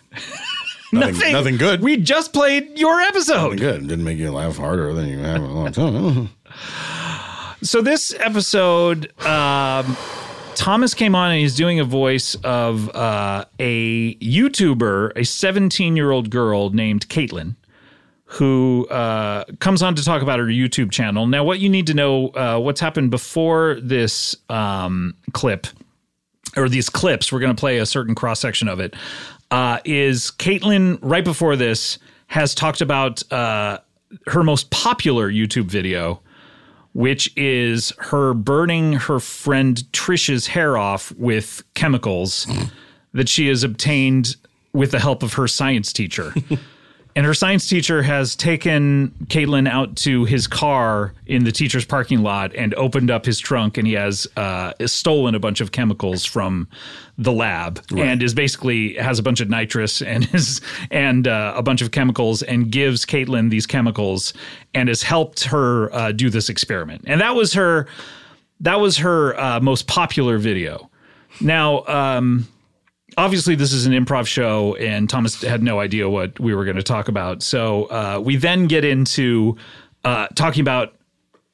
C: nothing, nothing. good.
B: We just played your episode.
C: Nothing good. Didn't make you laugh harder than you have in a long time.
B: So this episode, um, Thomas came on and he's doing a voice of uh, a YouTuber, a 17 year old girl named Caitlin, who uh, comes on to talk about her YouTube channel. Now, what you need to know, uh, what's happened before this um, clip or these clips, we're going to play a certain cross section of it. Uh, is Caitlin right before this has talked about uh, her most popular YouTube video, which is her burning her friend Trisha's hair off with chemicals that she has obtained with the help of her science teacher. and her science teacher has taken Caitlin out to his car in the teacher's parking lot and opened up his trunk, and he has uh, stolen a bunch of chemicals from the lab and is basically has a bunch of nitrous and is and uh, a bunch of chemicals and gives Caitlin these chemicals and has helped her uh, do this experiment. And that was her that was her uh, most popular video. Now. Um, obviously this is an improv show and thomas had no idea what we were going to talk about so uh, we then get into uh, talking about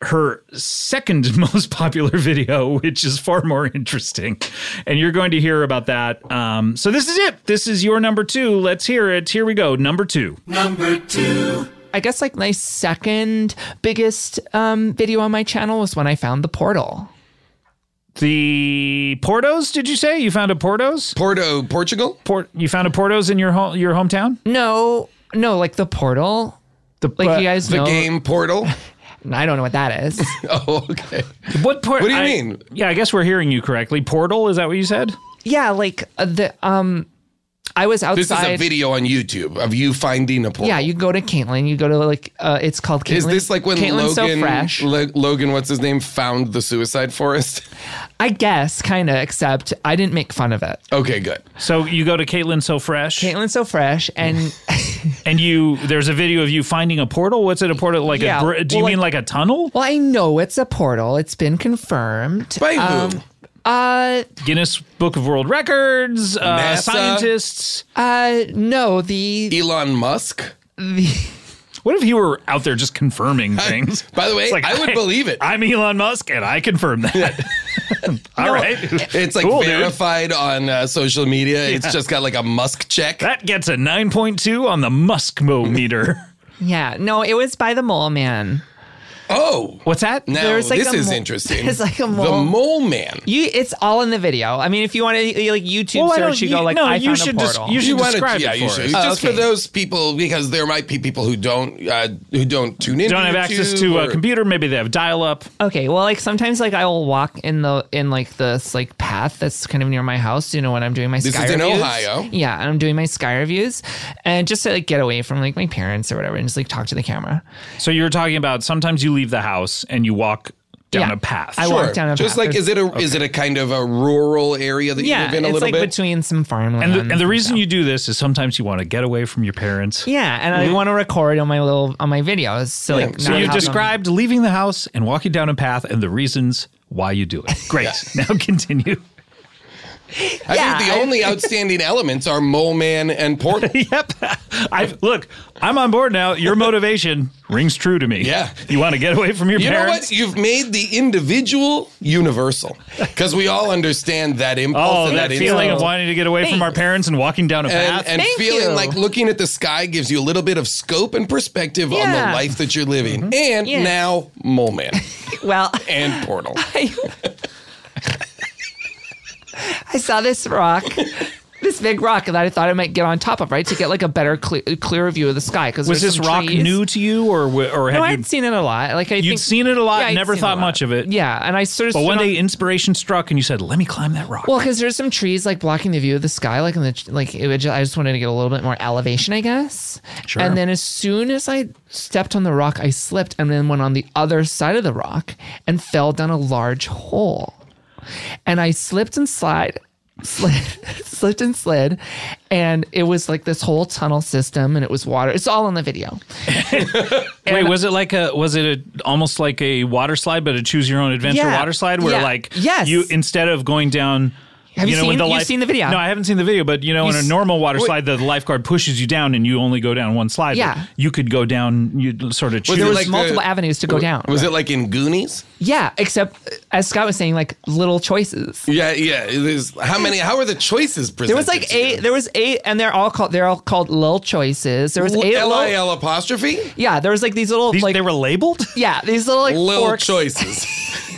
B: her second most popular video which is far more interesting and you're going to hear about that um, so this is it this is your number two let's hear it here we go number two
N: Number two.
T: I guess like my second biggest um, video on my channel was when I found the portal.
B: The Portos, did you say you found a Portos?
E: Porto, Portugal.
B: Port. You found a Portos in your home, your hometown?
T: No, no, like the portal. The like you guys
E: the
T: know
E: game Portal.
T: I don't know what that is.
E: oh, okay.
B: What port?
E: What do you
B: I-
E: mean?
B: Yeah, I guess we're hearing you correctly. Portal, is that what you said?
T: yeah, like uh, the um, I was outside.
E: This is a video on YouTube of you finding a portal.
T: Yeah, you go to Caitlin. You go to like uh, it's called Caitlin.
E: Is this like when
T: Caitlin's
E: Logan,
T: so fresh?
E: Lo- Logan, what's his name, found the suicide forest?
T: I guess kind of, except I didn't make fun of it.
E: Okay, good.
B: So you go to Caitlin So Fresh.
T: Caitlin So Fresh, and
B: and you there's a video of you finding a portal. What's it a portal like?
T: Yeah,
B: a br- do you
T: well,
B: mean like a tunnel?
T: Well, I know it's a portal. It's been confirmed. Um,
B: By who?
T: Uh,
B: Guinness Book of World Records, uh,
E: NASA?
B: scientists.
T: uh, no, the
E: Elon Musk.
B: What if you were out there just confirming things?
E: by the way,
B: It's
E: I would believe it.
B: I'm Elon Musk, and I confirm that. All right,
E: It's like
B: Cool, dude.
E: verified on uh, social media.
B: Yeah.
E: It's just got like a Musk check.
B: That gets a 9.2 on the Muskmo meter.
T: yeah, no, it was by the mole man.
E: Oh,
B: what's that?
E: Now,
T: There's like
E: this
T: a
E: is
T: mole-
E: interesting.
T: It's like a
E: The
T: mole.
E: mole man.
T: You, it's all in the video. I mean, if you want to like YouTube
B: Well, I
T: search,
B: don't-
T: you go
B: you-
T: like
B: no,
T: I
B: you
T: found a
B: should just-
T: portal.
B: you should
E: wanna-
B: describe it
E: yeah, you
B: for
E: should.
B: us.
E: Just
B: Oh,
E: for those people, because there might be people who don't uh, who don't tune in,
B: Don't have
E: YouTube
B: access to
E: or-
B: a computer. Maybe they have dial up.
T: Okay, well, like sometimes, like I will walk in the in like this like path that's kind of near my house. You know, when I'm doing my
E: This
T: sky
E: is in
T: reviews.
E: Ohio.
T: Yeah, and I'm doing my sky reviews, and just to like get away from like my parents or whatever, and just like talk to the camera.
B: So you were talking about sometimes you leave the house and you walk down
T: Yeah.
B: a path.
T: I walk Sure. down a
E: Just
T: path.
E: like, is it a is it a kind of a rural area that
T: yeah,
E: you live in a
T: it's
E: little
T: like
E: bit?
T: between some farmland.
B: And the, and the reason you do this is sometimes you want to get away from your parents.
T: yeah, and I
E: Mm-hmm.
B: Mhm.
T: want to record on my little on my videos. So like,
B: So
T: not
B: you
T: have them-
B: described leaving the house and walking down a path and the reasons why you do it. Great. Now continue.
E: I think the
B: Yeah, I-
E: only outstanding elements are mole man and portal.
B: yep. I look. I'm on board now. Your motivation rings true to me.
E: Yeah.
B: You want to get away from your
E: you know
B: parents.
E: what? You've made the individual universal because we all understand that impulse.
B: Oh,
E: and
B: that, feeling of wanting to get away from our
E: parents.
B: parents and walking down a path
E: And, and feeling like looking at the sky gives you a little bit of scope and perspective on
T: Yeah.
E: the life that you're living.
B: Mm-hmm.
E: And
T: Yeah.
E: now, Mole Man
T: well,
E: and Portal.
T: I saw this rock, this big rock that I thought I might get on top of, right, to get like a better, cle clearer view of the sky. Because
B: was this rock new to you, or w- or had
T: No,
B: you
T: I'd seen it a lot. Like I
B: you'd
T: think-
B: seen it a lot,
T: Yeah, I'd
B: never
T: seen it
B: thought
T: a lot.
B: much of it?
T: Yeah, and I sort of.
B: But one
T: stood on-
B: day, inspiration struck, and you said, "Let me climb that rock."
T: well, because there's some trees like blocking the view of the sky, like in the like. It would ju- I just wanted to get a little bit more elevation, I guess.
B: Sure.
T: And then as soon as I stepped on the rock, I slipped and then went on the other side of the rock and fell down a large hole. And I slipped and slide, slid, slipped and slid, and it was like this whole tunnel system, and it was water. It's all in the video.
B: Wait, was it like a was it a, almost like a water slide, but a choose your own adventure
T: Yeah.
B: water slide where
T: Yeah.
B: like
T: Yes.
B: you instead of going down.
T: Have you
B: know, when
T: seen-
B: the
T: you've
B: life-
T: seen the video?
B: No, I haven't seen the video, but you know,
T: You
B: in a
T: s-
B: normal water
T: Wait.
B: slide, the lifeguard pushes you down, and you only go down one slide. but
T: Yeah.
B: you could go down. You sort of choose.
T: Well, there was multiple avenues to go down.
E: uh, Was it like in Goonies?
T: Yeah, except uh, as Scott was saying, like little choices.
E: Yeah, yeah. it is- how many? How are the choices presented?
T: There was like eight. There was eight, and they're all called. They're all called little choices. There was eight.
E: L I
T: Little,
E: L apostrophe.
T: yeah, there was like these little like they
B: were labeled.
T: Yeah, these little like
E: Little
T: forks.
E: choices.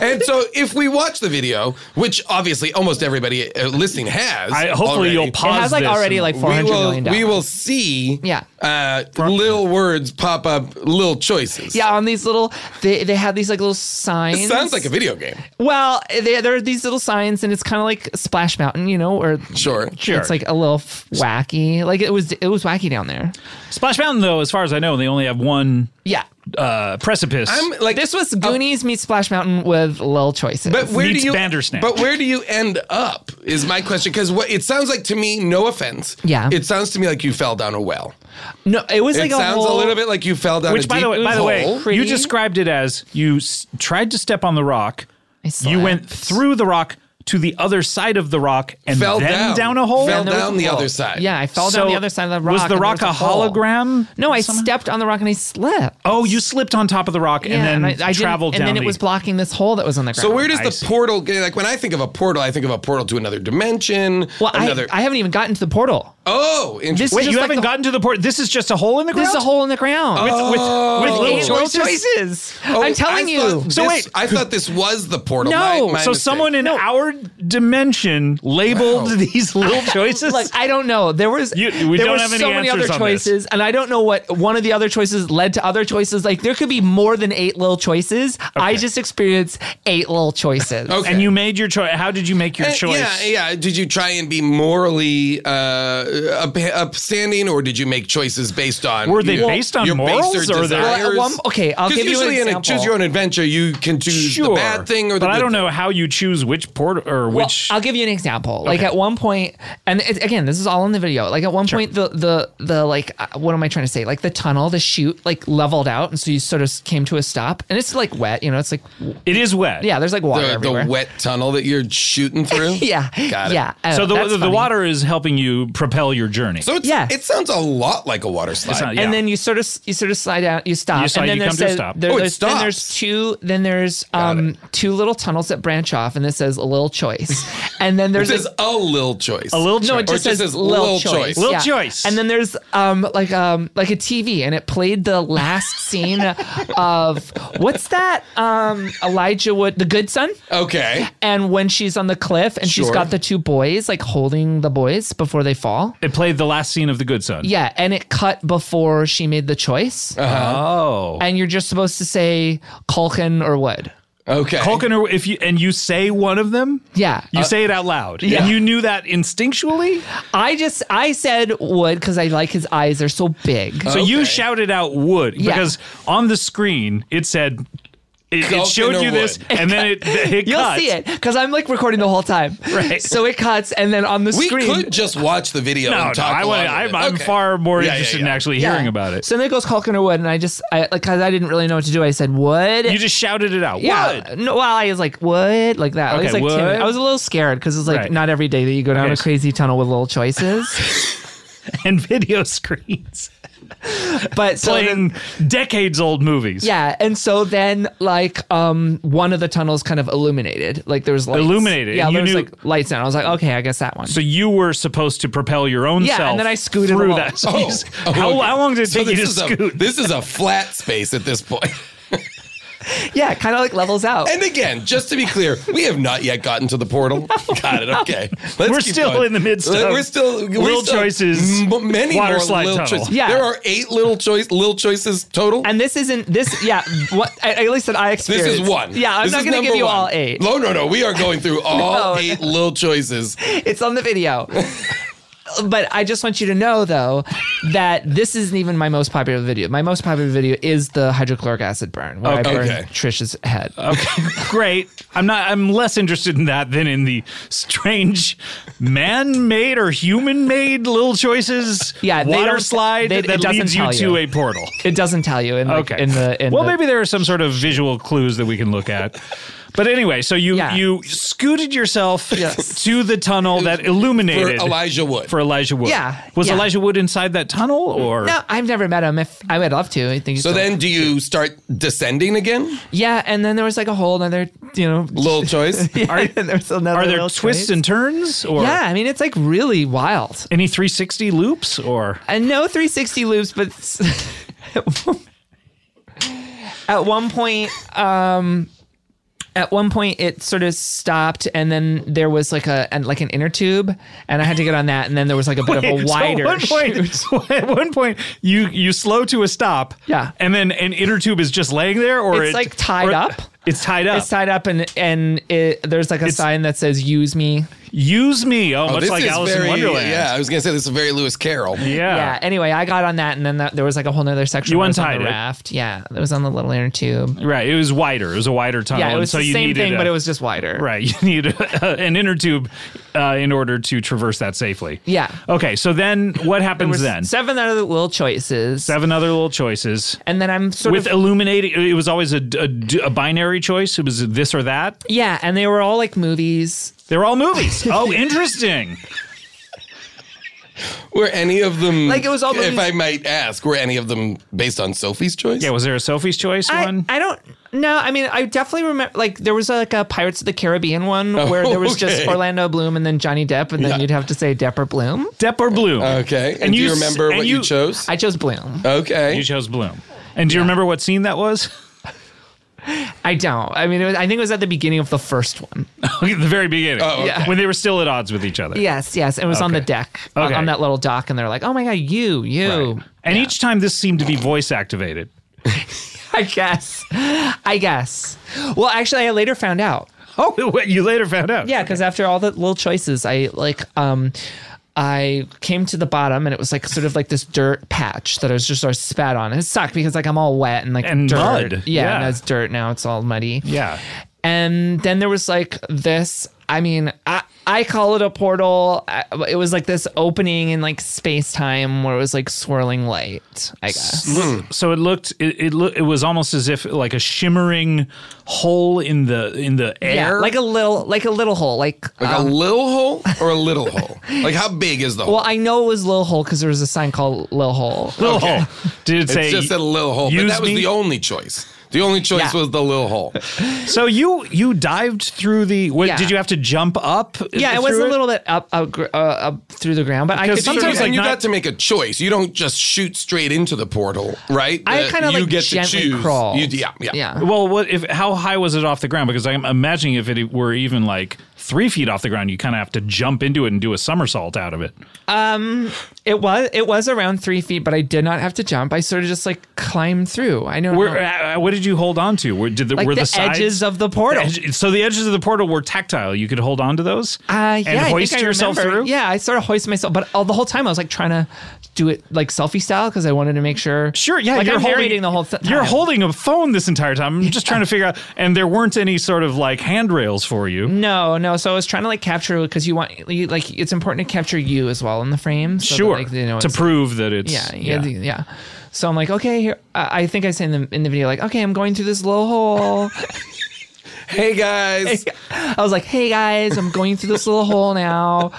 E: and so, if we watch the video, which obviously almost everybody uh, listening has,
B: I- hopefully you'll
E: already,
B: pause It has, like, this already, and- like, 400
E: we will,
B: million
E: We will see.
T: Yeah.
E: Uh, little words pop up. Little choices.
T: Yeah, on these little. They they had these like little signs.
E: It sounds like a video game.
T: Well, they, there are these little signs, and it's kind of like Splash Mountain, you know, or
E: Sure, sure.
T: it's like a little f- wacky. Like it was, it was wacky down there.
B: Splash Mountain, though, as far as I know, they only have one
T: Yeah,
B: uh, precipice.
E: like
T: this was Goonies meets Splash Mountain with little choices.
E: But where do you
B: Bandersnatch.
E: But where do you end up is my question because what it sounds like to me. No offense.
T: Yeah.
E: It sounds to me like you fell down a well.
T: No, it was
E: It
T: like a
E: sounds a,
T: whole-
E: little bit like you fell down.
B: Which,
E: a
B: by the way,
E: deep
B: by the way,
E: hole.
B: you described it as you s- tried to step on the rock. You went through the rock to the other side of the rock and
E: Fell
B: then
E: down.
B: down. a hole.
E: Fell
B: And there was
E: down
B: a
E: the
B: hole.
E: other side.
T: Yeah, I fell down
B: So
T: the other side of the rock.
B: was the
T: and there
B: rock a
T: hole.
B: hologram
T: No, I stepped on the rock and I slipped.
B: Oh, you slipped on top of the rock
T: Yeah,
B: and then
T: I, I didn't-
B: traveled
T: and
B: down.
T: then it
B: the-
T: was blocking this hole that was on the ground.
E: So where does the portal? Like when I think of a portal, I think of a portal to another dimension.
T: well, I,
E: another.
T: I haven't even gotten to the portal.
E: Oh,
B: This is
E: interesting.
B: just like the- gotten to the port. This is just a hole in the
T: This is a hole in the ground.
B: With- with-
E: Oh.
B: with little choices?
E: Oh,
T: I'm telling
E: I
T: you.
E: thought this- I thought this was the portal.
B: No,
E: My- my
B: so
E: mistake.
B: someone in our dimension labeled these little choices.
T: Like I don't know. There was
B: You- we
T: there
B: don't
T: were
B: have any
T: so many
B: answers
T: other
B: on this.
T: choices, and I don't know what one of the other choices led to other choices. Like there could be more than eight little choices. I just experienced eight little choices.
B: And you made your choice. How did you make your
E: Uh,
B: choice?
E: Yeah, yeah. Did you try and be morally uh, up, upstanding, or did you make choices based on?
B: Were they
E: your-
B: based on
E: your
B: morals,
E: baser
B: or they're-
E: desires?
B: Well, at one-
T: okay, I'll
E: 'Cause
T: give you an
E: usually in a
T: example.
E: choose your own adventure, you can choose the bad thing or the
B: but I
E: good
B: don't
E: thing.
B: know how you choose which port or
T: Well,
B: which.
T: I'll give you an example. Like at one point, and it, again, this is all in the video. Like at one point, the the the like, uh, what am I trying to say? Like the tunnel, the chute, like leveled out, and so you sort of came to a stop, and it's like wet. You know, it's like
B: it is wet.
T: Yeah, there's like water
E: The,
T: everywhere.
E: the wet tunnel that you're shooting through.
T: Yeah,
E: got it.
T: yeah. Oh,
B: so the,
T: that's
B: the,
T: funny.
B: water is helping you propel your journey.
E: So it's,
T: Yeah.
E: it sounds a lot like a water slide.
T: And then you sort of you sort of slide out, you stop,
E: You slide,
T: and then
E: you
T: there's
E: come to a
T: says-
E: stop.
T: there-
E: Oh, it
T: there's, then
E: stops.
T: there's two then there's um two little tunnels that branch off, and this says a little choice, and then
E: there's
T: there's
E: it says a little choice.
T: a little no,
E: Or
T: it just says, little choice,
E: Little
T: yeah. And then there's um like um like a TV, and it played the last scene of what's that um Elijah Wood, the Good Son.
E: Okay.
T: And when she's on the cliff, and she's
B: Sure.
T: got the two boys like holding the boys before they fall.
B: It played the last scene of The Good Son.
T: Yeah, and it cut before she made the choice.
B: Oh.
T: And you're just supposed to say Culkin or Wood.
E: Okay.
B: Culkin, or if you and you say one of them,
T: yeah,
B: you
T: Uh,
B: say it out loud,
T: yeah.
B: and you knew that instinctually.
T: I just I said Wood because I like his eyes; they're so big.
B: So you shouted out "wood"
T: Yeah.
B: because on the screen it said it, it
T: Culkin
B: showed
T: or
B: you this,
T: Wood.
B: and then it, it
T: You'll
B: cuts.
T: see it because I'm like recording the whole time. Right. So it cuts, and then on the
E: we
T: screen,
E: could just watch the video
B: No,
E: and
B: no,
E: talk.
B: I
E: want.
B: wanna- I'm- I'm far more interested in actually hearing about it.
T: So then it goes Culkin or Wood, and I just I like because I didn't really know what to do. I said Wood.
B: You just shouted it out.
T: Yeah.
B: Wood.
T: No, well, I was like Wood, like that. I
B: Okay,
T: was like
B: Wood.
T: timid. I was a little scared because it's like
B: Right.
T: not every day that you go down
B: Okay.
T: a crazy tunnel with little choices.
B: and video screens.
T: But so
B: playing decades old movies.
T: Yeah, and so then like um one of the tunnels kind of illuminated, like there was lights.
B: Illuminated,
T: Yeah,
B: and
T: there
B: you
T: was
B: knew-
T: like lights down. I was like, okay, I guess that one.
B: So you were supposed to propel your own
T: Yeah, and
B: self.
T: then I scooted
B: through
T: along.
B: that. So
T: Oh,
B: you s- how, how long did it
E: So
B: take you to
E: this is a-
B: scoot?
E: this is a flat space at this point.
T: yeah, it kind of like levels out.
E: And again, just to be clear, we have not yet gotten to the portal. Got it. Okay. Let's
B: We're
E: keep
B: still
E: going.
B: in the midst of
E: We're still we're
B: little
E: still-
B: choices,
E: m- many
B: water
E: more
B: slide
E: little
B: tunnel.
E: choices.
T: Yeah.
E: There are eight little choice little choices total.
T: and this isn't this. Yeah, what at at least that I
E: This
T: experienced.
E: is one.
T: Yeah, I'm
E: This
T: not going
E: is
T: to
E: number
T: give you
E: one.
T: all eight.
E: No, no, no. We are going through all
T: No,
E: eight little choices.
T: It's on the video. But I just want you to know, though, that this isn't even my most popular video. My most popular video is the hydrochloric acid burn, where I
B: Okay.
T: burn
B: Okay.
T: Trish's head.
B: Okay, great. I'm not. I'm less interested in that than in the strange man-made or human-made little choices.
T: Yeah, they
B: water
T: don't-
B: slide
T: they- it
B: that
T: doesn't
B: leads you
T: tell
B: to
T: you.
B: a portal.
T: It doesn't tell you in the
B: Okay.
T: in the in
B: well,
T: the,
B: maybe there are some sort of visual clues that we can look at. But anyway, so you you scooted yourself to the tunnel that illuminated
E: Elijah Wood.
B: For Elijah Wood.
T: Yeah,
B: Was
T: yeah.
B: Elijah Wood inside that tunnel or
T: No, I've never met him. If I would love to, I think. he's
E: So
T: still-
E: then do you start descending again?
T: yeah, and then there was like a whole another, you know,
E: Little choice.
T: yeah,
B: Are-
T: and there was another
B: are there
T: little
B: twists
T: choice.
B: and turns or
T: yeah, I mean, it's like really wild.
B: any 360 loops or
T: And no 360 loops, but s- at one point, um, at one point it sort of stopped, and then there was like a and like an inner tube, and I had to get on that, and then there was like a bit of a
B: Wait, so
T: wider.
B: at, one point, at one point, you you slow to a stop. Yeah, and then an inner tube is just laying there, or
T: It's,
B: it-
T: like, tied
B: or-
T: up.
B: It's tied up.
T: It's tied up, and and it, there's like a sign that says "Use me."
B: Use me. Oh,
E: this is very, Yeah, I was gonna say this is very Lewis Carroll.
T: Yeah. Anyway, I got on that, and then that, there was like a whole nother section.
B: You
T: where it was on
B: untied
T: the
B: it.
T: raft. Yeah, it was on the little inner tube.
B: Right. It was wider. It was a wider tunnel.
T: Yeah, it
B: and
T: was
B: so
T: the
B: you
T: same
B: needed
T: thing,
B: a-
T: but it was just wider.
B: Right. You need a, an inner tube uh, in order to traverse that safely.
T: Yeah.
B: Okay. So then, what
T: There were
B: happens then?
T: seven other little choices.
B: Seven other little choices.
T: And then I'm sort
B: with
T: of-
B: illuminating. It was always a, a- a binary choice. It was this or that.
T: Yeah, and they were all like movies.
B: They were all movies. Oh, interesting.
E: Were any of them
T: Like, it was almost-
E: if I might ask, were any of them based on Sophie's choice? Yeah,
B: was there a Sophie's choice
T: I, I don't no, I mean I definitely remember like there was like a Pirates of the Caribbean one
E: Oh,
T: where there was just
E: okay.
T: Orlando Bloom and then Johnny Depp and then
E: Yeah.
T: you'd have to say Depp or Bloom.
B: Depp or Bloom.
E: Okay. And, do you, remember what you, chose?
T: I chose Bloom.
E: Okay.
B: You chose Bloom. And do you remember what scene that was?
T: I don't. I mean, it was, I think it was at the beginning of the first one.
B: at the very beginning.
E: Oh,
T: okay. Yeah.
B: When they were still at odds with each other.
T: Yes, yes. It was on the
B: Okay.
T: deck on-
B: Okay.
T: on that little dock, and they're like, "Oh my god, you, you."
B: And each time this seemed to be voice activated.
T: I guess. I guess. Well, actually, I later found out.
B: Oh, you later found out.
T: Yeah, because after all the little choices, I like um. I came to the bottom and it was like sort of like this dirt patch that I was just sort of spat on. It sucked because like I'm all wet and like
B: And
T: dirt.
B: mud.
T: Yeah,
B: Yeah.
T: and it's dirt now. It's all muddy.
B: Yeah.
T: And then there was like this. I mean, I, I call it a portal. I, it was like this opening in like space time where it was like swirling light. I guess.
B: So it looked it it, loo- it was almost as if like a shimmering hole in the in the air.
T: Yeah, like a little, like a little hole, like
E: Like
T: um,
E: a little hole or a little hole? Like how big is the hole?
T: Well, I know it was Lil Hole because there was a sign called Lil Hole.
E: Little hole. it's
B: e-
E: just a little hole? But
B: "Use
E: that was
B: me?"
E: the only choice. The only choice
T: Yeah.
E: was the little hole.
B: So you you dived through the. What,
T: Yeah.
B: Did you have to jump up?
T: Yeah, it was a little bit up, up, gr- uh, up through the ground, but I
E: Because
T: could
E: sometimes
T: figure it
E: you
T: out.
E: got to make a choice. You don't just shoot straight into the portal, right?
T: I
E: Uh,
T: kinda,
E: you
T: like,
E: get to
T: gently
E: choose.
T: crawled.
E: You, yeah, yeah,
B: Well, what if? How high was it off the ground? Because I'm imagining if it were even like three feet off the ground, you kind of have to jump into it and do a somersault out of it.
T: Um, it was it was around three feet, but I did not have to jump. I sort of just like climbed through. I don't
B: Where,
T: know.
B: uh, what did you hold on to? Where did the,
T: Like
B: were the,
T: the
B: sides-
T: edges of the portal.
B: edge- so the edges of the portal were tactile. You could hold on to those
T: Uh,
B: and
T: yeah, I
B: hoist
T: think I
B: yourself
T: remember.
B: through.
T: Yeah, I sort of hoisted myself, but all the whole time I was like trying to do it like selfie style because I wanted to make sure. Sure,
B: Yeah,
T: like
B: you're
T: I'm narrating
B: holding
T: the whole. Th-
B: You're
T: time.
B: holding a phone this entire time. I'm just trying to figure out. And there weren't any sort of like handrails for you.
T: No, no. So I was trying to like capture because you want you, like it's important to capture you as well in the frame. So that,
B: sure,
T: like, you know,
B: to
T: it's-
B: prove that it's
T: yeah, yeah, the- yeah. So I'm like, okay, here. I I think I say in the in the video, like, okay, I'm going through this little hole.
E: hey guys,
T: I was like, hey guys, I'm going through this little hole now.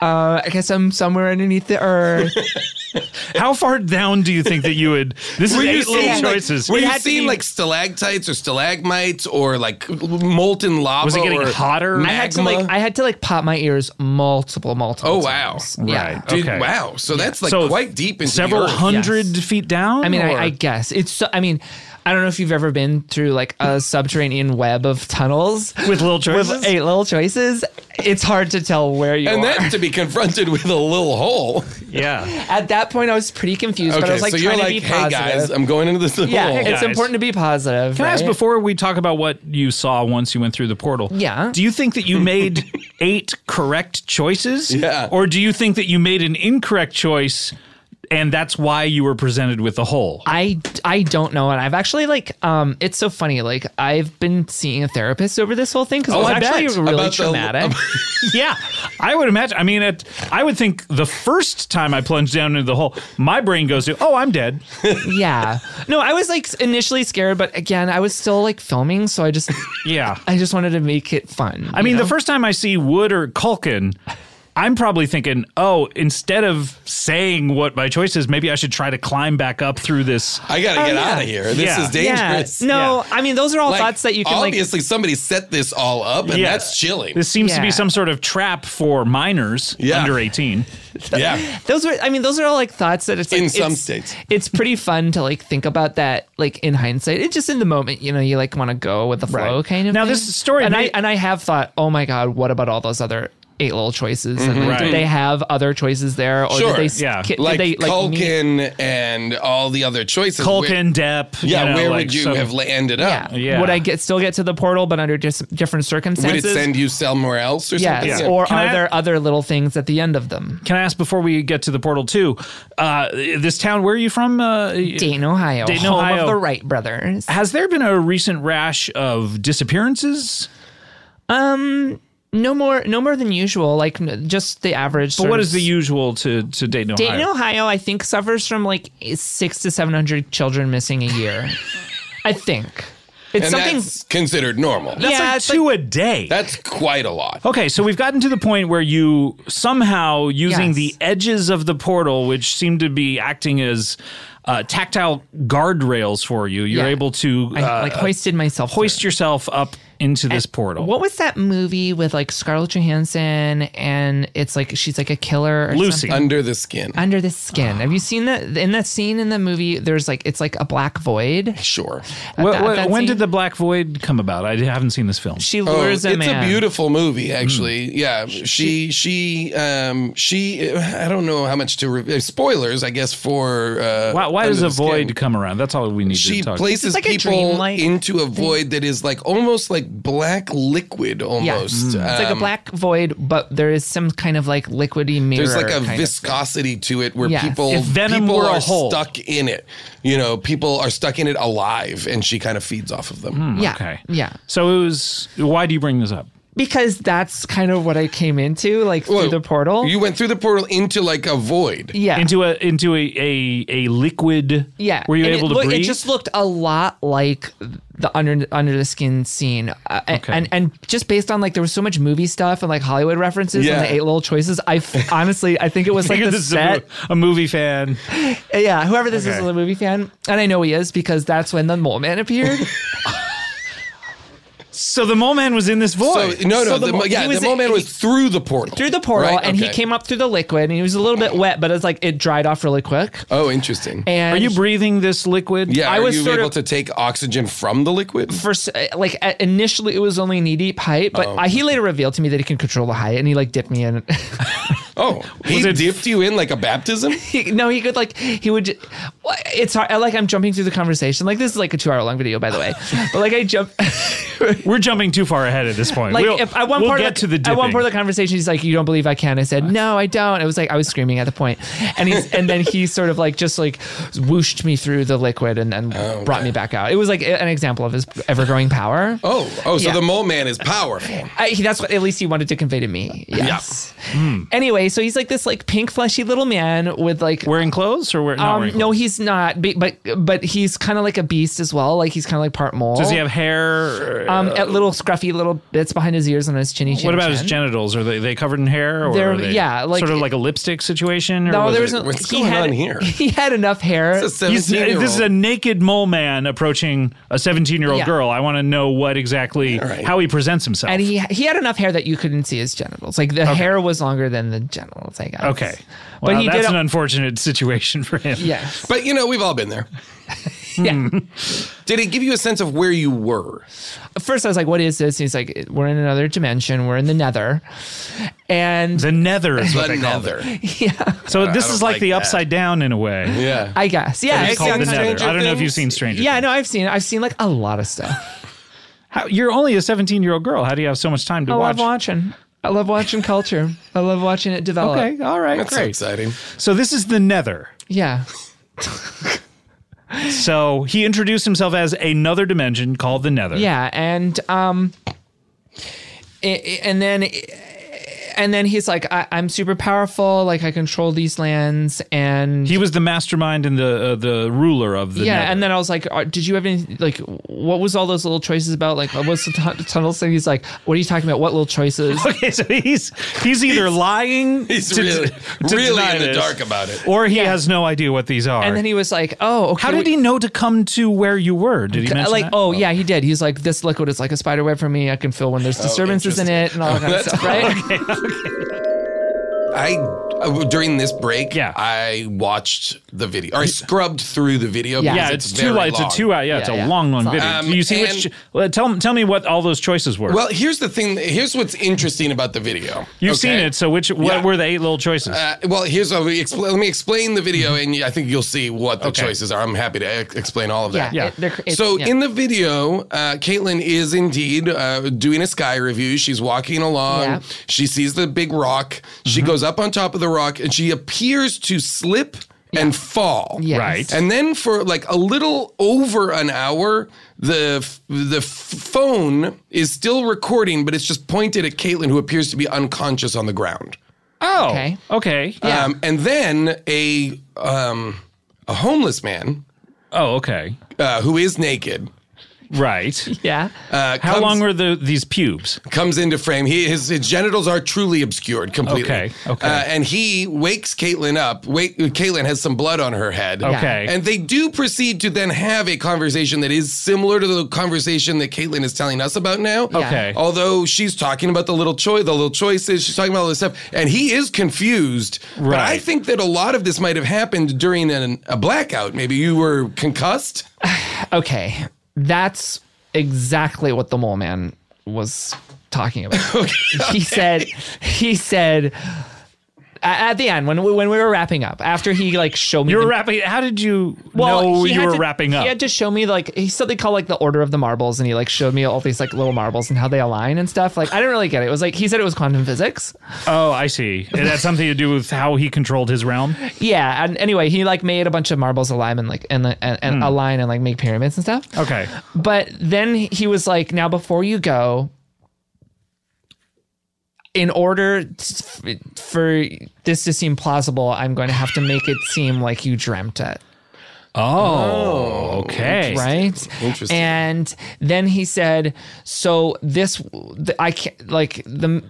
T: Uh, I guess I'm somewhere underneath the earth.
B: How far down do you think that you would? This is
E: Were you
B: eight little
E: seeing, like-
B: choices.
E: were you seeing like stalactites or stalagmites or like molten lava?
B: Was it getting
E: or
B: hotter?
E: Magma?
T: I had to like I had to like pop my ears multiple multiple.
E: Oh wow!
T: times. Yeah.
E: Dude, wow. So that's like quite deep into
B: several
E: the earth.
B: hundred feet down.
T: I mean, I,
B: or-
T: I guess it's. So, I mean, I don't know if you've ever been through like a subterranean web of tunnels
B: with little choices.
T: With eight little choices, it's hard to tell where you
E: and
T: are.
E: then to be confronted with a little hole.
B: Yeah.
T: At that point, I was pretty confused, but I was like
E: so you're
T: trying
E: like,
T: to be
E: hey
T: positive.
E: guys, I'm going into this little
T: yeah,
E: hole.
T: it's important to be positive.
B: Can I ask
T: right?
B: before we talk about what you saw once you went through the portal?
T: Yeah.
B: Do you think that you made eight correct choices?
E: Yeah.
B: Or do you think that you made an incorrect choice and that's why you were presented with the hole?
T: I I don't know, and I've actually like um, it's so funny. Like I've been seeing a therapist over this whole thing because
B: Oh,
T: it was
B: I bet.
T: actually really
B: About the-
T: traumatic.
B: yeah. I would imagine. I mean, it, I would think the first time I plunged down into the hole, my brain goes to, oh, I'm dead.
T: yeah. No, I was like initially scared, but again, I was still like filming, so I just
B: yeah,
T: I just wanted to make it fun.
B: I mean, the first time I see Wood or Culkin, I'm probably thinking, oh, instead of saying what my choice is, maybe I should try to climb back up through this.
E: I gotta get out of here. This is dangerous.
T: Oh, No, I mean those are all thoughts that you can like.
E: Obviously, somebody set this all up, and
B: Yeah.
E: that's chilling.
B: This seems to be
T: Yeah.
B: some sort of trap for minors
E: Yeah.
B: under 18.
E: yeah.
T: Those were, I mean, those are all like thoughts that it's like,
E: In some
T: it's-
E: states.
T: it's pretty fun to like think about that, like in hindsight. It's just in the moment, you know, you like want to go with the flow, kind of.
B: Now,
T: thing.
B: this story
T: and
B: may-
T: I and I have thought, oh my god, what about all those other eight little choices? And,
E: Mhm.
T: like,
E: Right.
T: Did they have other choices there, or
E: sure.
T: did they? ki- did
E: like
T: they, meet-
E: Culkin and all the other choices.
T: Culkin,
E: Yeah,
B: Depp.
T: you know,
E: where
T: like
E: would you
T: some-
E: have la- ended up?
T: Yeah. Would I get still get to the portal, but under just different
E: Would it
T: circumstances?
E: send you somewhere else or
T: yes.
E: something?
T: Or
B: Can
T: are
B: I-
T: there other little things at the end of them?
B: Can I ask before we get to the portal too? Uh, this town, where are you from? Uh,
T: Dayton, Ohio,
B: Dayton,
T: home
B: Ohio.
T: of the Wright brothers.
B: Has there been a recent rash of disappearances?
T: Um, no more, no more than usual. Like n- just the average.
B: But
T: sort
B: what
T: of
B: is the usual to, to Dayton, Ohio?
T: Dayton, Ohio? I think suffers from like six to seven hundred children missing a year. I think.
E: It's
B: It's
E: and
B: something-
E: that's considered normal.
B: That's Yeah, like it's two a day.
E: That's quite a lot.
B: Okay, so we've gotten to the point where you somehow using
E: Yes.
B: the edges of the portal, which seem to be acting as uh, tactile guardrails for you, you're
T: Yeah.
B: able to uh,
T: I, like, hoisted myself,
B: hoist yourself up into this portal.
T: What was that movie with like Scarlett Johansson and it's like she's like a killer? Or something?
E: Under the skin. Ah.
T: Under the skin. Have you seen that? In that scene in the movie, there's like it's like a black void.
E: Sure.
B: Wh- wh- when did the black void come about? I haven't seen this film.
T: She
E: oh, it's a beautiful movie actually yeah she she um she i don't know how much to re- spoilers i guess for uh
B: Why, why
E: Under
B: does
E: the
B: a
E: Skin.
B: void come around? That's all we need
E: she
B: to talk.
E: places people into a void that is like almost like black liquid almost
B: Mm.
T: Yeah. it's like a
E: Um,
T: black void, but there is some kind of like liquidy mirror.
E: there's like a
T: kind of-
E: viscosity to it where
T: Yes.
E: people
T: If venom
E: people
T: were a
E: are
T: hole.
E: stuck in it you know people are stuck in it alive and she kind of feeds off of them
B: Hmm,
T: Yeah.
B: Okay.
T: Yeah.
B: So it was. Why do you bring this up?
T: because that's kind of what I came into, like through the portal.
E: you went through the portal into like a void
T: Yeah.
B: Into a into a a, a liquid.
T: Yeah.
B: Were you
T: and
B: able
T: it
B: to
T: look-
B: breathe?
T: It just looked a lot like the under under the skin scene, uh, and-
B: Okay.
T: and and just based on like there was so much movie stuff and like Hollywood references
B: Yeah.
T: and the eight little choices. I f- honestly I think it was like the
B: this is a
T: set.
B: mo- a movie fan.
T: Yeah, whoever this is
B: Okay.
T: is a movie fan, and I know he is because that's when the mole man appeared.
B: So the mole man was in this void.
E: So, no, no, the, mo- yeah, the mole man was through the portal.
T: through the portal,
E: Right,
T: and he
E: okay.
T: came up through the liquid, and he was a little bit wet, but it's like it dried off really quick.
E: Oh, interesting.
T: And
B: Are you breathing this liquid?
E: Yeah,
T: I
E: are
T: was
E: you
T: sort
E: able
T: of-
E: to take oxygen from the liquid?
T: for s- like uh, initially it was only knee deep height, but
E: Oh.
T: uh, he later revealed to me that he can control the height, and he like dipped me in.
E: Oh, he dipped you in like a baptism?
T: He- no, he could like he would. ju- Wha- It's hard. I, like I'm jumping through the conversation. Like this is like a two hour long video, by the way. but like I jump.
B: We're jumping too far ahead at this point.
T: Like
B: we'll,
T: if at one
B: we'll
T: part
B: get
T: of the,
B: to the dipping.
T: at one part of the conversation, he's like, "You don't believe I can?" I said, "No, I don't." It was like I was screaming at the point, and he's and then he sort of like just like whooshed me through the liquid and then brought me back out. It was like a- an example of his ever growing power.
E: Oh, oh, so
T: Yeah.
E: the mole man is powerful.
T: I, he- that's what at least he wanted to convey to me. Yes.
B: Hmm.
T: Anyway, so he's like this like pink fleshy little man with like
B: wearing clothes or wear, not
T: um,
B: wearing
T: no, he's not. be- But but he's kind of like a beast as well. Like he's kind of like part mole.
B: Does he have hair? or- uh,
T: um at little scruffy little bits behind his ears and his chinny chin?
B: what about his
T: chin.
B: genitals? Are they, they covered in hair? Or
T: They're-
B: are they
T: yeah, like-
B: sort of like a lipstick situation? Or
T: No,
B: was
T: there
B: it-
T: was no. he had, He had enough hair.
B: He's- this is a naked mole man approaching a 17 year old
T: Yeah.
B: girl. I want to know what exactly how he presents himself.
T: and he he had enough hair that you couldn't see his genitals. Like the hair was longer than the genitals. I guess.
B: okay.
T: But
B: Wow,
T: he
B: that's
T: did.
B: an
T: a-
B: unfortunate situation for him. Hmm.
T: Yes.
E: But you know, we've all been there.
T: yeah.
E: Did it give you a sense of where you were?
T: At first, I was like, "What is this?" And he's like, "We're in another dimension. We're in the Nether." And
B: the Nether is what they call
T: yeah.
B: So this is like, the upside down in a way.
E: Yeah.
T: I guess. Yeah.
B: It's called the
T: exactly.
B: Nether. I don't know if you've seen Stranger.
T: Yeah, no, I've seen it. I've seen like a lot of stuff.
B: How, you're only a 17 year old girl. How do you have so much time to
T: I
B: watch?
T: love watching. I love watching culture. I love watching it develop.
B: Okay, all right,
E: That's so
B: great.
E: exciting.
B: So this is the Nether.
T: Yeah.
B: So he introduced himself as another dimension called the Nether.
T: Yeah, and um, i- i- and then and then he's like, I, "I'm super powerful. Like I control these lands." And
B: He was the mastermind and the uh, the ruler of the
T: yeah,
B: Nether.
T: and then I was like, "Uh, "Did you have any like what was all those little choices about? Like what's the t- tunnel thing?" He's like, "What are you talking about? What little choices?"
B: Okay, so he's he's either lying,
E: he's
B: to-
E: really,
B: to
E: really
B: deny
E: in the
B: this,
E: dark about it.
B: or he has no idea what these are.
T: And then he was like, "Oh, okay."
B: How did he know to come to where you were? Did he mention
T: like
B: that?
T: oh yeah he did he's like this liquid is like a spider web for me i can feel when
B: Oh,
T: there's disturbances in it and all that kind of
E: That's
T: stuff right
E: I uh, during this break, yeah. I watched the video. Or I scrubbed through the video.
B: Yeah,
E: because
B: it's,
E: very
B: two. It's a
E: long. Um,
B: two hour. Yeah, it's a long, long video. Do you see
E: and-
B: which? well, Tell tell me what all those choices were.
E: Well, here's the thing. Here's what's interesting about the video.
B: you've
E: okay?
B: seen it. So which? What
E: Yeah.
B: were the eight little choices?
E: Uh, well, here's what we expl- let me explain the video, and I think you'll see what the choices are. I'm happy to ex- explain all of that.
T: Yeah, it- they're cr- it's-
E: so
T: yeah.
E: in the video, uh, Caitlin is indeed uh, doing a sky review. She's walking along.
T: Yeah. Mm-hmm.
E: She sees the big rock. She goes up on top of the rock, and she appears to slip and fall.
T: Yes. Right.
E: And then for like a little over an hour, the f- the f- phone is still recording, but it's just pointed at Caitlin, who appears to be unconscious on the ground.
B: oh, okay. Okay.
E: Um, and then a um, a homeless man.
B: Oh, okay.
E: Uh, who is naked
B: Right.
T: Yeah.
E: Uh,
B: How long were the these pubes?
E: Comes into frame. He his, his genitals are truly obscured completely.
B: Okay, okay.
E: Uh, and he wakes Caitlin up. Wake, Caitlin has some blood on her head.
B: Okay.
E: And they do proceed to then have a conversation that is similar to the conversation that Caitlin is telling us about now.
B: Yeah. Okay.
E: Although she's talking about the little choice, the little choices. She's talking about all this stuff, and he is confused. But I
B: Right.
E: think that a lot of this might have happened during an, a blackout. Maybe you were concussed.
T: Okay, that's exactly what the mole man was talking about. He said, he said a- at the end when we, when we were wrapping up after he like showed me
B: You were
T: the-
B: wrapping. How did you know
T: he
B: you
T: had
B: were
T: to-
B: wrapping up?
T: He had to show me like he something called like the order of the marbles, and he like showed me all these like little marbles and how they align and stuff. Like I didn't really get it. It was like he said it was quantum physics.
B: oh, I see. It had something to do with how he controlled his realm.
T: Yeah, and anyway, he like made a bunch of marbles align and like and and, and align and like make pyramids and stuff.
B: Hmm. Okay.
T: But then he was like, now before you go, in order t- f- for this to seem plausible, I'm going to have to make it seem like you dreamt it.
B: Oh, okay.
T: Right?
B: Interesting.
T: And then he said, so this, the, I can't, like, the.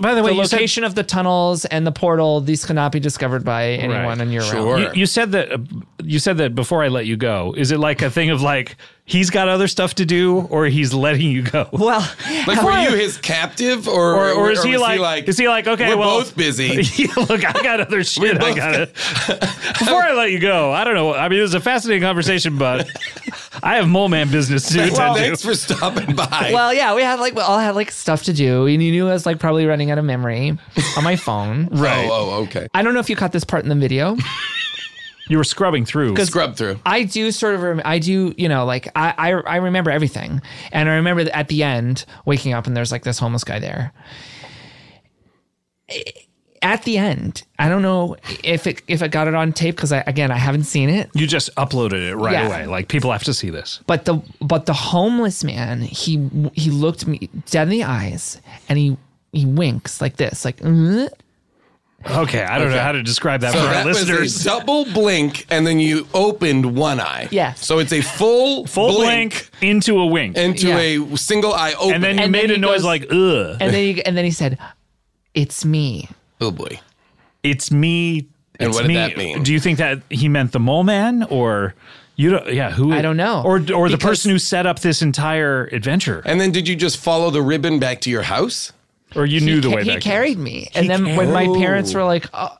B: by the way, you said-
T: location of the tunnels and the portal, these cannot be discovered by anyone
B: Right.
T: in your
B: You,
T: realm.
B: you said that. uh, You said that before I let you go. Is it like a thing of like he's got other stuff to do, or he's letting you go?
T: Well,
E: Like, were you his captive, or
B: or, or is he, like, is he like okay
E: we're
B: well
E: both busy?
B: Yeah, look i got other shit i
E: both-
B: gotta before i let you go i don't know i mean it was a fascinating conversation but i have mole man business to attend
E: Well,
B: to.
E: thanks for stopping by.
T: Well, yeah, we had like we all had like stuff to do, and you knew I was like probably running out of memory on my phone.
E: right. Oh, oh, okay.
T: I don't know if you caught this part in the video.
B: you were scrubbing through.
E: Scrub through.
T: I do sort of, rem- I do, you know, like I, I, I remember everything, and I remember that at the end waking up and there's like this homeless guy there. At the end, I don't know if it if it got it on tape because I again I haven't seen it,
B: you just uploaded it right
T: Yeah.
B: away like people have to see this
T: but the but the homeless man he he looked me dead in the eyes and he he winks like this like. "Mm."
B: okay i don't know how to describe that
E: so
B: for
E: that
B: our listeners
E: was a double blink, and then you opened one eye.
T: Yes.
E: So it's a full
B: full blank, into a wink
E: into
T: Yeah.
E: a single eye open,
B: and then you made
T: then
B: a
T: he
B: noise
T: goes-
B: like ugh
T: And then he, and then he said, "It's me."
E: oh boy.
B: it's me
E: And
B: it's
E: what did
B: me.
E: that mean?
B: do you think that he meant the mole man or you don't yeah who
T: I don't know.
B: or or the
T: Because-
B: person who set up this entire adventure
E: And then did you just follow the ribbon back to your house?
B: or you knew the
T: Ca-
B: way
T: he
B: back there.
T: carried me, and then when my parents were like, oh,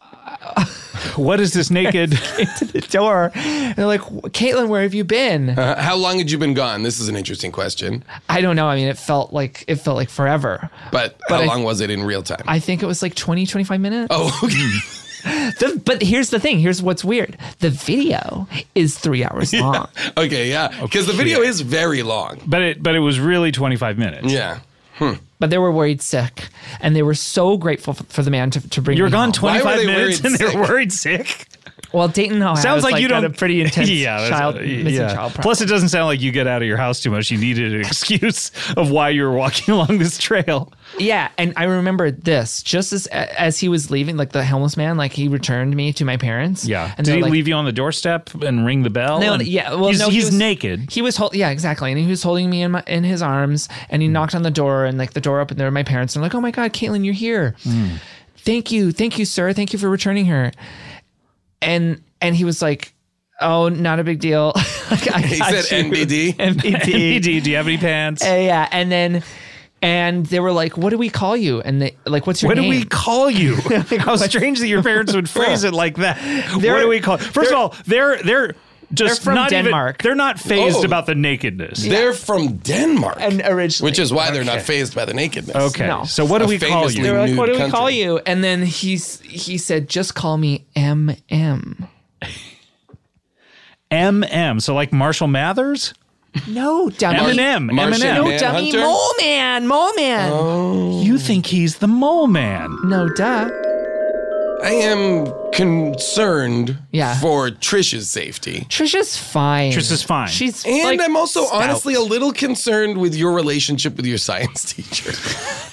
B: What is this naked?
T: to the door, and they're like, "Caitlin, where have you been?"
E: Uh, how long had you been gone? This is an interesting question.
T: I don't know. I mean, it felt like it felt like forever.
E: But,
T: But
E: how
T: I-
E: long was it in real time?
T: I think it was like 20, 25 minutes.
E: oh, okay.
T: The- but here's the thing. Here's what's weird. The video is three hours long.
E: okay, yeah. Because the video is very long.
B: Oh, But it but it was really 25 minutes.
E: Yeah. Hmm.
T: But they were worried sick, and they were so grateful for, for the man to, to bring.
B: You're
T: me
B: gone
T: home.
B: 25
E: they
B: minutes
E: worried
B: and they're
E: sick?
B: worried sick.
T: Well, Dayton, Ohio
B: Sounds
T: is,
B: like, you
T: got
B: don't
T: a pretty intense
B: that's-
T: child missing
B: yeah.
T: child. problem.
B: Plus it doesn't sound like you get out of your house too much. You needed an excuse of why you were walking along this trail.
T: Yeah, and I remember this just as as he was leaving, like the homeless man, like he returned me to my parents.
B: Yeah.
T: and
B: Did
T: they're
B: he
T: like-
B: leave you on the doorstep and ring the bell?
T: No,
B: And-
T: yeah, well,
B: he's,
T: no, he
B: he's
T: was-
B: naked.
T: He was hold, yeah, exactly, and he was holding me in my in his arms, and
B: Mm.
T: he knocked on the door, and like the door opened, there were my parents, and like, oh my god, Caitlin, you're here.
B: Mm.
T: Thank you, thank you, sir, thank you for returning her. And and he was like, oh, not a big deal. Like, I
E: He
T: got
E: said
T: you.
E: NBD.
T: NBD.
B: NBD, do you have any pants?
T: Uh, yeah, and then. And they were like, "What do we call you?" And they like, "What's your
B: What do
T: name?"
B: we call you? How strange that your parents would phrase it like that.
T: They're-
B: what do we call? First of all, they're they're just
T: from
B: not even-
T: Denmark.
B: they're not phased
E: Oh.
B: about the nakedness.
E: They're from Denmark,
T: and originally,
E: which is why they're not phased by the nakedness.
B: Okay.
T: No.
B: So what do
E: A
B: we call
E: famously
B: you?
T: They were like,
E: nude
T: "What do we call
E: country.
T: you?" And then he's he said, "Just call me MM."
B: MM. So like Marshall Mathers?
T: No, dummy.
B: Eminem.
E: Martian
B: Eminem.
T: No, dummy.
E: Manhunter?
T: Mole man. Mole man.
E: Oh.
B: You think he's the mole man.
T: No, duh.
E: I am concerned
T: Yeah.
E: for Trish's safety.
T: Trisha's fine.
B: Trish is fine.
T: She's
E: And
T: like,
E: I'm also
T: stout.
E: honestly a little concerned with your relationship with your science teacher.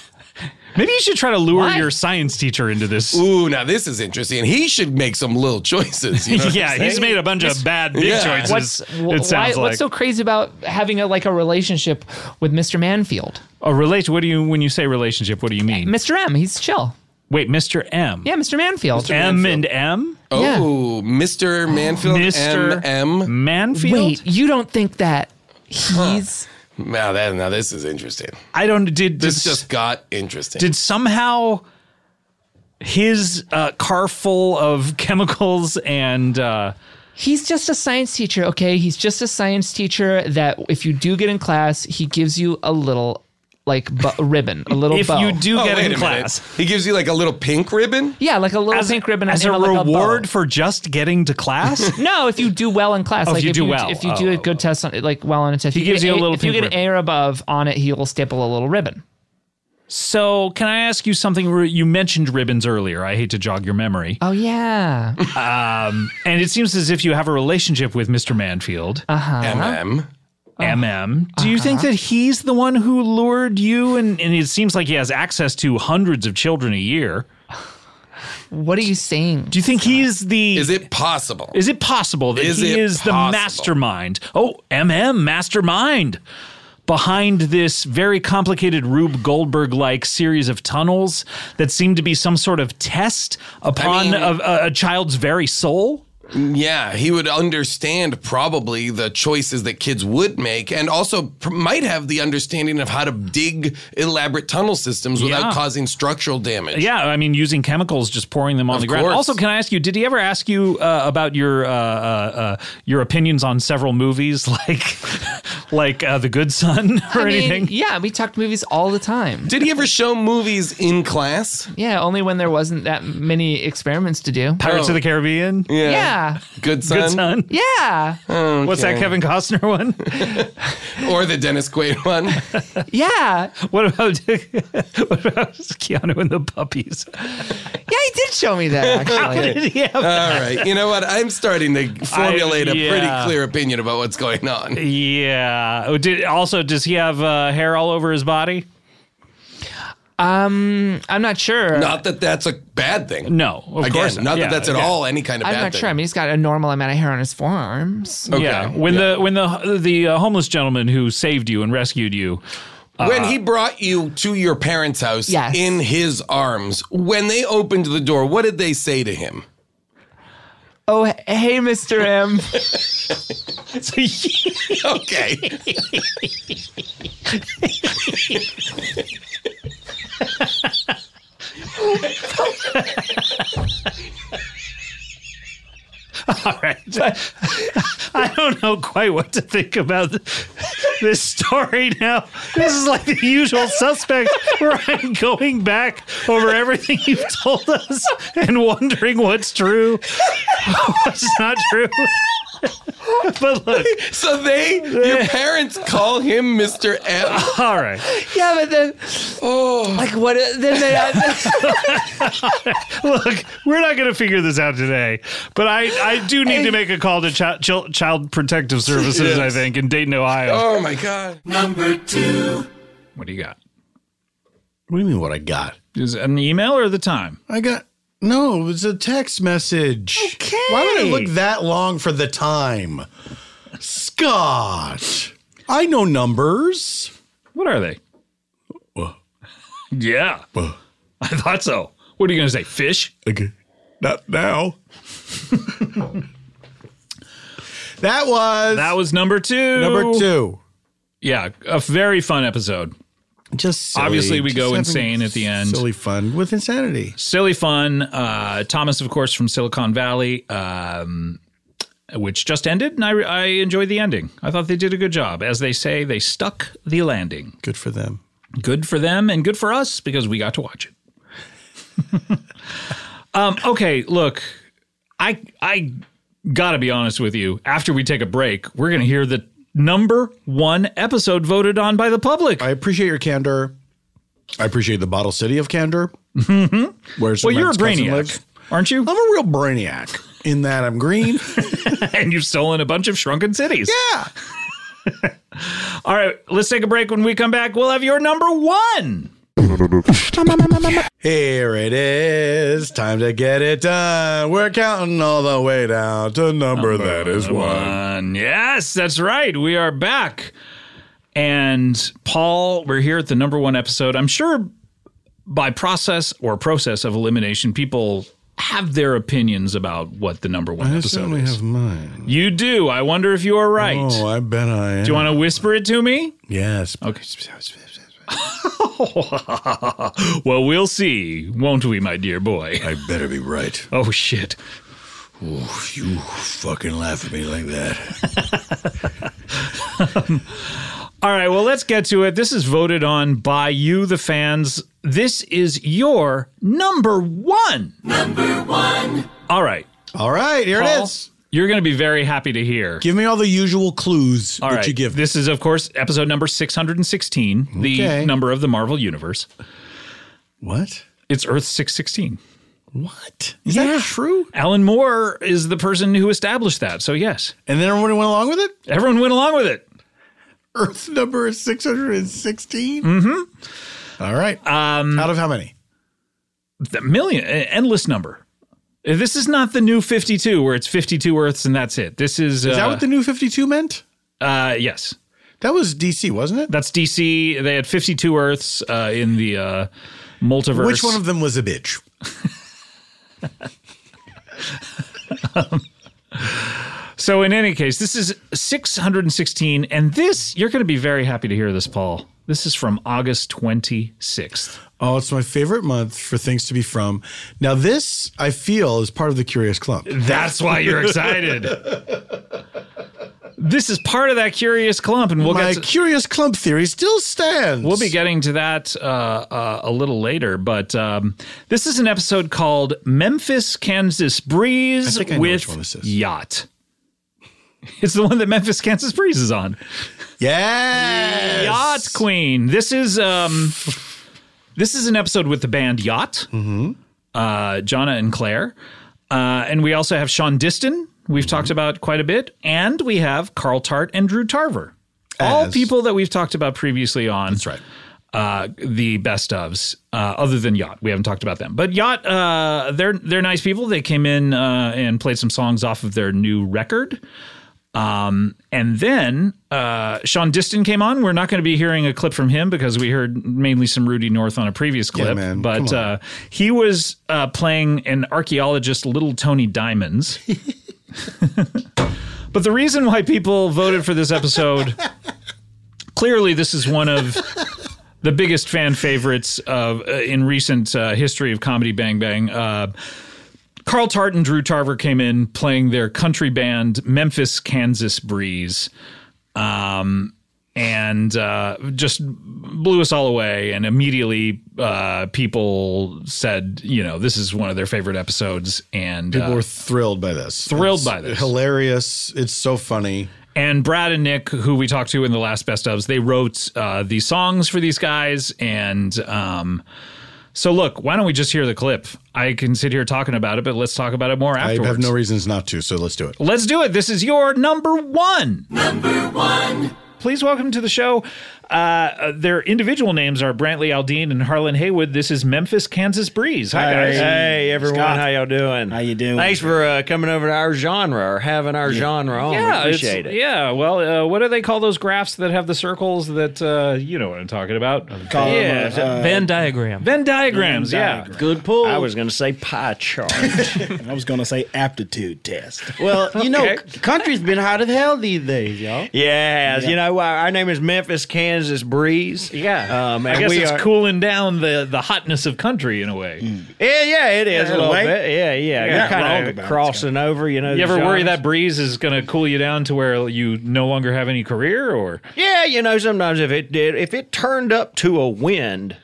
B: Maybe you should try to lure your science teacher into this.
E: Ooh, now this is interesting. And he should make some little choices. you know what
B: Yeah,
E: I'm
B: he's
E: saying?
B: made a bunch of bad big choices.
T: What's,
B: it
T: wh- why,
B: sounds like.
T: what's so crazy about having a like a relationship with Mr. Manfield?
B: A relation. What do you when you say relationship? What do you mean?
T: Mr. M, he's chill.
B: Wait, Mr. M.
T: Yeah, Mr. Manfield.
B: M and M.
E: Oh, Mr. Manfield.
B: Mr.
E: M.
B: Manfield.
T: Wait, you don't think that he's
E: Now that now this is interesting.
B: I don't did
E: this just got interesting.
B: Did somehow his uh, car full of chemicals and uh,
T: He's just a science teacher, okay? He's just a science teacher that if you do get in class, he gives you a little like bu- ribbon, a little bow.
E: Oh, wait a minute. he gives you like a little pink ribbon.
T: Yeah, like a little pink ribbon
B: as
T: and
B: a
T: like bow.
B: reward for just getting to class?
T: no, if you do well in class,
B: Oh, if
T: like
B: you
T: if
B: do
T: you,
B: well.
T: if you
B: Oh,
T: do a good test on like well on a test,
B: He
T: if you
B: gives
T: get
B: you a
T: A-
B: little
T: If you
B: pink
T: get an A or above on it, he will staple a little ribbon.
B: So, can I ask you something? Ru- You mentioned ribbons earlier. I hate to jog your memory.
T: Oh yeah.
B: Um, and it seems as if you have a relationship with Mr. Manfield.
T: Uh-huh.
E: MM.
B: MM. Do you think that he's the one who lured you? And, and it seems like he has access to hundreds of children a year.
T: What are you saying?
B: Do you think he's the. Is
E: it possible?
B: Is it possible that
E: Is
B: he
E: it
B: is
E: possible?
B: the mastermind? Oh, MM, mastermind. Behind this very complicated Rube Goldberg like series of tunnels that seem to be some sort of test upon
E: mean-
B: a- a, a child's very soul?
E: Yeah, he would understand probably the choices that kids would make, and also pr- might have the understanding of how to dig elaborate tunnel systems without
B: Yeah.
E: causing structural damage.
B: Yeah, I mean, using chemicals, just pouring them on
E: Of
B: the ground.
E: course.
B: Also, can I ask you, did he ever ask you uh, about your uh, uh, uh, your opinions on several movies, like like uh, The Good Son or
T: I mean,
B: anything?
T: Yeah, we talked movies all the time.
E: Did he ever show movies in class?
T: Yeah, only when there wasn't that many experiments to do.
B: Pirates of the Caribbean.
T: Yeah. Yeah.
E: Oh. Good son.
B: Good son.
T: Yeah.
B: What's that Kevin Costner one?
E: or the Dennis Quaid one?
T: Yeah.
B: What about what about Keanu and the puppies?
T: Yeah, he did show me that. Actually.
E: All right. You know what? I'm starting to formulate a
B: yeah.
E: pretty clear opinion about what's going on.
B: Yeah. Oh, did, also, does he have uh, hair all over his body?
T: Um, I'm not sure.
E: Not that that's a bad thing.
B: No, of
E: Again,
B: course not.
E: not
B: Yeah,
E: that that's at
B: yeah.
E: all any kind of
T: I'm
E: bad
T: not
E: thing.
T: sure. I mean, he's got a normal amount of hair on his forearms.
B: Yeah. When the when the the uh, homeless gentleman who saved you and rescued you. uh,
E: when he brought you to your parents' house
T: Yes.
E: in his arms, when they opened the door, what did they say to him?
T: Oh, h- hey, Mr. M.
E: okay.
B: All right. I don't know quite what to think about this story now. This is like the usual suspect where I'm going back over everything you've told us and wondering what's true, what's not true. but look.
E: So they, your parents call him Mr. M.
B: All right.
T: yeah, but then,
E: oh,
T: like what? Then they.
B: Look, we're not going to figure this out today, but I, I do need to make a call to chi- Chil- Child Protective Services,
E: Yes.
B: I think, in Dayton, Ohio.
E: Oh my God. Number two.
B: What do you got?
C: What do you mean? What I got?
B: Is it an email or the time?
C: I got no. It was a text message. Okay.
B: Oh,
C: Why would it look that long for the time, Scott? I know numbers.
B: What are they? Yeah. I thought so. What are you going to say? Fish?
C: Okay. Not now. that was
B: That was number two.
C: number two.
B: Yeah, a very fun episode.
C: Just silly.
B: Obviously, we
C: Just
B: go
C: having
B: insane at the end.
C: Silly fun with insanity.
B: Silly fun. Uh, Thomas, of course, from Silicon Valley, um, which just ended, and I, I enjoyed the ending. I thought they did a good job. As they say, they stuck the landing.
C: Good for them.
B: Good for them, and good for us because we got to watch it. um, okay, look, I I gotta be honest with you. After we take a break, we're gonna hear the number one episode voted on by the public.
C: I appreciate your candor. I appreciate the bottle city of candor. Mm-hmm. Where
B: Well, you're a
C: Superman's cousin
B: brainiac,
C: lives.
B: aren't you? I'm
C: a real brainiac in that I'm green.
B: and you've stolen a bunch of shrunken cities.
C: Yeah.
B: All right, let's take a break. When we come back, we'll have your number one.
C: Here it is. Time to get it done. We're counting all the way down to number, that is one.
B: And yes, that's right. We are back. And Paul, we're here at the number one episode. I'm sure by process or process of elimination, people have their opinions about what the number one
C: I
B: episode
C: certainly
B: is.
C: have mine.
B: You do. I wonder if you are right.
C: Oh, I bet I am.
B: do you want to whisper it to me?
C: Yes.
B: Okay. well, we'll see, won't we, my dear boy? I
H: better be right.
B: Oh, shit.
H: you fucking laugh at me like that.
B: All right, well, let's get to it. This is voted on by you, the fans. This is your number one. Number one. All right.
C: All right, here it
B: is. You're going to be very happy to hear.
C: Give me all the usual clues
B: All
C: that
B: right.
C: you give.
B: This is, of course, episode number 616,
C: Okay.
B: the number of the Marvel Universe.
C: What?
B: It's Earth 616.
C: What? Is that true?
B: Alan Moore is the person who established that. So, yes.
C: And then everyone went along with it?
B: Everyone went along with it.
C: Earth number is 616?
B: Mm-hmm.
C: All right.
B: Um,
C: Out of how many?
B: The million, eh, endless number. Eh, This is not the new 52 where it's 52 Earths and that's it. This is.
C: Is
B: uh,
C: that what the new 52 meant?
B: Uh, yes.
C: That was DC, wasn't it?
B: That's DC. They had 52 Earths uh, in the uh, multiverse.
C: Which one of them was a bitch?
B: Um, So, in any case, this is 616. And this, you're going to be very happy to hear this, Paul. This is from August 26th.
C: Oh, it's my favorite month for things to be from. Now, this I feel is part of the Curious Clump.
B: That's why you're excited. this is part of that curious clump, and we'll
C: My
B: get to,
C: Curious Clump theory still stands.
B: we'll be getting to that uh, uh, a little later. But um, this is an episode called Memphis, Kansas
C: I
B: Breeze
C: think I know
B: with
C: which one this is.
B: Yacht. It's the one that Memphis, Kansas Breeze is on.
C: Yes,
B: Yacht Queen. This is um, this is an episode with the band Yacht, uh, Jonna and Claire, uh, and we also have Sean Diston. We've talked about quite a bit, and we have Carl Tart and Drew Tarver, all people that we've talked about previously on. That's right. Uh, the best ofs, uh, other than Yacht, we haven't talked about them. But Yacht, uh, they're they're nice people. They came in uh, and played some songs off of their new record. Um, and then uh, Sean Diston came on. We're not going to be hearing a clip from him because we heard mainly some Rudy North on a previous clip.
C: man,
B: But
C: come
B: uh, he was uh, playing an archaeologist, Little Tony Diamonds. but the reason why people voted for this episode clearly, this is one of. The biggest fan favorites of uh, in recent uh, history of comedy Bang Bang. Uh, Carl Tart and Drew Tarver came in playing their country band Memphis Kansas Breeze, um, and uh, just blew us all away. And immediately, uh, people said, you know, this is one of their favorite episodes, and
C: People
B: uh,
C: were thrilled by this.
B: Thrilled
C: It's
B: by this.
C: Hilarious. It's so funny.
B: and Brad and Nick, who we talked to in the last best ofs, they wrote uh, the songs for these guys. And um, so, look, why don't we just hear the clip? I can sit here talking about it, but let's talk about it more afterwards.
C: I have no reasons not to, so let's do it.
B: Let's do it. This is your number one. Number one. Please welcome to the show. Uh, uh, their individual names are Brantley Aldean and Harlan Haywood. This is Memphis, Kansas Breeze. Hi, guys.
Q: Hey, everyone. How y'all doing? How
P: you doing?
Q: Thanks for uh, coming over to our genre or having our genre on.
B: Yeah,
Q: we
B: it's-
Q: appreciate it.
B: Yeah, well, uh, what do they call those graphs that have the circles that uh, you know what I'm talking about?
P: Call them,
B: yeah,
P: uh, uh, Venn
B: diagram. Venn diagrams.
P: Venn
B: yeah,
P: diagram.
Q: Good pull.
P: I was going to say pie chart. I was going to say aptitude test. Well, you know,
Q: Okay.
P: c- country's been hot as hell these days, y'all.
Q: Yes,
P: Yeah.
Q: you know our our name is Memphis, Kansas Breeze. Yeah, um, and
B: I guess
Q: we
B: it's
Q: are,
B: cooling down the the hotness of country in a way.
Q: Yeah, yeah, it is
B: Yeah,
Q: a little
B: like-
Q: bit. Yeah, yeah,
B: You're not wrong
Q: kind
B: about it,
Q: of crossing over. You know,
B: You
Q: the
B: ever worry
Q: genres.
B: that breeze is going to cool you down to where you no longer have any career or?
Q: Yeah, you know, sometimes if it did, if it turned up to a wind,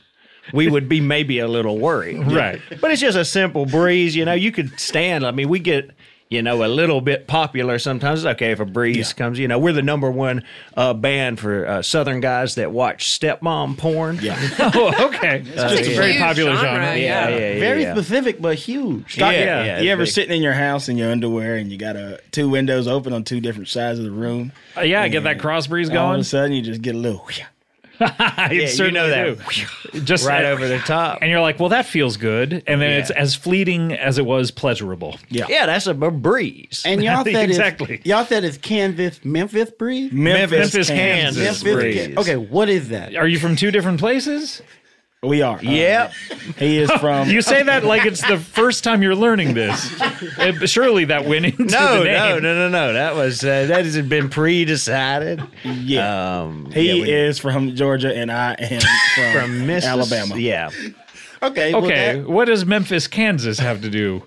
Q: we would be maybe a little worried.
B: Right.
Q: But it's just a simple breeze. You know, you could stand. I mean, we get. You know, a little bit popular sometimes. It's okay if a breeze comes. You know, we're the number one uh, band for uh, Southern guys that watch stepmom porn. Yeah.
B: oh, okay.
Q: Uh,
P: It's a
Q: yeah.
P: very
Q: Huge
P: popular genre.
Q: Yeah, yeah, yeah.
P: Very
Q: yeah.
P: specific, but huge.
Q: Yeah, yeah, it's
P: you ever
Q: big.
P: sitting in your house in your underwear and you got uh, two windows open on two different sides of the room?
B: Uh, yeah, get that cross breeze
P: All of
B: going.
P: a sudden, you just get a little. whew.
Q: yeah, you know
B: certainly
Q: that.
B: do. Just
Q: right over the top.
B: And you're like, well, that feels good. And then it's as fleeting as it was pleasurable.
Q: Yeah, that's a b- breeze.
U: And y'all said
B: exactly.
U: Is, y'all said it's Canvas Memphis breeze.
B: Memphis, Memphis, Kansas,
U: Memphis, Can- Okay, what is that?
B: Are you from two different places?
P: We are.
Q: Yep.
P: he is from.
B: you say that like it's the first time you're learning this. Uh, Surely that went into
Q: no,
B: the name.
Q: no, no, no, no. That was uh, that has been pre-decided. Yeah, um,
P: He
Q: yeah, we-
P: is from Georgia, and I am from,
Q: from Mrs.
P: Alabama.
Q: Yeah,
U: Okay.
P: well,
B: Okay.
P: that-
B: what does Memphis, Kansas have to do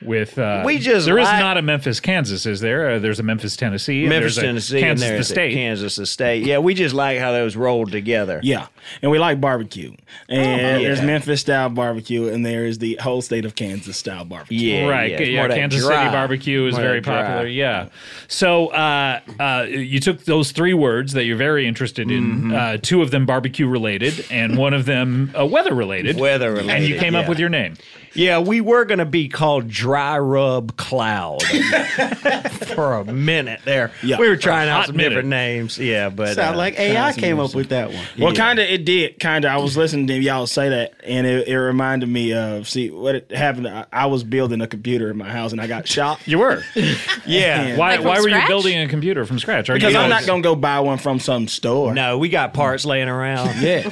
B: with? Uh,
Q: We just
B: there is
Q: like-
B: not a Memphis, Kansas, is there? Uh, there's a Memphis, Tennessee. and
Q: Memphis,
B: there's a
Q: Tennessee, and
B: Kansas, the
Q: there's a
B: state.
Q: Kansas, the state. Yeah, we just like how those rolled together.
P: Yeah, and we like barbecue. And
Q: Oh,
P: there's
Q: yeah.
P: Memphis style barbecue, and there is the whole state of Kansas style barbecue.
Q: Yeah,
B: right. Yeah, Kansas City barbecue is very popular. Yeah. So uh, uh, you took those three words that you're very interested in,
Q: Mm-hmm.
B: uh, two of them barbecue related, and one of them uh, weather related.
Q: Weather
B: And you
Q: related,
B: came up
Q: yeah.
B: with your name.
Q: Yeah, we were going to be called Dry Rub Cloud for a minute there.
P: Yeah.
Q: We were trying
P: For a
Q: out
P: hot
Q: some
P: minute.
Q: different names. Yeah, but
U: Sound
Q: uh,
U: like AI
P: sounds
U: came up
P: interesting.
U: with that one.
P: Well, kind of it did. Kind of, I was listening to y'all say that, and it, it reminded me of see what it happened. I, I was building a computer in my house, and I got shot.
B: You were,
P: yeah.
B: Why, why were you building a computer from scratch? Are
P: Because
B: you
P: I'm
B: guys-
P: not gonna go buy one from some store.
Q: No, we got parts laying around.
P: yeah.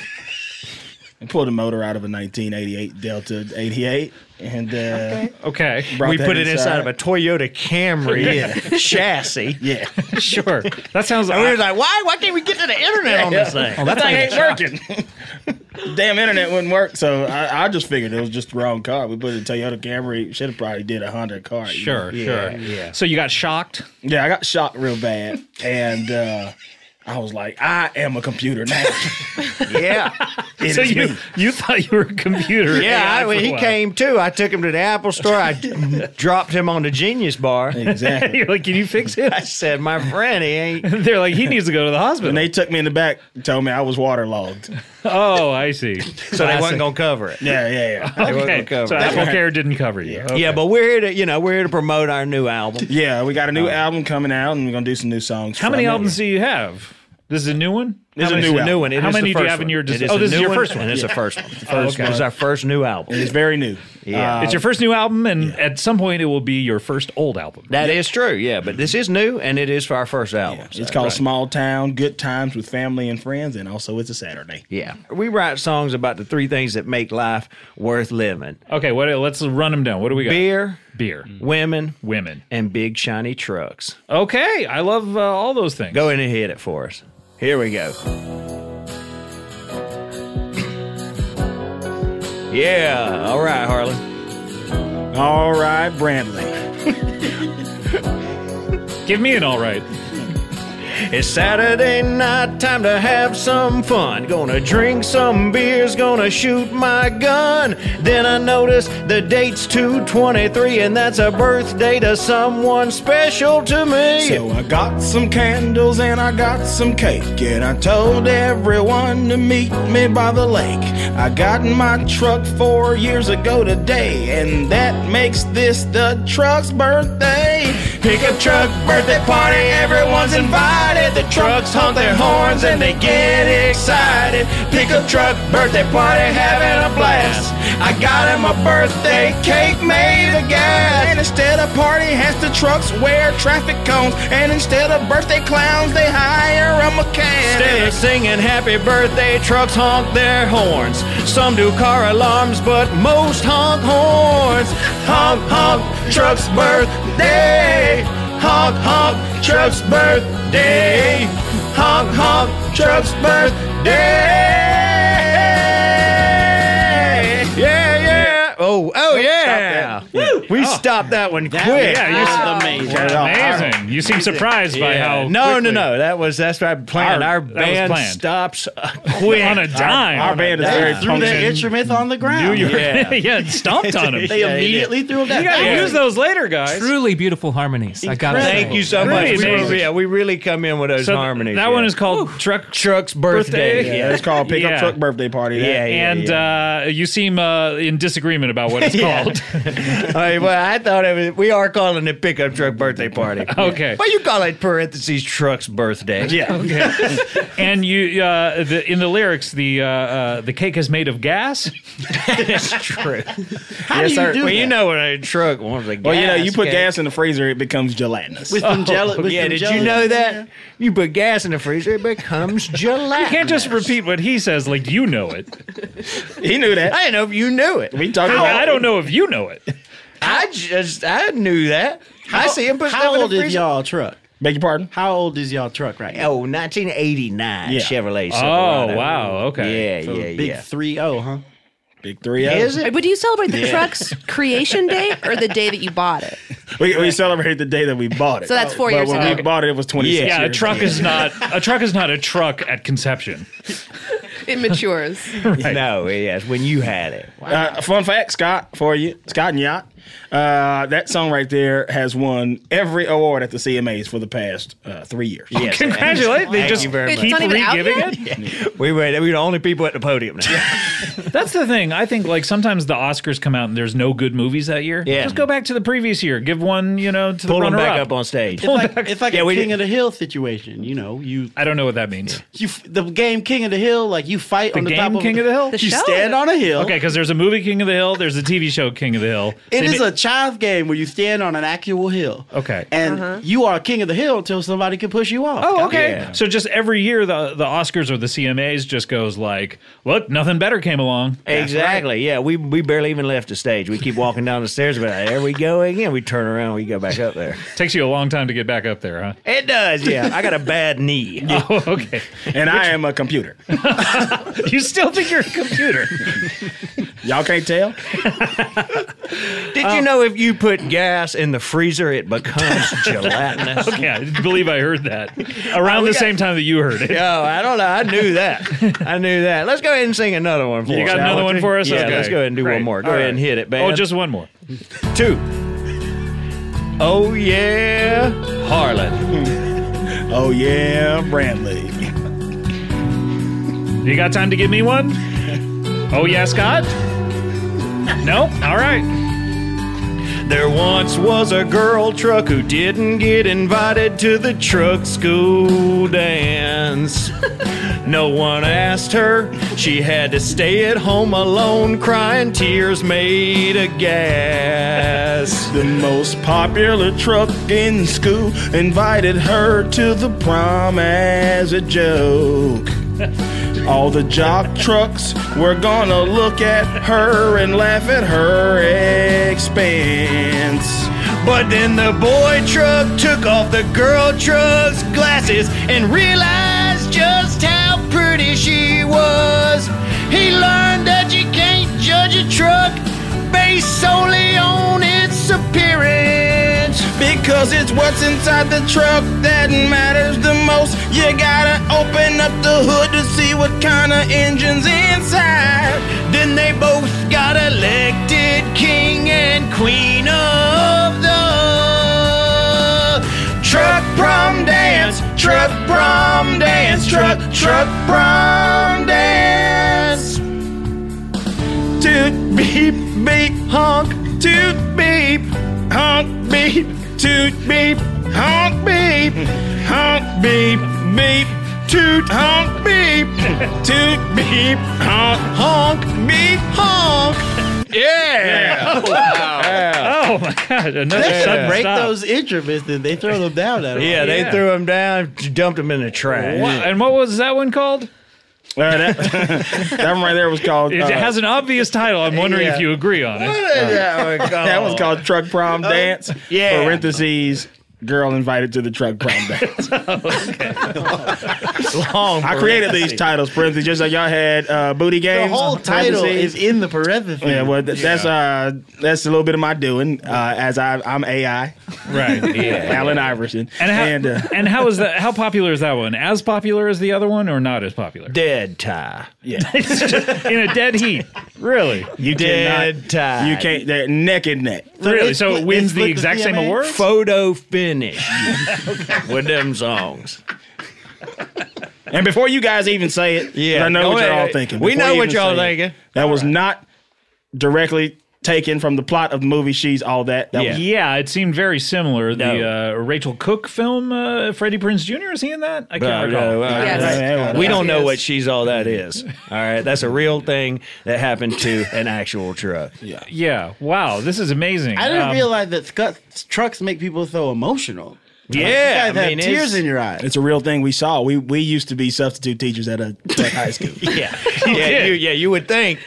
P: I pulled a motor out of a 1988 Delta 88, and uh,
B: Okay.
P: brought
Q: we
P: that
Q: put it inside
P: inside.
Q: of a Toyota Camry
P: Yeah.
Q: chassis.
P: Yeah.
B: Sure. That sounds
Q: And we were like, why? Why can't we get to the internet on this
B: Oh,
Q: thing?
P: that thing ain't working. Damn internet wouldn't work. So I, I just figured it was just the wrong car. We put a Toyota Camry. Should have probably did a Honda car. you know?
B: Sure, sure.
P: Yeah.
B: So you got shocked?
P: Yeah, I got shocked real bad, and uh, I was like, I am a computer now.
Q: yeah.
P: It
B: so
P: is
B: you,
P: me.
B: you thought you were a computer.
Q: Yeah, I,
B: for a
Q: he
B: while.
Q: came too. I took him to the Apple store. I dropped him on the Genius Bar.
P: Exactly.
B: You're like, can you fix him?
Q: I said, my friend, he ain't.
B: They're like, he needs to go to the hospital.
P: And they took me in the back, and told me I was waterlogged.
B: Oh, I see.
Q: So they wasn't gonna cover it.
P: Yeah, yeah, yeah.
B: Okay, so Apple Care didn't cover you. Okay.
Q: Yeah, but we're here to you know we're here to promote our new album.
P: Yeah, we got a new album coming out, and we're gonna do some new songs.
B: How many
P: from it.
B: albums do you have? This is a new one.
P: This
B: How
P: is a
B: many-
P: new album.
B: How many do you have in your? Dis- oh, this is your first one.
Q: And it's the
B: Yeah.
Q: first one. First
B: Oh, okay.
Q: It's our uh, first new album.
P: It's very new.
Q: Yeah.
B: It's your first new album, and at some point it will be your first old album.
Q: That is true. Yeah, but this is new and it is for our first album. so-
P: It's called
Q: Right.
P: Small Town Good Times with Family and Friends, and also it's a Saturday.
Q: Yeah. We write songs about the three things that make life worth living.
B: Okay, what? Let's run them down. What do we got?
Q: Beer,
B: Beer.
Q: women,
B: Women.
Q: and big shiny trucks.
B: Okay, I love uh, all those things.
Q: Go in and hit it for us. Here we go. Yeah. All right, Harlan.
P: All right, Brantley.
B: Give me an all right.
Q: It's Saturday night, time to have some fun. Gonna drink some beers, gonna shoot my gun. Then I notice the date's 223, and that's a birthday to someone special to me.
P: So I got some candles and I got some cake, and I told everyone to meet me by the lake. I got in my truck four years ago today, and that makes this the truck's birthday. Pick a truck birthday party, everyone's invited. The trucks honk their horns and they get excited. Pick a truck birthday party, having a blast. I got him a birthday cake made of gas. And instead of party hats, the trucks wear traffic cones. And instead of birthday clowns, they hire a mechanic.
Q: Instead of singing happy birthday, trucks honk their horns. Some do car alarms, but most honk horns. Honk, honk, truck's birthday. Honk, honk, truck's birthday. Honk, honk, truck's birthday. Yeah, yeah. Oh, oh, yeah. We stopped Oh. that one quick.
B: yeah,
U: you amazing.
B: Amazing. You seem surprised by
Q: Yeah.
B: how.
Q: no,
B: quickly-
Q: no, no. That was that's right. Planned.
B: Our-
Q: Our,
B: that was
Q: band
B: planned.
Q: stops uh, quick
B: On a dime.
P: Our band is very
U: Threw their
P: punctual.
U: instruments on the
B: Knew
U: ground.
B: you were-
Q: Yeah.
B: yeah, and stomped on him.
U: They
Q: Yeah, they
U: immediately threw them down.
B: You gotta
U: That
B: use
U: was-
B: those later, guys.
V: Truly beautiful harmonies. I gotta say.
Q: Thank you so much.
B: Really
Q: We,
B: amazing.
Q: yeah, we really come in with those
B: So
Q: harmonies.
B: that
Q: yeah.
B: one is called Truck
Q: Truck's birthday.
B: Birthday.
P: Yeah, it's called Pickup
B: Yeah.
P: Truck Birthday Party. that.
Q: Yeah, yeah,
B: and
Q: yeah.
B: Uh, you seem uh, in disagreement about what it's
Q: Yeah.
B: called.
Q: Uh, okay, well, I thought it was, we are calling it pickup truck birthday party.
B: Okay.
Q: But you call it parentheses truck's birthday.
B: Yeah. Okay. and you uh, the, in the lyrics, the uh, uh, the cake is made of gas.
Q: it's true.
B: How do
Q: yes,
B: you
Q: sir.
B: do
Q: well,
B: that?
Q: you know what a truck wants a gas.
P: Well, you know, you put
Q: cake.
P: gas in the freezer, it becomes gelatinous.
Q: With
B: Oh,
Q: some gel- with Yeah, some did you gelatin. know that? You put gas in the freezer, it becomes gelatinous.
B: You can't just repeat what he says like you know it.
P: he knew that.
Q: I didn't know if you knew it.
P: We talked
B: How?
P: about-
B: I don't know if you know it.
Q: I just I knew that. I see him put stuff
U: How
Q: in the
U: old is
Q: freezer.
U: y'all truck?
P: Beg your pardon?
U: How old is y'all truck right now?
Q: Oh, 1989
U: Yeah.
Q: Chevrolet.
U: Oh,
Q: Silverado.
U: wow,
Q: Okay. Yeah,
U: So
Q: yeah,
U: big
Q: yeah.
U: three zero, huh?
P: Big three
W: But do you celebrate the
P: Yeah.
W: truck's creation day or the day that you bought it?
P: We, we celebrate the day that we bought it.
W: So that's four
P: But
W: years
P: when
W: ago.
P: we bought it, it was 26
B: yeah, a
P: years
B: truck
P: ago.
B: is not a truck is not a truck at conception.
W: It matures.
Q: No, yes, when you had it.
P: Uh, fun fact, Scott, for you, Scott and Yacht. Uh, that song right there has won every award at the CMAs for the past uh, three years.
Q: Yes.
B: Congratulate- they just keep re-giving it?
Q: We were, we were the only people at the podium now.
B: That's the thing. I think like sometimes the Oscars come out and there's no good movies that year.
Q: Yeah.
B: Just go back to the previous year. Give one, you know, to
Q: Pull
B: the
Q: 'em
B: runner
Q: back
B: up.
Q: up on stage.
U: It's like, it's like
Q: Yeah,
U: a
Q: we
U: King
Q: did-
U: of the Hill situation. You know, you.
B: I don't know what that means.
U: You f- the game King of the Hill, like you fight
B: The
U: on the
B: game
U: top of
B: King of the Hill?
U: you stand on a hill.
B: Okay, because there's a movie King of the Hill, there's a TV show King of the Hill.
U: It
B: They
U: is
B: ma-
U: a child's game where you stand on an actual hill,
B: Okay.
U: and you are king of the hill until somebody can push you off.
B: Oh, okay. So just every year the the Oscars or the CMAs just goes like, look, nothing better came along.
Q: Exactly. Yeah, we we barely even left the stage. We keep walking down the stairs, but there we go again. We turn around, we go back up there.
B: Takes you a long time to get back up there, huh?
Q: It does. Yeah, I got a bad knee.
B: Oh, okay.
P: And I am a computer.
B: you still think you're a computer?
P: Y'all can't tell.
Q: Did you know if you put gas in the freezer, it becomes gelatinous? Oh,
B: okay, I believe I heard that around the
Q: got-
B: same time that you heard it.
Q: Yo, I don't know. I knew that. I knew that. Let's go ahead and sing another one for
B: You
Q: us.
B: got another
Q: Alan.
B: one for us?
Q: Yeah,
B: Okay,
Q: let's go ahead and do
B: great.
Q: one more. Go
B: All
Q: ahead
B: right.
Q: and hit it, man.
B: Oh, just one more.
Q: Two. Oh yeah, Harlan.
P: oh yeah, Brantley.
B: You got time to give me one? Oh yeah, Scott. Nope. All right.
Q: There once was a girl truck who didn't get invited to the truck school dance. No one asked her. She had to stay at home alone, crying tears made of gas.
P: The most popular truck in school invited her to the prom as a joke. All the jock trucks were gonna look at her and laugh at her expense.
Q: But then the boy truck took off the girl truck's glasses and realized just how pretty she was. He learned that you can't judge a truck based solely on its appearance.
P: Because it's what's inside the truck that matters the most. You gotta open up the hood to see what kind of engine's inside.
Q: Then they both got elected king and queen of the
P: truck prom dance, truck prom dance, truck, truck prom dance. Toot beep, beep, honk, toot beep, honk, beep, toot beep, honk, beep, honk, beep, beep. Toot honk beep, toot beep honk honk beep honk. Yeah!
U: Wow.
B: Oh my god! Another
U: they should
B: sudden
U: break
B: stop.
U: those instruments, then they throw them down at 'em.
Q: Yeah, they
B: Yeah.
Q: threw him down, dumped him in the trash.
B: What- and what was that one called?
P: that, that one right there was called.
B: It
P: uh,
B: has an obvious title. I'm wondering if
P: yeah.
B: you agree on it.
Q: that one
P: That one's called Truck Prom Dance.
Q: yeah.
P: Parentheses. Girl invited to the truck prom dance.
Q: Long
P: I created these
Q: parentheses.
P: titles, parentheses, just like y'all had uh, booty
U: The
P: games.
U: whole title is in the parentheses.
P: Yeah, well, th- that's uh, that's a little bit of my doing. Uh, as I, I'm AI,
B: Right. Yeah.
P: Alan Iverson,
B: And how,
P: and
B: and,
P: uh,
B: how is that? How popular is that one? As popular as the other one, or not as popular?
Q: Dead tie.
P: Yeah.
B: in a dead heat. Really?
P: You
Q: Dead
P: cannot,
Q: tied.
P: You can't. They're neck and neck.
B: Really? So it wins the exact same award?
Q: Photo finish with them songs.
P: And before you guys even say it,
Q: Yeah,
P: I know
Q: go
P: what you're
Q: ahead.
P: all thinking.
Q: We
P: Before
Q: know
P: you
Q: what
P: even
Q: y'all
P: say it,
Q: thinking.
P: That was not directly taken from the plot of the movie She's All That. that
B: yeah.
P: was-
B: yeah, it seemed very similar. The uh, Rachel Cook film, uh, Freddie Prince Jr. Is he in that? I
Q: Uh,
B: can't
Q: no,
B: recall.
Q: uh, uh, we don't know what she's all that is. All right, that's a real thing that happened to an actual truck. Yeah.
B: Yeah. Wow. This is amazing.
U: I didn't
Q: Um,
U: realize that scuts, trucks make people so emotional. Like, you guys had tears in your eyes.
P: It's a real thing we saw. We we used to be substitute teachers at a at high school.
Q: yeah, yeah, you, yeah. You would think,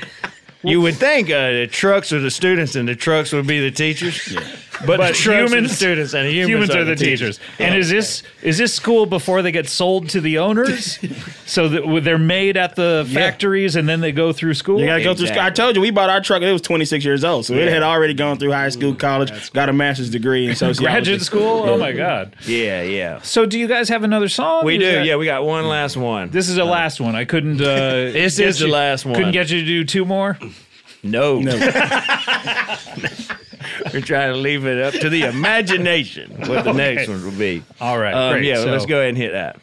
Q: you would think uh, the trucks are the students and the trucks would be the teachers. Yeah. But, the trucks are the students and humans,
B: are, the teachers. And is this is this school before they get sold to the owners? so that they're made at the factories and then they go through school.
P: You gotta go through school. I told you we bought our truck. It was 26 years old, so it
B: Yeah.
P: had already gone through high school, college, got a master's degree in sociology.
B: Graduate school? Oh, my God.
Q: Yeah, yeah.
B: So do you guys have another song?
Q: We
B: Is
Q: do.
B: that-
Q: Yeah, we got one last one.
B: This is the last one. I couldn't. Uh,
Q: This
B: get
Q: is the
B: you-
Q: last one.
B: Couldn't get you to do two more.
Q: No. We're trying to leave it up to the imagination what the
B: Okay.
Q: next one will be.
B: All right,
Q: Um,
B: great.
Q: yeah,
B: So-
Q: let's go ahead and hit that.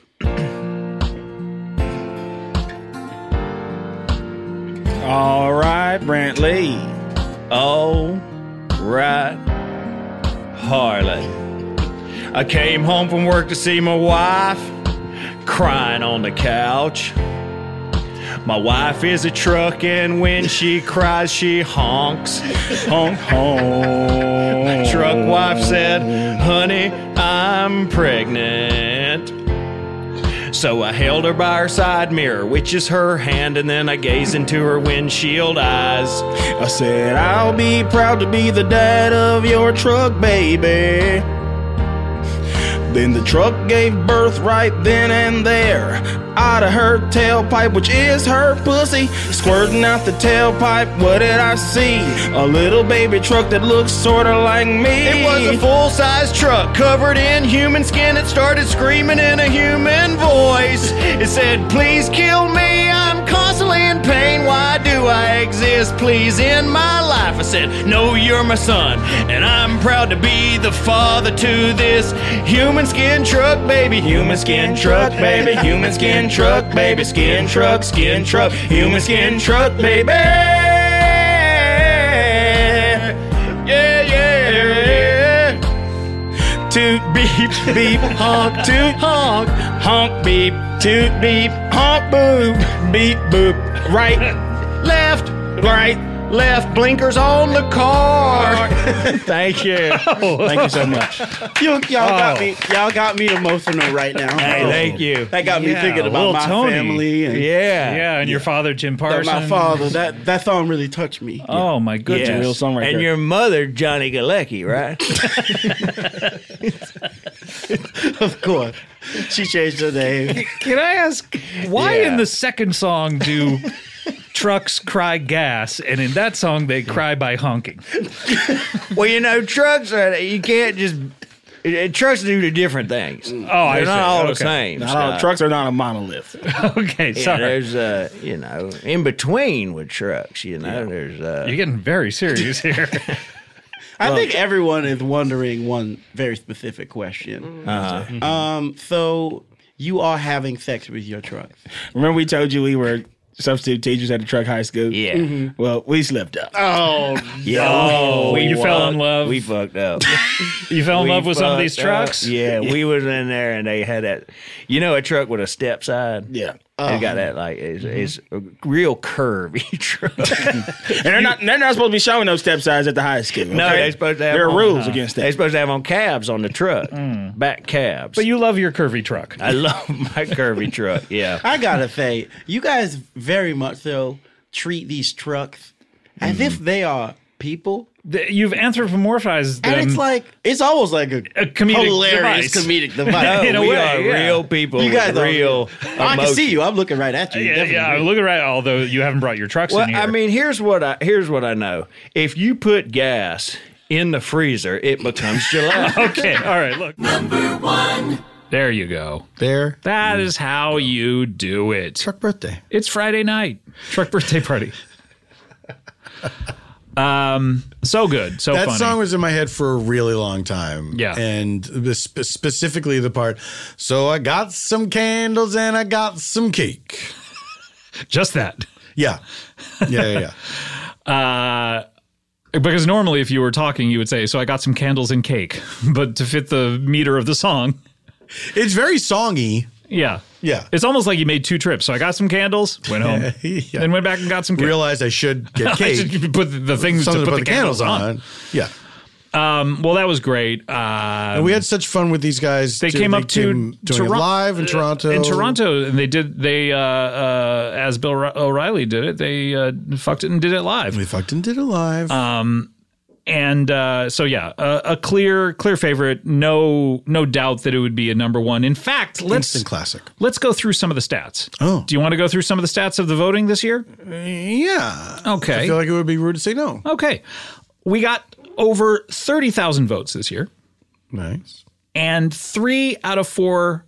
P: All right, Brantley.
Q: All right, Harlan. I came home from work to see my wife crying on the couch. My wife is a truck, and when she cries, she honks. Honk, honk. My truck wife said, Honey, I'm pregnant. So I held her by her side mirror, which is her hand, and then I gazed into her windshield eyes.
P: I said, I'll be proud to be the dad of your truck, baby. Then the truck gave birth right then and there. Out of her tailpipe, which is her pussy. Squirting out the tailpipe, what did I see? A little baby truck that looks sorta like me.
Q: It was a full size truck covered in human skin. It started screaming in a human voice. It said, Please kill me. I'm constantly in pain. Why do I exist? Please end my life. I said, No, you're my son. And I'm proud to be the father to this human skin truck, baby. Human skin truck, baby. Human skin truck, baby. Skin truck, skin truck. Human skin truck, baby. Yeah, yeah, yeah.
P: Toot beep beep honk toot honk honk beep toot beep honk boop beep boop right left right
Q: left blinkers on the car.
P: Thank you. Thank you so much.
U: You, y'all got
P: Oh.
U: me. Y'all got me emotional right now.
P: Hey,
B: Oh.
P: thank you.
U: That got me
P: Yeah,
U: thinking about
P: little
U: my
P: Tony.
U: family. And
B: Yeah, and your father Jim
U: That
B: Parsons.
U: my father. That that song really touched me.
B: Oh my goodness.
Q: Yes. and your mother, Johnny Galecki, right?
U: of course, she changed her name.
B: Can I ask why
U: Yeah.
B: in the second song do trucks cry gas and in that song they cry by honking?
Q: well, you know, trucks are you can't just uh, trucks do the different things. Oh,
P: I
Q: they're
P: see.
Q: not all the
P: Okay.
Q: same.
P: Not all- trucks are not a monolith.
B: okay,
Q: yeah,
P: sorry.
Q: There's uh, you know, in between with trucks, you know, there's uh,
B: you're getting very serious here.
U: I think everyone is wondering one very specific question.
P: Uh-huh.
U: Um, so you are having sex with your truck.
P: Remember we told you we were substitute teachers at a truck high school? Yeah. Well, we slept up.
U: Oh,
Q: Yeah, we-
B: you
Q: we
B: fell in
Q: fucked-
B: love.
Q: We fucked up.
B: You fell in love with some of these
Q: fucked up.
B: trucks?
Q: Yeah, we was in there and they had that. You know, a truck with a step side.
P: Yeah,
U: Uh-huh.
Q: it got that like it's,
B: Mm-hmm.
Q: it's a real curvy truck.
P: and they're not they're not supposed to be showing those step sides at the high school.
Q: No,
P: okay?
Q: they're supposed to have.
P: there are
Q: on-
P: rules against that.
Q: They're supposed to have on cabs on the truck, back cabs. But
B: you love your curvy truck.
Q: I love my curvy truck. Yeah,
U: I gotta say, you guys very much so treat these trucks as if they are people.
B: Mm. You've anthropomorphized them.
U: And it's like it's almost like a,
B: comedic
U: hilarious
B: device.
U: comedic device.
B: No, In a we way, are yeah. real
Q: people
U: You
Q: with
U: guys are-
Q: real
U: I can see
Q: emotion.
U: you. I'm looking right at you.
Q: Yeah,
B: yeah,
U: definitely.
B: yeah, look right. Although you haven't brought your trucks
Q: Well,
B: in here.
Q: I mean, here's what I here's what I know. If you put gas in the freezer, it becomes gelato.
B: okay, all right. Look, number one. There you go.
C: There.
B: That is how you do it. Truck
C: birthday.
B: It's Friday night. Truck birthday party. um, so good, so
C: that
B: funny.
C: song was in my head for a really long time. Yeah, and the sp- specifically the part. So I got some candles and I got some cake.
B: Just that.
C: Yeah, yeah, yeah.
B: yeah. Uh, Because normally, if you were talking, you would say, "So I got some candles and cake," but to fit the meter of the song,
C: it's very songy.
B: Yeah,
C: yeah.
B: It's almost like you made two trips. So I got some candles, went home, then went back and got some. Cake.
C: Realized I should
B: I
C: get cake.
B: should put the- the things to
C: Something
B: put the candles on.
C: Yeah.
B: Um, well, that was great. Uh,
C: and we had such fun with these guys.
B: they
C: too.
B: came up to
C: came doing it
B: Toron-
C: live in
B: uh,
C: Toronto.
B: In Toronto, and they did they uh, uh, as Bill Ri- O'Reilly did it. They uh, fucked it and did it live. We
C: fucked and did it live.
B: Um, and uh, so yeah, a, a clear clear favorite. No no doubt that it would be a number one. In fact, let's
C: Instant classic.
B: Let's go through some of the stats.
C: Oh,
B: do you want to go through some of the stats of the voting this year?
C: Yeah.
B: Okay.
C: I feel like it would be rude to say no.
B: Okay. We got over 30,000 votes this year.
C: Nice.
B: And three out of four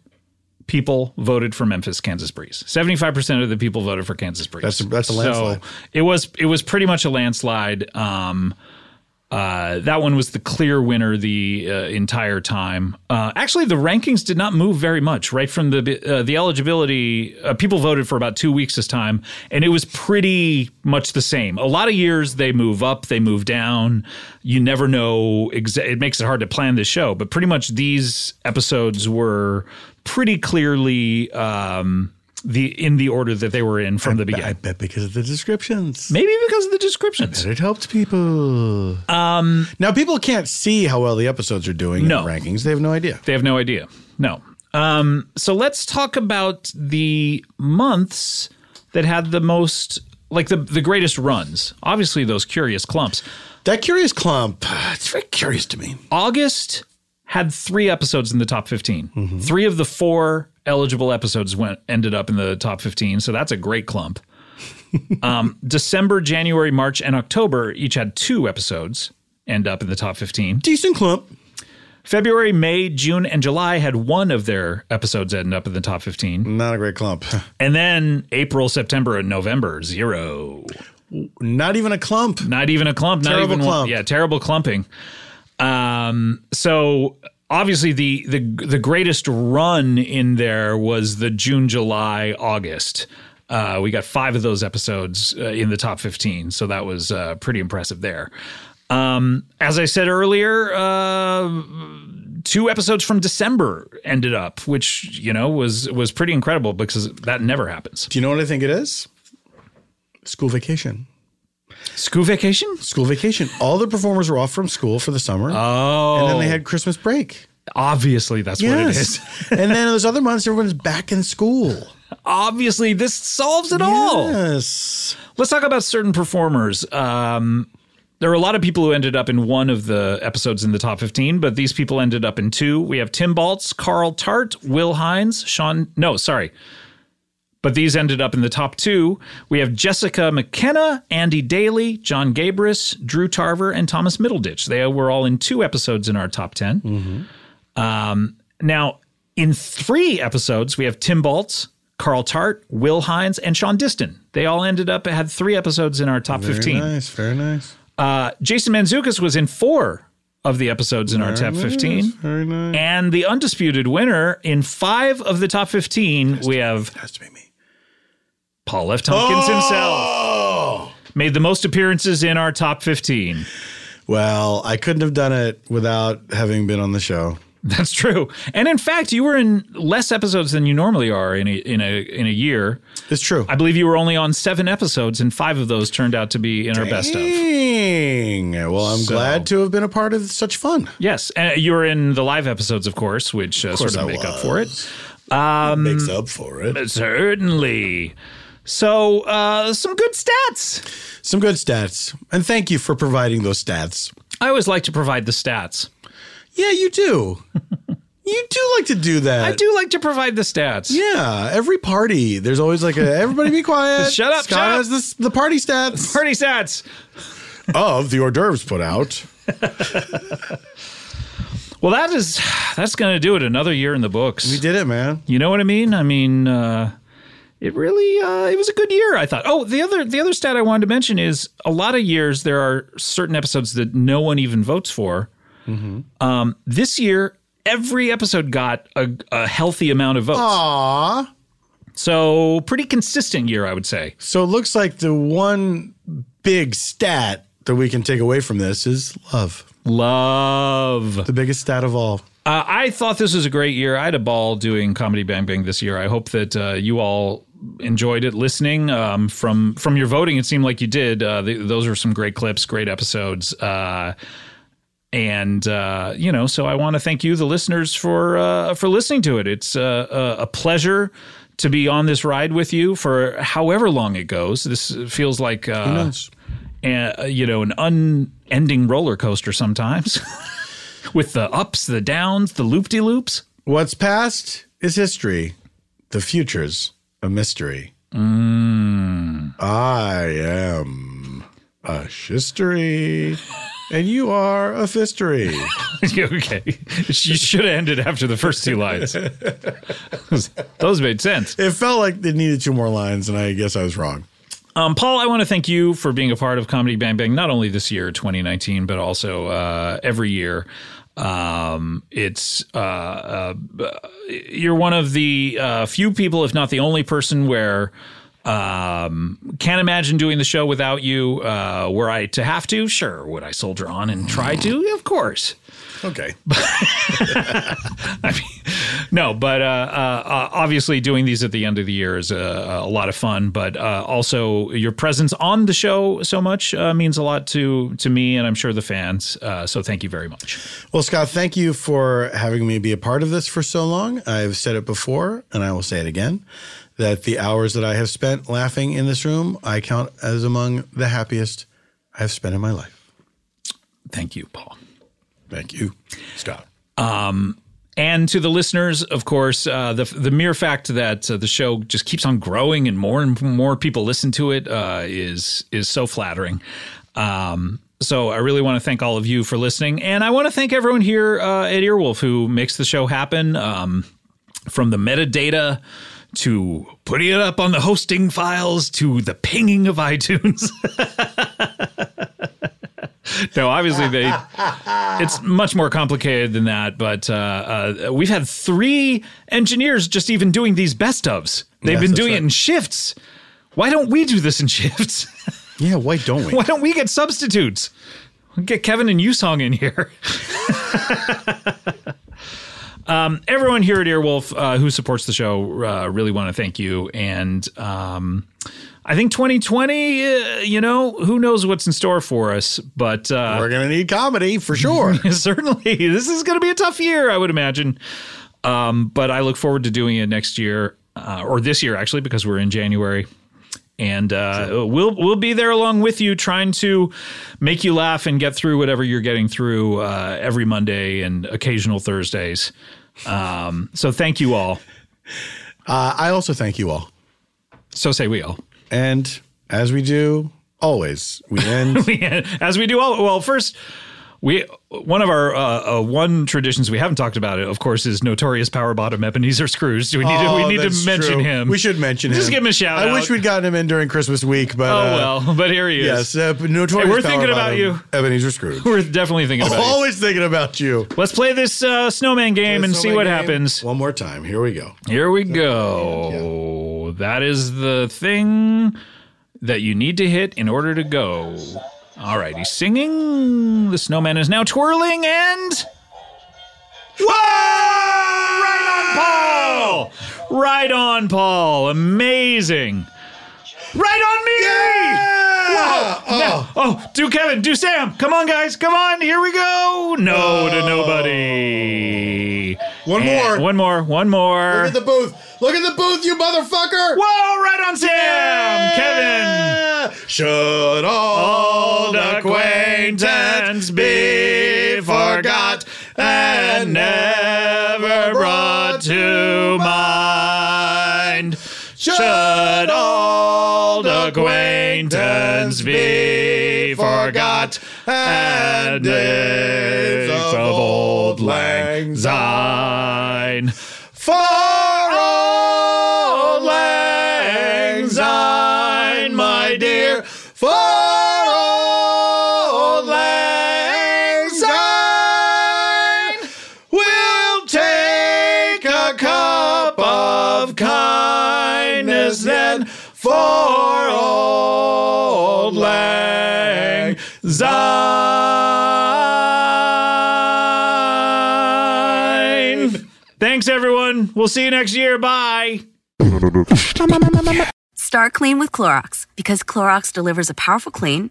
B: people voted for Memphis Kansas Breeze. 75% of the people voted for Kansas Breeze.
C: That's a- that's a landslide.
B: So it was it was pretty much a landslide. Um uh, that one was the clear winner the uh, entire time. Uh, actually, the rankings did not move very much. Right from the uh, the eligibility, uh, people voted for about two weeks this time, and it was pretty much the same. A lot of years they move up, they move down. You never know. Exa- it makes it hard to plan the show, but pretty much these episodes were pretty clearly. Um, the in the order that they were in from the beginning. I
C: bet because of the descriptions.
B: Maybe because of the descriptions.
C: It helped people.
B: Um,
C: now people can't see how well the episodes are doing
B: No.
C: in the rankings. They have no idea.
B: They have no idea. No. Um, so let's talk about the months that had the most, like the the greatest runs. Obviously, those curious clumps.
C: That curious clump, uh, it's very curious to me.
B: August had three episodes in the top 15
C: Mm-hmm.
B: Three of the four eligible episodes went ended up in the top fifteen, so that's a great clump. um, December, January, March, and October each had two episodes end up in the top 15.
C: Decent clump.
B: February, May, June, and July had one of their episodes end up in the top 15.
C: Not a great clump.
B: And then April, September, and November, zero.
C: Not even a clump.
B: Not even a clump. Not
C: Terrible
B: even one-
C: clump.
B: yeah, terrible clumping. Um, so obviously the the the greatest run in there was the June, July, August. Uh, we got five of those episodes uh, in the top 15, so that was uh, pretty impressive there. Um, as I said earlier, uh, two episodes from December ended up, which you know was was pretty incredible because that never happens.
C: Do you know what I think it is? School vacation.
B: School vacation?
C: School vacation. All the performers were off from school for the summer.
B: Oh.
C: And then they had Christmas break.
B: Obviously, that's what it is.
C: and then those other months, everyone's back in school.
B: Obviously, this solves it all.
C: Yes.
B: Let's talk about certain performers. Um, there are a lot of people who ended up in one of the episodes in the top 15, but these people ended up in two. We have Tim Baltz, Carl Tart, Will Hines, Sean. No, sorry. But these ended up in the top two. We have Jessica McKenna, Andy Daly, John Gabris, Drew Tarver, and Thomas Middleditch. They were all in two episodes in our top 10.
C: Mm-hmm.
B: Um, now, in three episodes, we have Tim Baltz, Carl Tart, Will Hines, and Sean Diston. They all ended up had three episodes in our top
C: Very
B: fifteen.
C: nice. Very nice.
B: Uh, Jason Manzukis was in four of the episodes in our
C: Very
B: top
C: nice,
B: fifteen,
C: Very nice.
B: and the undisputed winner in five of the top fifteen. we have
C: has to be me. Oh!
B: Paul F. Tompkins himself made the most appearances in our top fifteen.
C: Well, I couldn't have done it without having been on the show.
B: That's true. And in fact, you were in less episodes than you normally are in a, in a in a year.
C: It's true.
B: I believe you were only on 7 episodes and 5 of those turned out to be in our best of.
C: Dang. Well, I'm
B: So-
C: glad to have been a part of such fun.
B: Yes, and you were in the live episodes of course, which uh,
C: Of course
B: sort of
C: I
B: make up for it. Um
C: makes up for it.
B: Certainly. So, uh some good stats.
C: Some good stats. And thank you for providing those stats.
B: I always like to provide the stats.
C: Yeah, you do. you do like to do that.
B: I do like to provide the stats.
C: Yeah, every party, there's always like a everybody be quiet.
B: Shut up,
C: Scott
B: shut up.
C: has this, the party stats.
B: Party stats.
C: Of the hors d'oeuvres put out.
B: Well, that is that's going to do it another year in the books. We
C: did it, man.
B: You know what I mean? I mean, uh it really uh, it was a good year i thought oh the other the other stat i wanted to mention is a lot of years there are certain episodes that no one even votes for
C: Mm-hmm.
B: um, this year every episode got a, a healthy amount of votes
C: Aww.
B: so pretty consistent year i would say
C: So it looks like the one big stat that we can take away from this is love.
B: Love.
C: The biggest stat of all.
B: Uh, I thought this was a great year. I had a ball doing Comedy Bang Bang this year. I hope that uh, you all enjoyed it listening. Um, from from your voting, it seemed like you did. Uh, th- those were some great clips, great episodes. Uh, and uh, you know, so I want to thank you, the listeners, for uh, for listening to it. It's uh, a a pleasure to be on this ride with you for however long it goes. This feels like uh, a- you know an unending roller coaster sometimes, with the ups, the downs, the loop de loops.
C: What's past is history. The future's a mystery.
B: Mm.
C: I am a shistory, and you are a fistery.
B: okay. You should have ended after the first two lines. Those made sense.
C: It felt like it needed two more lines, and I guess I was wrong.
B: Um, Paul, I want to thank you for being a part of Comedy Bang Bang, not only this year, 2019, but also uh, every year. Um, it's uh, uh, you're one of the uh, few people, if not the only person, where um, can't imagine doing the show without you. Uh, were I to have to, sure, would I soldier on and try to? Of course.
C: Okay.
B: No, but uh, uh, uh, obviously doing these at the end of the year is uh, a, a lot of fun. But uh, also your presence on the show so much uh, means a lot to to me, and I'm sure the fans. Uh, so thank you very much.
C: Well, Scott, thank you for having me be a part of this for so long. I've said it before, and I will say it again that the hours that I have spent laughing in this room, I count as among the happiest I've spent in my life.
B: Thank you, Paul.
C: Thank you, Scott.
B: Um, and to the listeners, of course, uh, the the mere fact that uh, the show just keeps on growing and more and more people listen to it uh, is is so flattering. Um, so I really want to thank all of you for listening, and I want to thank everyone here uh, at Earwolf who makes the show happen. Um, from the metadata to putting it up on the hosting files to the pinging of iTunes. no, obviously they. It's much more complicated than that, but uh, uh, we've had three engineers just even doing these best ofs. They've
C: Yes,
B: been
C: that's
B: doing
C: right.
B: it in shifts. Why don't we do this in shifts?
C: Yeah, why don't we?
B: Why don't we get substitutes? Get Kevin and Yusong in here. um, everyone here at Earwolf uh, who supports the show uh, really want to thank you. And um, I think 2020, uh, you know, who knows what's in store for us, but uh, we're
C: going to need comedy for sure.
B: certainly. This is going to be a tough year, I would imagine. Um, but I look forward to doing it next year uh, or this year, actually, because we're in January. And uh, we'll we'll be there along with you, trying to make you laugh and get through whatever you're getting through uh, every Monday and occasional Thursdays. Um, so thank you all.
C: Uh, I also thank you all.
B: So say we all.
C: And as we do always, we end.
B: We- as we do all well first we one of our uh, uh, one traditions we haven't talked about it of course is notorious power bottom Ebenezer Scrooge. Do we need to,
C: Oh,
B: we need to
C: that's
B: mention
C: true.
B: him?
C: We should mention him.
B: Just give him a shout.
C: I
B: out.
C: wish we'd gotten him in during Christmas week, but
B: Oh,
C: uh,
B: well, but here he
C: Yes,
B: is.
C: uh, notorious.
B: Hey, we're thinking
C: Power
B: about
C: Bottom,
B: you.
C: Ebenezer Scrooge.
B: We're definitely thinking about you.
C: Always thinking about you.
B: Let's play this uh, snowman game and see what happens.
C: One more time. Here we go.
B: Here we go. That is the thing that you need to hit in order to go. All right, he's singing. The snowman is now twirling and.
C: Oh.
B: Whoa! Right on Paul! Right on Paul. Amazing. Right on me! Whoa! Now- oh, do Kevin, do Sam. Come on, guys. Come on. Here we go. No to nobody.
C: Oh. One
B: And-
C: more.
B: One more. One more.
C: Look at the booth. Look at the booth, you motherfucker.
B: Whoa, right on Sam. Kevin.
C: Should old acquaintance be forgot and never brought to mind? Should old acquaintance be forgot and days of old lang
B: syne?
C: For old lang syne, my dear. For old lang syne, we'll take a cup of kindness then. For old lang
B: Zine. Thanks, everyone. We'll see you next year. Bye.
I: Start clean with Clorox because Clorox delivers a powerful clean